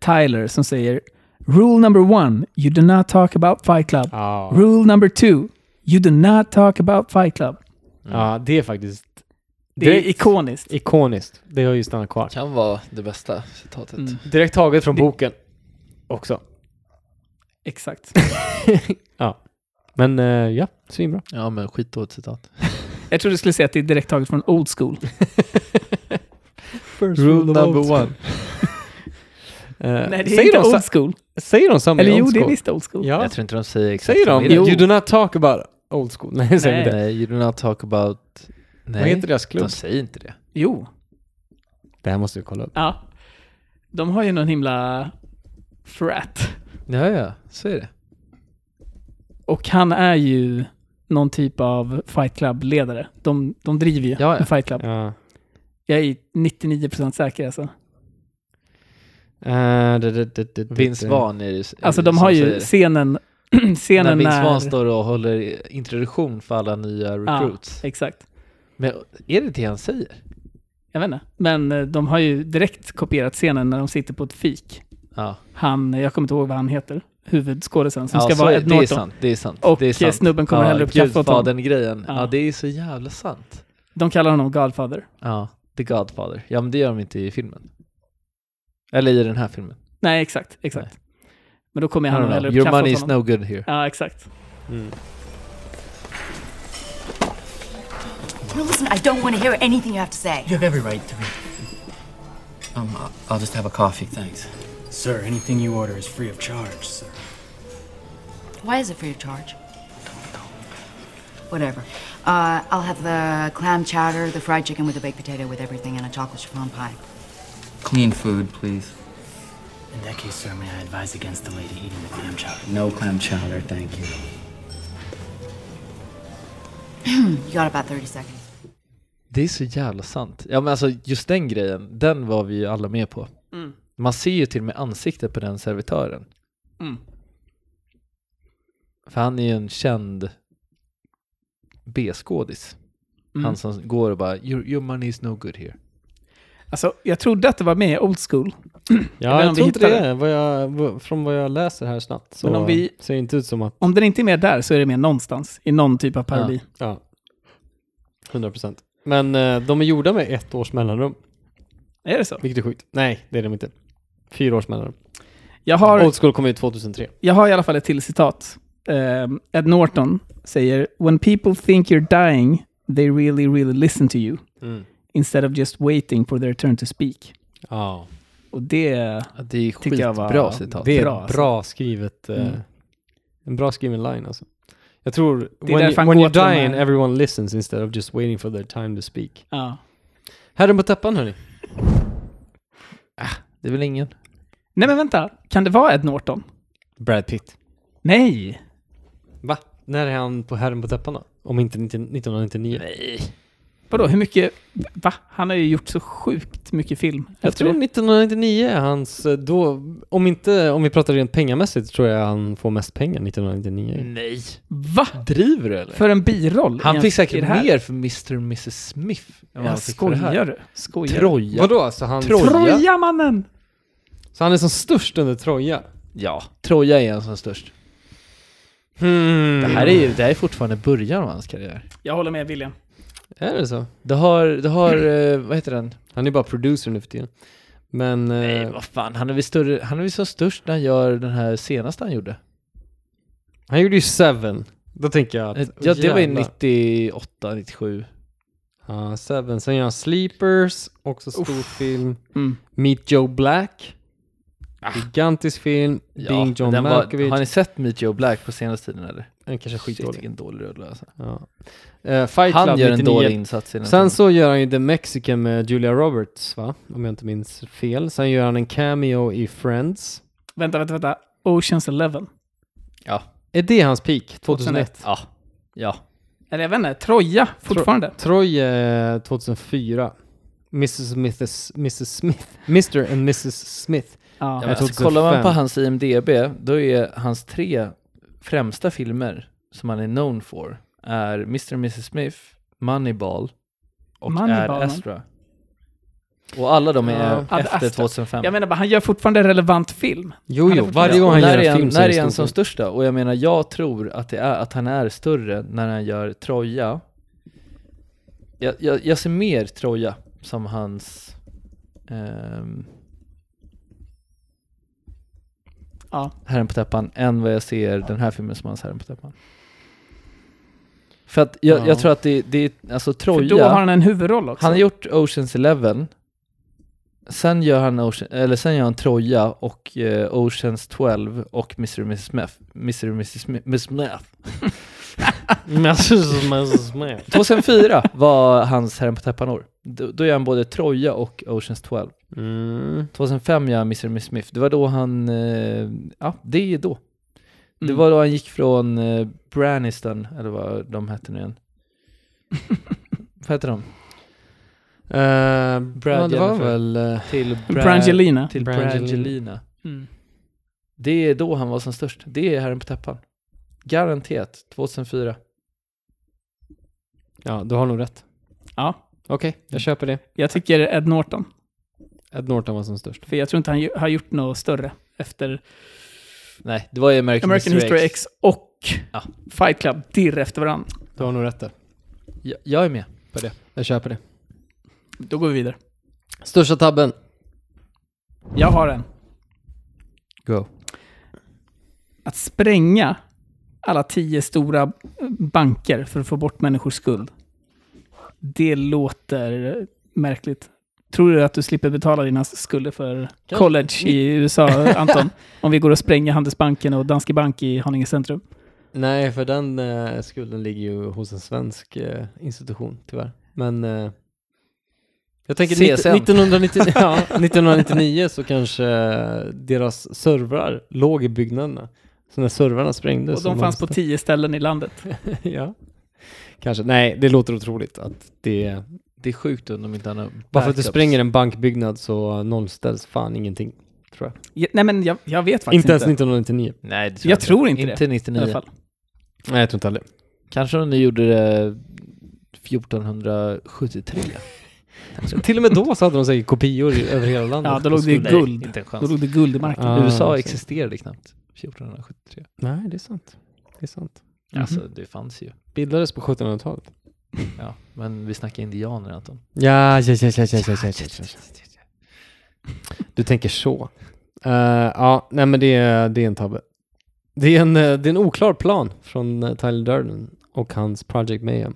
Speaker 8: Tyler som säger Rule number one, you do not talk about Fight Club.
Speaker 1: Ja,
Speaker 8: Rule number two, you do not talk about Fight Club.
Speaker 1: ja det är faktiskt
Speaker 8: Det är
Speaker 1: Direkt.
Speaker 8: ikoniskt.
Speaker 1: ikoniskt. Det har ju stannat kvar.
Speaker 9: Kan vara det bästa citatet.
Speaker 8: Mm.
Speaker 1: Direkt taget från boken också.
Speaker 8: Exakt.
Speaker 1: Men eh, ja, svinbra.
Speaker 9: Ja men skitdåligt citat.
Speaker 8: Jag trodde du skulle säga att det är direkt taget från old school.
Speaker 1: Rule number one. Eh,
Speaker 8: Nej, det är
Speaker 1: säger,
Speaker 8: inte
Speaker 1: de,
Speaker 8: old
Speaker 1: sa-
Speaker 8: school.
Speaker 1: säger de samma i
Speaker 8: Eller
Speaker 1: old
Speaker 8: jo, det är
Speaker 1: school?
Speaker 8: visst old school.
Speaker 1: Ja.
Speaker 9: Jag tror inte de säger exakt
Speaker 1: Säger de?
Speaker 9: vad det är.
Speaker 1: You do not talk about old school. Nej, de säger
Speaker 8: Nej.
Speaker 1: inte det.
Speaker 9: Nej, you do not talk about... Nej,
Speaker 1: Vad heter deras klubb?
Speaker 9: de säger inte det.
Speaker 8: Jo.
Speaker 1: Det här måste vi kolla upp.
Speaker 8: Ja. De har ju någon himla frat.
Speaker 9: Ja, ja, så är det.
Speaker 8: Och han är ju någon typ av Fight Club-ledare. De, de driver ju
Speaker 9: Ja, ja.
Speaker 8: en Fight Club.
Speaker 1: Ja.
Speaker 8: Jag är 99% säker alltså.
Speaker 1: Eh, det- det- det- det-
Speaker 9: Vince
Speaker 1: det-
Speaker 9: Vaughn är det
Speaker 8: Alltså
Speaker 9: är det
Speaker 8: de
Speaker 9: som
Speaker 8: har ju
Speaker 9: säger.
Speaker 8: scenen...
Speaker 9: När
Speaker 8: scenen när...
Speaker 9: Vince Vaughn står och håller introduktion för alla nya recruits.
Speaker 8: Ja, exakt.
Speaker 9: Men är det det han säger?
Speaker 8: Jag vet inte. Men eh, de har ju direkt kopierat scenen när de sitter på ett fik.
Speaker 9: Ja,
Speaker 8: Han, jag kommer inte ihåg vad han heter, huvudskådisen som
Speaker 9: ja
Speaker 8: ska
Speaker 9: så
Speaker 8: vara
Speaker 9: är,
Speaker 8: Ed
Speaker 9: det är
Speaker 8: Norton.
Speaker 9: sant. Det är sant.
Speaker 8: Och,
Speaker 9: det är
Speaker 8: eh,
Speaker 9: sant.
Speaker 8: snubben kommer hälla upp kaffe åt honom.
Speaker 9: den grejen. Ja.
Speaker 8: Ja.
Speaker 9: det är så jävla sant.
Speaker 8: De kallar honom Godfather.
Speaker 9: Ja, The Godfather. Ja, men det gör de inte i filmen. Eller i den här filmen.
Speaker 8: Nej, exakt. exakt. Men då kommer
Speaker 9: I
Speaker 8: han
Speaker 9: don't
Speaker 8: och
Speaker 9: know.
Speaker 8: häller upp
Speaker 9: Your
Speaker 8: kaffe
Speaker 9: money
Speaker 8: åt
Speaker 9: is
Speaker 8: honom.
Speaker 9: no good here.
Speaker 8: Ja, exakt.
Speaker 11: No, listen, I don't want to hear anything you have to say.
Speaker 3: You have every right to be. Um, I'll- I'll just have a coffee, thanks.
Speaker 12: Sir, anything you order is free of charge, sir.
Speaker 11: Why is it free of charge? Whatever. Uh, I'll have the clam chowder, the fried chicken with the baked potato with everything, and a chocolate chiffon pie.
Speaker 3: Clean food, please.
Speaker 12: In that case, sir, may I advise against the lady eating the clam chowder?
Speaker 3: No clam chowder, thank you.
Speaker 11: You got about 30 seconds.
Speaker 9: Det är så jävla sant. Ja men alltså just den grejen, den var vi ju alla med på. Man ser ju till och med ansiktet på den servitören.
Speaker 8: Mm.
Speaker 9: För han är ju en känd B-skådis.
Speaker 8: Mm.
Speaker 9: Han som går och bara your, “Your money is no good here”.
Speaker 8: Alltså, jag trodde att det var med i old school.
Speaker 1: Ja,
Speaker 8: vet
Speaker 1: jag,
Speaker 8: inte om vi
Speaker 1: tror inte det.
Speaker 8: hittar
Speaker 1: är. Vad jag, vad- från vad jag läser här snabbt så
Speaker 8: Men om vi-
Speaker 1: ser det inte ut som att...
Speaker 8: Om den inte är med där så är det med någonstans. I någon typ av parodi.
Speaker 1: Ja. 100 procent. Men eh, de är gjorda med ett års mellanrum,
Speaker 8: Är det så?
Speaker 1: vilket är sjukt. Nej, det är de inte. Fyra års mellanrum.
Speaker 8: Jag har...
Speaker 1: Old School kom ut 2003.
Speaker 8: Jag har i alla fall ett till citat. Ehm, Ed Norton säger “When people think you're dying, they really, really listen to you.
Speaker 1: Mm.
Speaker 8: Instead of just waiting for their turn to speak.”
Speaker 1: Ja.
Speaker 8: Och det...
Speaker 9: Ja, Det är
Speaker 8: Tycker jag var-
Speaker 9: skitbra citat.
Speaker 1: Det är
Speaker 8: Bra,
Speaker 1: bra,
Speaker 8: alltså.
Speaker 1: bra skrivet, eh,
Speaker 8: Mm.
Speaker 1: en bra skriven line alltså. Jag tror, when,
Speaker 8: därför
Speaker 1: you,
Speaker 8: han
Speaker 1: when
Speaker 8: går
Speaker 1: you're
Speaker 8: till de här-
Speaker 1: dying everyone listens instead of just waiting for their time to speak.
Speaker 8: Ja.
Speaker 1: Herren på täppan hörni.
Speaker 9: Det är väl ingen?
Speaker 8: Nej men vänta, kan det vara Ed Norton?
Speaker 1: Brad Pitt.
Speaker 8: Nej!
Speaker 1: Va? När är han på Herren på täppan då? Om inte 19- 1999?
Speaker 9: Nej.
Speaker 8: Vadå, hur mycket... Va? Han har ju gjort så sjukt mycket film.
Speaker 1: Jag
Speaker 8: efter
Speaker 1: tror
Speaker 8: det.
Speaker 1: 1999 är hans, eh, då, om inte, om vi pratar rent pengamässigt tror jag han får mest pengar 1999.
Speaker 8: Mm.
Speaker 9: Nej.
Speaker 8: Va?
Speaker 9: Driver du eller?
Speaker 8: För en biroll? i
Speaker 9: Han
Speaker 8: en-
Speaker 9: fick
Speaker 8: i
Speaker 9: säkert
Speaker 8: det här?
Speaker 9: mer för Mr och Mrs Smith än vad han
Speaker 8: Jag
Speaker 9: fick för det
Speaker 8: skojar
Speaker 9: här.
Speaker 8: du? Skojar du?
Speaker 9: Troja.
Speaker 1: Vadå alltså han...
Speaker 9: Troja.
Speaker 8: Troja mannen!
Speaker 1: Så han är som störst under Troja?
Speaker 9: Ja, Troja är han som är störst. Det, här är ju, det här är fortfarande början av hans karriär.
Speaker 8: Jag håller med William.
Speaker 1: Är det så?
Speaker 9: Det har, det har eh, vad heter den?
Speaker 1: Han är bara producer nu för tiden. Men... eh, Nej,
Speaker 9: vad fan, han är väl större, han är väl som störst när han gör den här senaste han gjorde.
Speaker 1: Han gjorde ju Seven. Då tänker jag att...
Speaker 9: Eh, Ja, det var ju
Speaker 1: jävlar.
Speaker 9: 98, 97.
Speaker 1: Ja, Seven. Sen gör han Sleepers, också stor film.
Speaker 9: Mm.
Speaker 1: Meet Joe Black. Gigantisk film. Being John
Speaker 9: Ah. den var-
Speaker 1: Malkovich.
Speaker 9: Har ni sett Meet Joe Black på senaste tiden eller?
Speaker 1: Den kanske är skitdålig.
Speaker 9: Shit, vilken dålig rulle alltså.
Speaker 1: Ja. Eh, Fight
Speaker 9: Han
Speaker 1: Club
Speaker 9: gör en
Speaker 1: 99.
Speaker 9: dålig insats i den
Speaker 1: Sen
Speaker 9: filmen.
Speaker 1: så gör han ju The Mexican med Julia Roberts, va? Om jag inte minns fel. Sen gör han en cameo i Friends.
Speaker 8: Vänta, vänta, vänta. Oceans Eleven.
Speaker 9: Ja.
Speaker 1: Är det hans peak? 2001?
Speaker 9: Ja. Ja.
Speaker 8: Eller jag vet inte, Troja fortfarande.
Speaker 1: Tro- Troy eh, 2004. Mrs. Mrs. Mrs. Smith. Mr. and Mrs. Smith.
Speaker 8: Ja.
Speaker 1: är
Speaker 9: Ja, men alltså,
Speaker 1: 2005.
Speaker 9: kollar man på hans IMDB, då är hans tre främsta filmer som han är known for är Mr. and Mrs. Smith, Moneyball och
Speaker 8: Moneyball,
Speaker 9: Ad
Speaker 8: man.
Speaker 9: Astra. Och alla de är
Speaker 8: Ad
Speaker 9: efter
Speaker 8: Astra.
Speaker 9: 2005.
Speaker 8: Jag menar bara, han gör fortfarande relevant film.
Speaker 1: Jo,
Speaker 8: Han är
Speaker 1: jo,
Speaker 8: fortfarande-
Speaker 1: varje gång han
Speaker 9: Och när
Speaker 1: gör en
Speaker 9: är han,
Speaker 1: film så är
Speaker 9: När
Speaker 1: det
Speaker 9: är han
Speaker 1: stor
Speaker 9: som
Speaker 1: film.
Speaker 9: största? Och jag menar, jag tror att, det är, att han är större när han gör Troja. Jag, jag, jag ser mer Troja som hans... ehm,
Speaker 8: Ja.
Speaker 9: Herren på täppan än vad jag ser den här filmen som hans Herren på täppan. För att jag,
Speaker 8: Ja.
Speaker 9: jag tror att det, det är, alltså Troja...
Speaker 8: då har han en huvudroll också.
Speaker 9: Han har gjort Oceans Eleven, sen gör han, Ocean, eller sen gör han Troja och eh, Oceans 12 och Mr. and Mrs. Smith. Mr. and Mrs. Smith. Miss Smith.
Speaker 1: Mrs. Mrs. Smith.
Speaker 9: 2004 var hans Herren på täppan-år. Då, då gör han både Troja och Oceans 12.
Speaker 1: Mm.
Speaker 9: 2005 gör han Mr. and Mrs. Smith. Det var då han, eh, ja det är då. Det
Speaker 8: Mm.
Speaker 9: var då han gick från eh, Braniston, eller vad de hette nu igen. vad heter de?
Speaker 1: Eh, ja, det var
Speaker 9: Jennifer.
Speaker 1: väl... eh,
Speaker 9: Till Bra-
Speaker 8: Brangelina.
Speaker 9: Till
Speaker 1: Brangelina.
Speaker 9: Brangelina.
Speaker 8: Mm.
Speaker 9: Det är då han var som störst. Det är Herren på täppan. Garanterat 2004.
Speaker 1: Ja, du har nog rätt.
Speaker 8: Ja.
Speaker 1: Okej,
Speaker 9: Mm.
Speaker 1: jag köper det.
Speaker 8: Jag tycker Ed Norton.
Speaker 1: Ed Norton var som störst.
Speaker 8: För jag tror inte han ju- har gjort något större efter
Speaker 9: Nej, det var ju American,
Speaker 8: American History X, och
Speaker 9: Ja.
Speaker 8: Fight Club dirr efter varandra.
Speaker 1: Du har nog rätt där.
Speaker 9: Jag, jag är med.
Speaker 1: På det. Jag köper det.
Speaker 8: Då går vi vidare.
Speaker 1: Största tabben.
Speaker 8: Jag har en.
Speaker 9: Go.
Speaker 8: Att spränga alla tio stora banker för att få bort människors skuld. Det låter märkligt. Tror du att du slipper betala dina skulder för college i USA, Anton? Om vi går och spränger Handelsbanken och Danske Bank i Haninge centrum?
Speaker 1: Nej, för den eh, skulden ligger ju hos en svensk eh, institution, tyvärr. Men eh, jag tänker
Speaker 9: CSN.
Speaker 1: 1990, ja, 1999 så kanske eh, deras servrar låg i byggnaderna. Så när servrarna sprängdes... så
Speaker 8: Och de fanns på
Speaker 1: någonstans-
Speaker 8: tio ställen i landet.
Speaker 1: ja. Kanske. Nej, det låter otroligt att det...
Speaker 9: Det är sjukt om de inte har några
Speaker 1: Bara för att du
Speaker 9: backups.
Speaker 1: spränger en bankbyggnad så nollställs fan ingenting, tror jag.
Speaker 8: Ja, Nej, men jag, jag vet faktiskt
Speaker 1: Inte
Speaker 8: inte.
Speaker 1: ens 1999.
Speaker 9: Nej, det
Speaker 8: Jag tror inte,
Speaker 9: Inte
Speaker 8: det. I
Speaker 9: 99.
Speaker 8: alla fall.
Speaker 1: Nej, jag tror inte heller.
Speaker 9: Kanske om du gjorde det 1473.
Speaker 1: Till och med då så hade de säkert kopior i- över hela landet.
Speaker 8: Ja, då låg det ju
Speaker 9: Nej,
Speaker 8: guld.
Speaker 9: inte en chans.
Speaker 8: Då låg det guld i marken.
Speaker 1: Ah,
Speaker 9: USA
Speaker 1: exakt.
Speaker 9: existerade knappt 1473.
Speaker 1: Nej, det är sant. Det är sant.
Speaker 8: Mhm.
Speaker 9: Alltså, det fanns ju.
Speaker 1: Bildades på 1700-talet.
Speaker 9: Ja, men vi snackar indianer, Anton.
Speaker 1: Ja, ja, ja, ja, ja, ja, ja, ja, ja. Du tänker så. Eh, ja, nej men det är, det är en tabbe. Det är en, eh, det är en oklar plan från eh, Tyler Durden och hans Project Mayhem.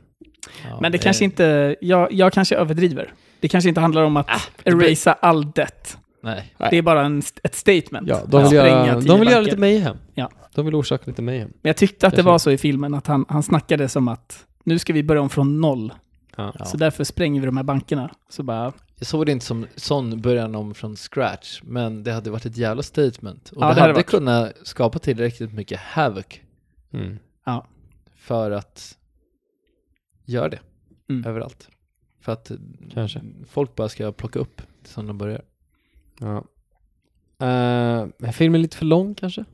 Speaker 9: Ja,
Speaker 8: Men det kanske inte... Jag, jag kanske överdriver. Det kanske inte handlar om att erasa all debt.
Speaker 9: Nej.
Speaker 8: Det är bara en, st- ett statement.
Speaker 1: Ja, de
Speaker 8: Att
Speaker 1: vill,
Speaker 8: spränga
Speaker 1: göra,
Speaker 8: tio
Speaker 1: de vill göra
Speaker 8: banker.
Speaker 1: lite Mayhem.
Speaker 8: Ja.
Speaker 1: De vill orsaka lite Mayhem.
Speaker 8: Men jag tyckte att det
Speaker 1: Kanske.
Speaker 8: var så i filmen, att han, han snackade som att nu ska vi börja om från noll.
Speaker 1: Ja.
Speaker 8: Så därför spränger vi de här bankerna. Så bara,
Speaker 9: Jag såg det inte som sån början om från scratch, men det hade varit ett jävla statement. Och
Speaker 8: Ja,
Speaker 9: det,
Speaker 8: det hade
Speaker 9: hade
Speaker 8: varit.
Speaker 9: kunnat skapa tillräckligt mycket havoc
Speaker 1: Mm.
Speaker 8: ja.
Speaker 9: för att göra det
Speaker 8: Mm.
Speaker 9: överallt. För att
Speaker 1: Kanske.
Speaker 9: folk bara ska plocka upp som de börjar.
Speaker 1: Ja. Uh, filmen är lite för lång kanske?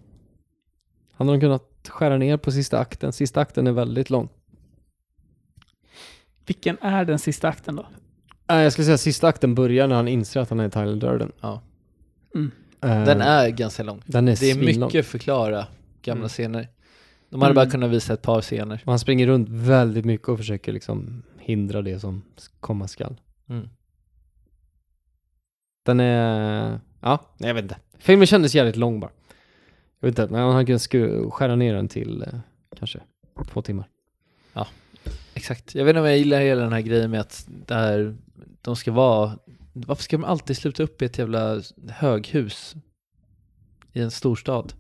Speaker 1: Hade de kunnat skära ner på sista akten? Sista akten är väldigt lång.
Speaker 8: Vilken är den sista akten då?
Speaker 1: Nej, jag skulle säga sista akten börjar när han inser att han är Tyler Durden.
Speaker 9: Ja.
Speaker 8: Mm.
Speaker 1: Eh,
Speaker 9: Den är ganska lång.
Speaker 1: den är
Speaker 9: det är
Speaker 1: svinlång.
Speaker 9: mycket förklara gamla
Speaker 1: Mm.
Speaker 9: scener. De hade bara
Speaker 1: Mm.
Speaker 9: kunnat visa ett par scener.
Speaker 1: Och han springer runt väldigt mycket och försöker liksom hindra det som s- komma skall.
Speaker 9: Mm.
Speaker 1: Den är... Ja, nej, jag vet inte. Filmen kändes jävligt lång bara. Jag vet inte, men han kan sku- skära ner den till eh, kanske två timmar.
Speaker 9: Ja, exakt. Jag vet inte om jag gillar hela den här grejen med att det här, de ska vara... Varför ska de alltid sluta upp i ett jävla höghus i en storstad?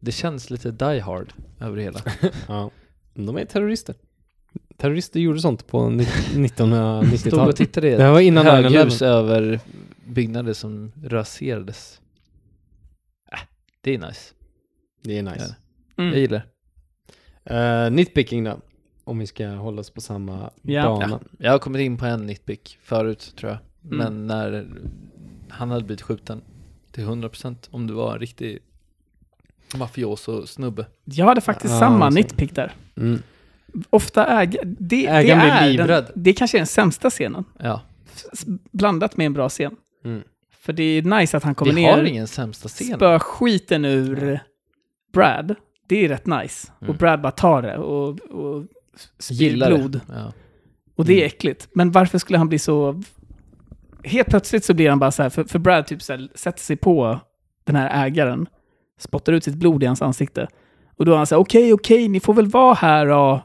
Speaker 9: Det känns lite Die Hard över det hela.
Speaker 1: ja. De är terrorister. Terrorister gjorde sånt på ni-
Speaker 9: Stod
Speaker 1: 1990-talet.
Speaker 9: och tittade i
Speaker 1: Det här var innan 9-11.
Speaker 9: höghus över byggnader som raserades. Äh, det är nice.
Speaker 1: Det är nice.
Speaker 9: Mm. Jag gillar
Speaker 1: Eh, nitpicking då, om vi ska hålla oss på samma bana.
Speaker 9: Ja, jag har kommit in på en nitpick förut tror jag.
Speaker 1: Mm.
Speaker 9: Men när han hade blivit skjuten till 100% om du var en riktig mafioso-snubbe.
Speaker 8: Jag hade faktiskt
Speaker 9: Ja,
Speaker 8: samma
Speaker 9: exakt.
Speaker 8: nitpick där.
Speaker 1: Mm.
Speaker 8: Ofta äg, det, det
Speaker 9: Ägaren blir
Speaker 8: är
Speaker 9: livrädd.
Speaker 8: Den, det kanske är den sämsta scenen.
Speaker 9: Ja.
Speaker 8: S- Blandat med en bra scen.
Speaker 1: Mm.
Speaker 8: För det är nice att han kommer
Speaker 9: Vi
Speaker 8: ner.
Speaker 9: har ingen sämsta scen.
Speaker 8: Spöar skiten ur Brad. Det är rätt nice.
Speaker 9: Mm.
Speaker 8: Och Brad bara tar det och, och spyr
Speaker 9: Gillar det.
Speaker 8: blod.
Speaker 9: Ja.
Speaker 8: Och det är äckligt. Men varför skulle han bli så... Helt plötsligt så blir han bara så här, för, för Brad typ så här, sätter sig på den här ägaren, spottar ut sitt blod i hans ansikte. Och då är han så här, okej, okej, ni får väl vara här då.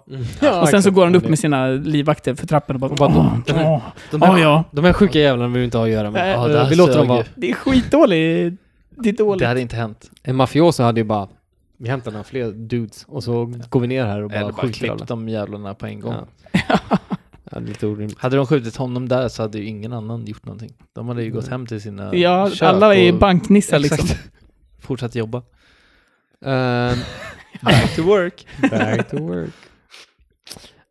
Speaker 1: Ja,
Speaker 8: och sen så
Speaker 1: exakt.
Speaker 8: går han upp med sina livvakter för trappen och bara, åh,
Speaker 1: de,
Speaker 8: åh,
Speaker 1: här, de, här,
Speaker 8: åh, ja.
Speaker 1: de här sjuka jävlarna vill vi inte ha att göra med.
Speaker 8: Nej.
Speaker 1: Ja,
Speaker 9: det här
Speaker 1: vi låter dem
Speaker 9: sög ju.
Speaker 1: vara.
Speaker 8: Det är skitdålig... Det är dåligt.
Speaker 9: Det hade inte hänt.
Speaker 1: En mafioso hade ju bara, vi hämtar några fler dudes och så går vi ner här och
Speaker 9: Eller
Speaker 1: bara
Speaker 9: bara
Speaker 1: skjuter
Speaker 9: klippt
Speaker 1: alla.
Speaker 9: de jävlarna på en gång.
Speaker 1: Ja. Ja, det är lite orimligt.
Speaker 9: Hade de skjutit honom där så hade ju ingen annan gjort någonting. De hade ju gått hem till sina
Speaker 8: Ja,
Speaker 9: kök
Speaker 8: alla är
Speaker 9: och-
Speaker 8: banknissar liksom.
Speaker 9: Exakt. Ehm, Fortsatt jobba.
Speaker 1: back
Speaker 9: to work.
Speaker 1: Back to work.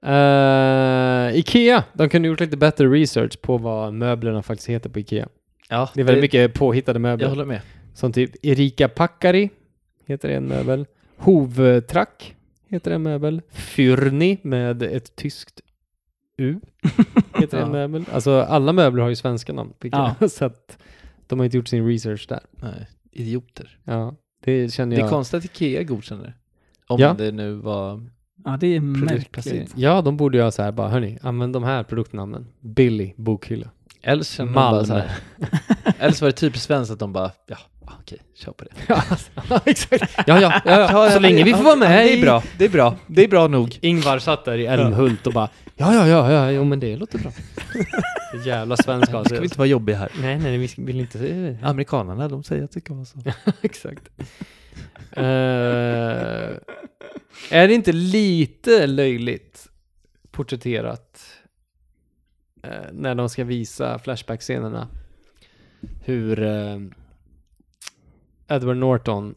Speaker 1: Eh, Ikea, de kunde gjort lite bättre research på vad möblerna faktiskt heter på Ikea.
Speaker 9: Ja,
Speaker 1: det är väldigt
Speaker 9: det-
Speaker 1: mycket påhittade möbler.
Speaker 9: Jag håller med.
Speaker 1: Som typ Erika Packari heter en möbel. Hovtrack heter en möbel. Fyrni med ett tyskt U heter
Speaker 9: Ja.
Speaker 1: en möbel. Alltså alla möbler har ju svenska namn. vilket- Så att de har inte gjort sin research där.
Speaker 9: Nej, idioter.
Speaker 1: Ja, det känner
Speaker 9: Det
Speaker 1: jag.
Speaker 9: är konstigt att Ikea godkänner det. Om
Speaker 1: Ja.
Speaker 9: det nu var...
Speaker 8: Ja, det är
Speaker 9: Produktplacering.
Speaker 8: märkligt.
Speaker 1: Ja, de borde ju ha så här bara, hörni, använd de här produktnamnen. Billy, bokhylla.
Speaker 9: Eller så känner de bara så
Speaker 1: Malmö.
Speaker 9: här. Eller så var det typiskt svenskt att de bara, ja, ah, okej, kör på det.
Speaker 1: Ja, alltså, exakt. Ja, ja, ja, ja. så länge vi får vara med.
Speaker 9: det är bra, det är bra, det är bra nog.
Speaker 1: Ingvar satt där i Älmhult och bara, ja, ja, ja, ja, jo men det låter bra. Jävla svensk alltså.
Speaker 9: Nu ska vi inte vara jobbiga här.
Speaker 1: Nej, nej, vi vill inte se
Speaker 9: Amerikanerna, de säger att det ska vara så.
Speaker 1: Exakt. Eh, är det inte lite löjligt porträtterat eh, när de ska visa Flashback-scenerna hur eh, Edward Norton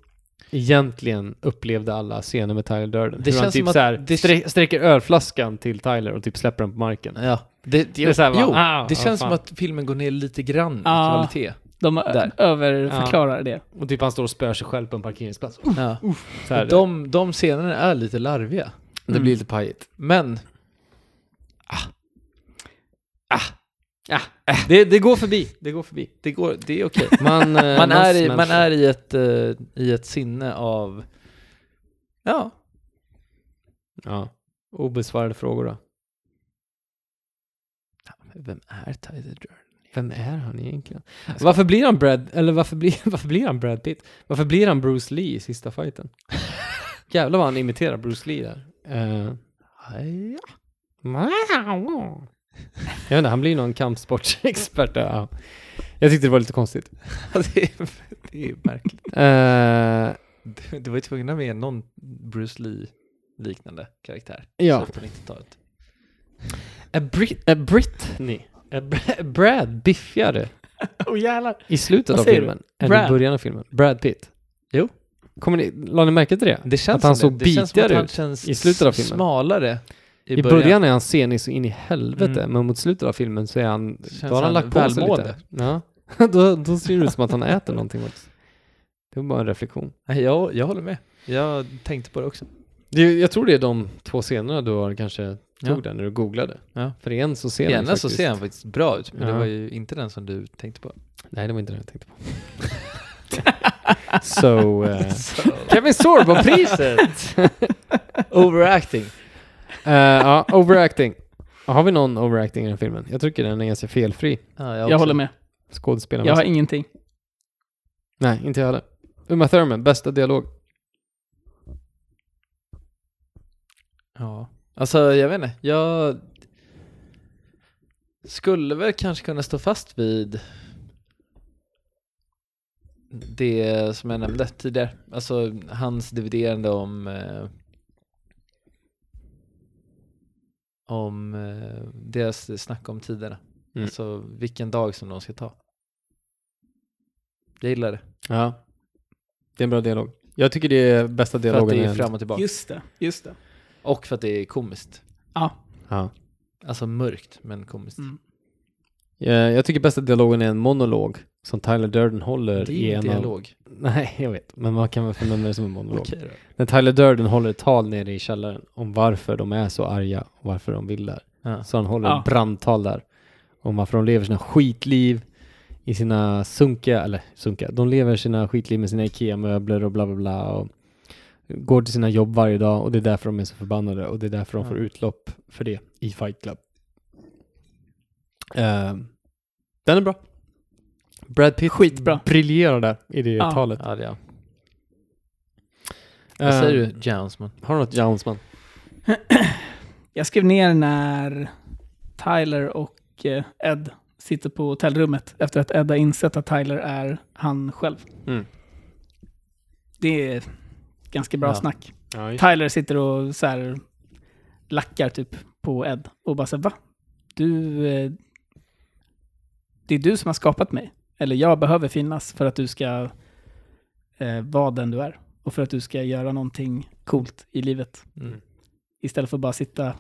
Speaker 1: egentligen upplevde alla scener med Tyler Durden?
Speaker 9: Det
Speaker 1: hur han
Speaker 9: känns som
Speaker 1: typ
Speaker 9: att
Speaker 1: så här
Speaker 9: det-
Speaker 1: stre- sträcker ölflaskan till Tyler och typ släpper den på marken.
Speaker 9: Ja. Det, det,
Speaker 1: är så här bara,
Speaker 9: jo,
Speaker 1: ah,
Speaker 9: det
Speaker 1: vad
Speaker 9: känns
Speaker 1: fan.
Speaker 9: som att filmen går ner lite grann i
Speaker 8: Ja.
Speaker 9: kvalitet.
Speaker 8: De
Speaker 9: Där.
Speaker 8: överförklarar det.
Speaker 1: Och typ han står och spör sig själv på en parkeringsplats.
Speaker 9: Ja.
Speaker 1: Så här,
Speaker 9: Och de, de scenerna är lite larviga.
Speaker 1: det blir lite pajigt. Ah.
Speaker 9: Men, Ah.
Speaker 1: Ja, det, det går förbi. Det går förbi.
Speaker 9: det, går, det är okej.
Speaker 1: Man, eh,
Speaker 9: Man är, i, man
Speaker 1: människa.
Speaker 9: är i, ett, eh, i ett sinne av... Ja,
Speaker 1: Ja. Obesvarade frågor då.
Speaker 9: vem är Tyler Durden?
Speaker 1: Vem är han egentligen? Varför blir han Brad, eller varför blir, varför blir han Brad Pitt? Varför blir han Bruce Lee i sista fighten? Jävlar vad han imiterar Bruce Lee där. Eh,
Speaker 9: Ja.
Speaker 1: jag vet inte, han blir någon kampsportsexpert där. Ja. Jag tyckte det var lite konstigt.
Speaker 9: det, är, det är märkligt.
Speaker 1: Eh,
Speaker 9: Du, du var ju tvungen att ha med någon Bruce Lee-liknande karaktär.
Speaker 1: Ja.
Speaker 9: Så På 90-talet.
Speaker 1: är, Brit, är Britney, är Bra- Brad biffigare
Speaker 8: Oh, jävlar.
Speaker 1: i slutet
Speaker 8: Vad
Speaker 1: av
Speaker 8: säger du?
Speaker 1: filmen än i
Speaker 8: Brad?
Speaker 1: början av filmen? Brad Pitt.
Speaker 9: Jo.
Speaker 1: Kommer ni, la ni märke till det?
Speaker 9: Det känns
Speaker 1: att han
Speaker 9: som
Speaker 1: såg
Speaker 9: det. Det känns som att
Speaker 1: bitigare
Speaker 9: han
Speaker 1: ut
Speaker 9: känns
Speaker 1: i slutet av filmen.
Speaker 9: smalare
Speaker 1: I början, är han senig så in i helvete,
Speaker 9: Mm.
Speaker 1: men mot slutet av filmen så är han... Då har han
Speaker 9: han
Speaker 1: lagt på sig lite.
Speaker 9: välmående.
Speaker 1: Ja. då, då ser det ut som att han äter någonting faktiskt. Det var bara en reflektion.
Speaker 9: Nej, Jag, jag håller med. Jag tänkte på det också.
Speaker 1: Det, jag tror det är de två scenerna du har kanske tog
Speaker 9: Ja.
Speaker 1: där när du googlade.
Speaker 9: Ja.
Speaker 1: För i en så ser
Speaker 9: I
Speaker 1: han
Speaker 9: ena
Speaker 1: faktiskt...
Speaker 9: så ser han faktiskt bra ut, men
Speaker 1: Ja.
Speaker 9: det var ju inte den som du tänkte på.
Speaker 1: Nej, det var inte det jag tänkte på. So... eh,
Speaker 9: Kevin Sorbo-priset! Overacting.
Speaker 1: Eh, ja, overacting. Har vi någon overacting i den här filmen? Jag tycker den är ganska felfri.
Speaker 9: Ja,
Speaker 8: Jag också. håller med.
Speaker 1: Skådespelarna.
Speaker 8: Jag har ingenting.
Speaker 1: Nej, inte jag heller. Uma Thurman, bästa dialog.
Speaker 9: Ja. Alltså, jag vet inte. Jag skulle väl kanske kunna stå fast vid det som jag nämnde tidigare. Alltså hans dividerande om eh, om eh, deras snack om tiderna.
Speaker 1: Mm.
Speaker 9: Alltså vilken dag som de ska ta. Jag gillar det.
Speaker 1: Ja. Det är en bra dialog. Jag tycker det är bästa
Speaker 9: För att
Speaker 1: dialogen.
Speaker 9: det
Speaker 1: i
Speaker 9: är
Speaker 1: en-
Speaker 9: fram och tillbaka.
Speaker 8: Just det, just det.
Speaker 9: Och för att det är komiskt.
Speaker 8: Ja. Mm.
Speaker 1: Ja.
Speaker 9: Alltså mörkt men komiskt.
Speaker 1: Mm. Eh, Jag tycker bästa dialogen är en monolog som Tyler Durden håller
Speaker 9: Det är ju
Speaker 1: i en
Speaker 9: en
Speaker 1: Av...
Speaker 9: dialog.
Speaker 1: Nej, jag vet. Men man kan väl förnämna det som en monolog.
Speaker 9: Okej då.
Speaker 1: När Tyler Durden håller ett tal nere i källaren om varför de är så arga och varför de vill där.
Speaker 9: Ja.
Speaker 1: Så han håller
Speaker 8: Ja.
Speaker 1: ett brandtal där. Om varför de lever sina skitliv i sina sunkiga, eller sunkiga, de lever sina skitliv med sina IKEA-möbler och bla bla bla. Och går till sina jobb varje dag och det är därför de är så förbannade och det är därför de
Speaker 9: Ja.
Speaker 1: får utlopp för det i Fight Club. Ehm, den är bra. Brad Pitt
Speaker 8: Skitbra.
Speaker 1: briljerar där i det
Speaker 8: Ja.
Speaker 1: talet.
Speaker 9: Ja, det är. Vad säger
Speaker 1: Ehm,
Speaker 9: du, Jonesman?
Speaker 1: Har du något Jonesman?
Speaker 8: Jag skrev ner när Tyler och eh, Ed sitter på hotellrummet efter att Ed har insett att Tyler är han själv.
Speaker 1: Mm.
Speaker 8: Det är ganska bra
Speaker 9: Ja.
Speaker 8: snack.
Speaker 1: Ja, just-
Speaker 8: Tyler sitter och så här lackar typ på Ed och bara så här, va? Du... eh, Det är du som har skapat mig. Eller jag behöver finnas för att du ska eh, vara den du är. Och för att du ska göra någonting coolt i livet.
Speaker 9: Mm.
Speaker 8: Istället för att bara sitta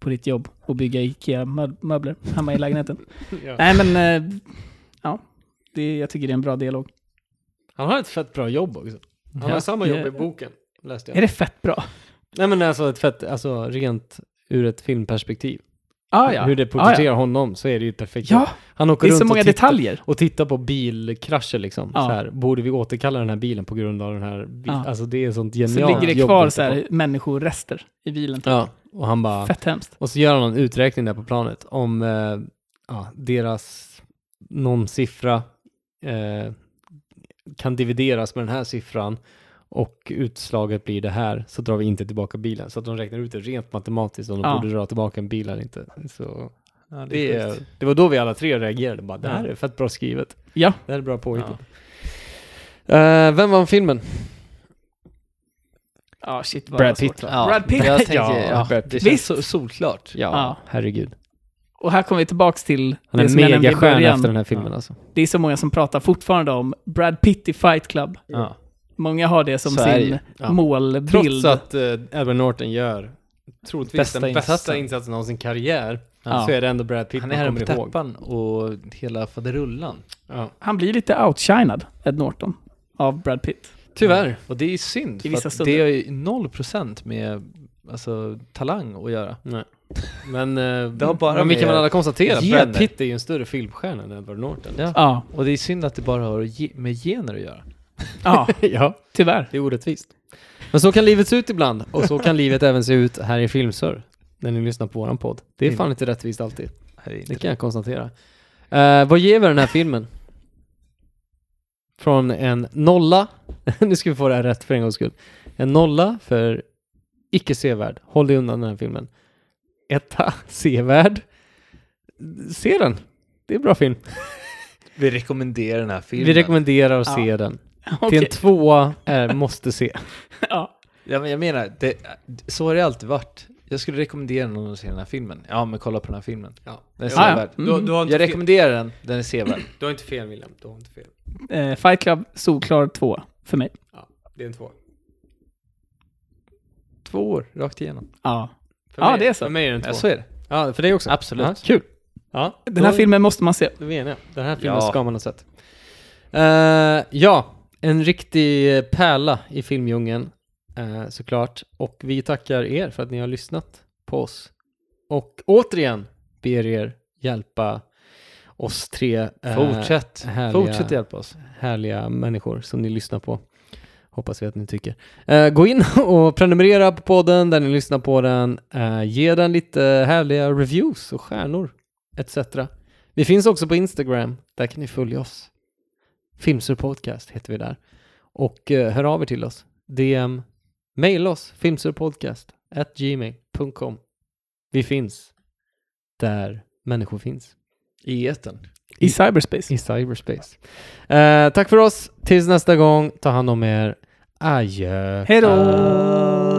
Speaker 8: på ditt jobb och bygga IKEA-möbler hemma i lägenheten.
Speaker 1: Ja.
Speaker 8: Nej men, eh, ja. Det, jag tycker det är en bra dialog.
Speaker 1: Han har ett fett bra jobb också. Han
Speaker 8: Ja.
Speaker 1: har samma jobb
Speaker 8: Ja.
Speaker 1: i boken, läste jag.
Speaker 8: Eh, Är det fett bra?
Speaker 1: Nej men alltså ett fett, alltså rent ur ett filmperspektiv.
Speaker 8: Ah, ja.
Speaker 1: Hur det
Speaker 8: Ah,
Speaker 1: porträtterar
Speaker 8: ja.
Speaker 1: honom så är det ju perfekt.
Speaker 8: Ja,
Speaker 1: Han åker
Speaker 8: det är
Speaker 1: runt
Speaker 8: så
Speaker 1: och
Speaker 8: många
Speaker 1: tittar-
Speaker 8: detaljer.
Speaker 1: Och tittar på bilkrascher liksom.
Speaker 8: Ja.
Speaker 1: Så här, borde vi återkalla den här bilen på grund av den här bilen?
Speaker 8: Ja.
Speaker 1: Alltså det är sånt
Speaker 8: Så
Speaker 1: genialt
Speaker 8: ligger det
Speaker 1: jobb
Speaker 8: kvar
Speaker 1: att
Speaker 8: så
Speaker 1: titta
Speaker 8: här människorester i bilen.
Speaker 1: på. Ja, och han bara...
Speaker 8: Fett hemskt.
Speaker 1: Och så gör han någon uträkning där på planet om eh, ja, deras någon siffra eh, kan divideras med den här siffran och utslaget blir det här så drar vi inte tillbaka bilen. Så att de räknar ut det rent matematiskt om de
Speaker 8: Ja.
Speaker 1: borde dra tillbaka en bil eller inte. Så
Speaker 9: Ja, det
Speaker 1: det,
Speaker 9: är
Speaker 1: är,
Speaker 9: sjukt.
Speaker 1: det var då vi alla tre reagerade bara det här
Speaker 9: Ja.
Speaker 1: är fett bra skrivet.
Speaker 8: Ja.
Speaker 1: Det här är bra påhittat.
Speaker 9: Ja.
Speaker 1: Eh, vem vann filmen?
Speaker 8: Ja, shit vad
Speaker 1: Brad
Speaker 8: svårt.
Speaker 1: Pitt, va?
Speaker 9: Ja,
Speaker 8: Brad Pitt!
Speaker 9: Jag tänker,
Speaker 1: Ja,
Speaker 9: ja,
Speaker 1: Brad
Speaker 9: det
Speaker 1: Pitt.
Speaker 9: känns
Speaker 8: Visst.
Speaker 9: så, solklart.
Speaker 8: Ja.
Speaker 1: herregud.
Speaker 8: Och här kommer vi tillbaks till
Speaker 1: Han är
Speaker 8: som jag nämnde i
Speaker 1: megastjärna
Speaker 8: början.
Speaker 1: efter den här filmen alltså.
Speaker 8: Det är så många som pratar fortfarande om Brad Pitt i Fight Club.
Speaker 9: Ja.
Speaker 8: Många har det som
Speaker 9: Så är det ju.
Speaker 8: sin
Speaker 1: Ja.
Speaker 8: målbild.
Speaker 1: Trots att eh, Edward Norton gör troligtvis
Speaker 9: Bästa
Speaker 1: den bästa
Speaker 9: insatsen.
Speaker 1: insatsen av sin karriär
Speaker 8: Ja.
Speaker 1: så är det ändå Brad Pitt
Speaker 9: Han är
Speaker 1: man
Speaker 9: här på
Speaker 1: kommer ihåg.
Speaker 9: täppan och hela faderullan.
Speaker 1: Ja.
Speaker 8: Han blir lite outshinad, Ed Norton, av Brad Pitt.
Speaker 1: Tyvärr.
Speaker 9: Mm. Och det är ju synd,
Speaker 8: I vissa
Speaker 9: för att
Speaker 8: stunder.
Speaker 9: det är ju 0% med alltså, talang att göra.
Speaker 1: Nej. Men, eh,
Speaker 9: har bara
Speaker 1: men vi
Speaker 9: med
Speaker 1: kan väl alla konstatera att
Speaker 9: gener.
Speaker 1: Brad Pitt är ju en större filmstjärna än Edward Norton.
Speaker 9: Ja.
Speaker 8: Ja,
Speaker 9: Och det är synd att det bara har att ge- med gener att göra.
Speaker 8: ja
Speaker 1: ja,
Speaker 8: tyvärr.
Speaker 1: det är orättvist. Men så kan livet se ut ibland och så kan livet även se ut här i Filmsör när ni lyssnar på våran podd. Det är
Speaker 9: Mm.
Speaker 1: fan inte rättvist alltid. Det kan jag konstatera. Eh, vad ger vi den här filmen? Från en nolla, nu ska vi få det här rätt för en gångs skull. En nolla för icke sevärd. Håll dig undan den här filmen. Etta, sevärd. Se den. Det är en bra film.
Speaker 9: Vi rekommenderar den här filmen.
Speaker 1: Vi rekommenderar att se den. Till
Speaker 8: Okej.
Speaker 1: en tvåa är måste se.
Speaker 8: Ja.
Speaker 9: ja, men jag menar, det, så har det alltid varit. Jag skulle rekommendera någon att se den här filmen. Ja, men kolla på den här filmen.
Speaker 1: Ja.
Speaker 9: Den är
Speaker 8: Ja, ja.
Speaker 9: sevärd.
Speaker 8: Mm. Du-
Speaker 9: Jag rekommenderar den, den är sevärd.
Speaker 1: du har inte fel William, du har inte fel.
Speaker 8: Eh, Fight Club, solklar två för mig.
Speaker 1: Det är en tvåa.
Speaker 9: Två år, rakt igenom.
Speaker 8: Ja.
Speaker 1: För
Speaker 8: Ja,
Speaker 1: mig-
Speaker 8: det är så.
Speaker 1: För mig är det en tvåa.
Speaker 9: Ja, så är det.
Speaker 1: Ja, för dig också.
Speaker 9: Absolut.
Speaker 1: Ja, kul. Ja,
Speaker 8: Den här
Speaker 1: då-
Speaker 8: filmen måste man se.
Speaker 1: Då är vi eniga. Den här filmen
Speaker 9: Ja.
Speaker 1: ska man ha sett. Eh, ja, en riktig eh, pärla i filmdjungeln eh, såklart. Och vi tackar er för att ni har lyssnat på oss. Och återigen ber er hjälpa oss tre eh,
Speaker 9: Fortsätt. Fortsätt hjälpa oss.
Speaker 1: Härliga människor som ni lyssnar på. Hoppas vi att ni tycker. Eh, gå in och prenumerera på podden där ni lyssnar på den. Eh, ge den lite härliga reviews och stjärnor etc. Vi finns också på Instagram. Där kan ni följa oss. Filmsur Podcast heter vi där. Och eh, hör av er till oss. DM, mail oss, filmsurpodcast, at gmail.com. Vi finns där människor finns.
Speaker 9: I etern.
Speaker 8: I cyberspace.
Speaker 1: I cyberspace. Eh, tack för oss. Tills nästa gång. Ta hand om er. Adjö.
Speaker 8: Hej då!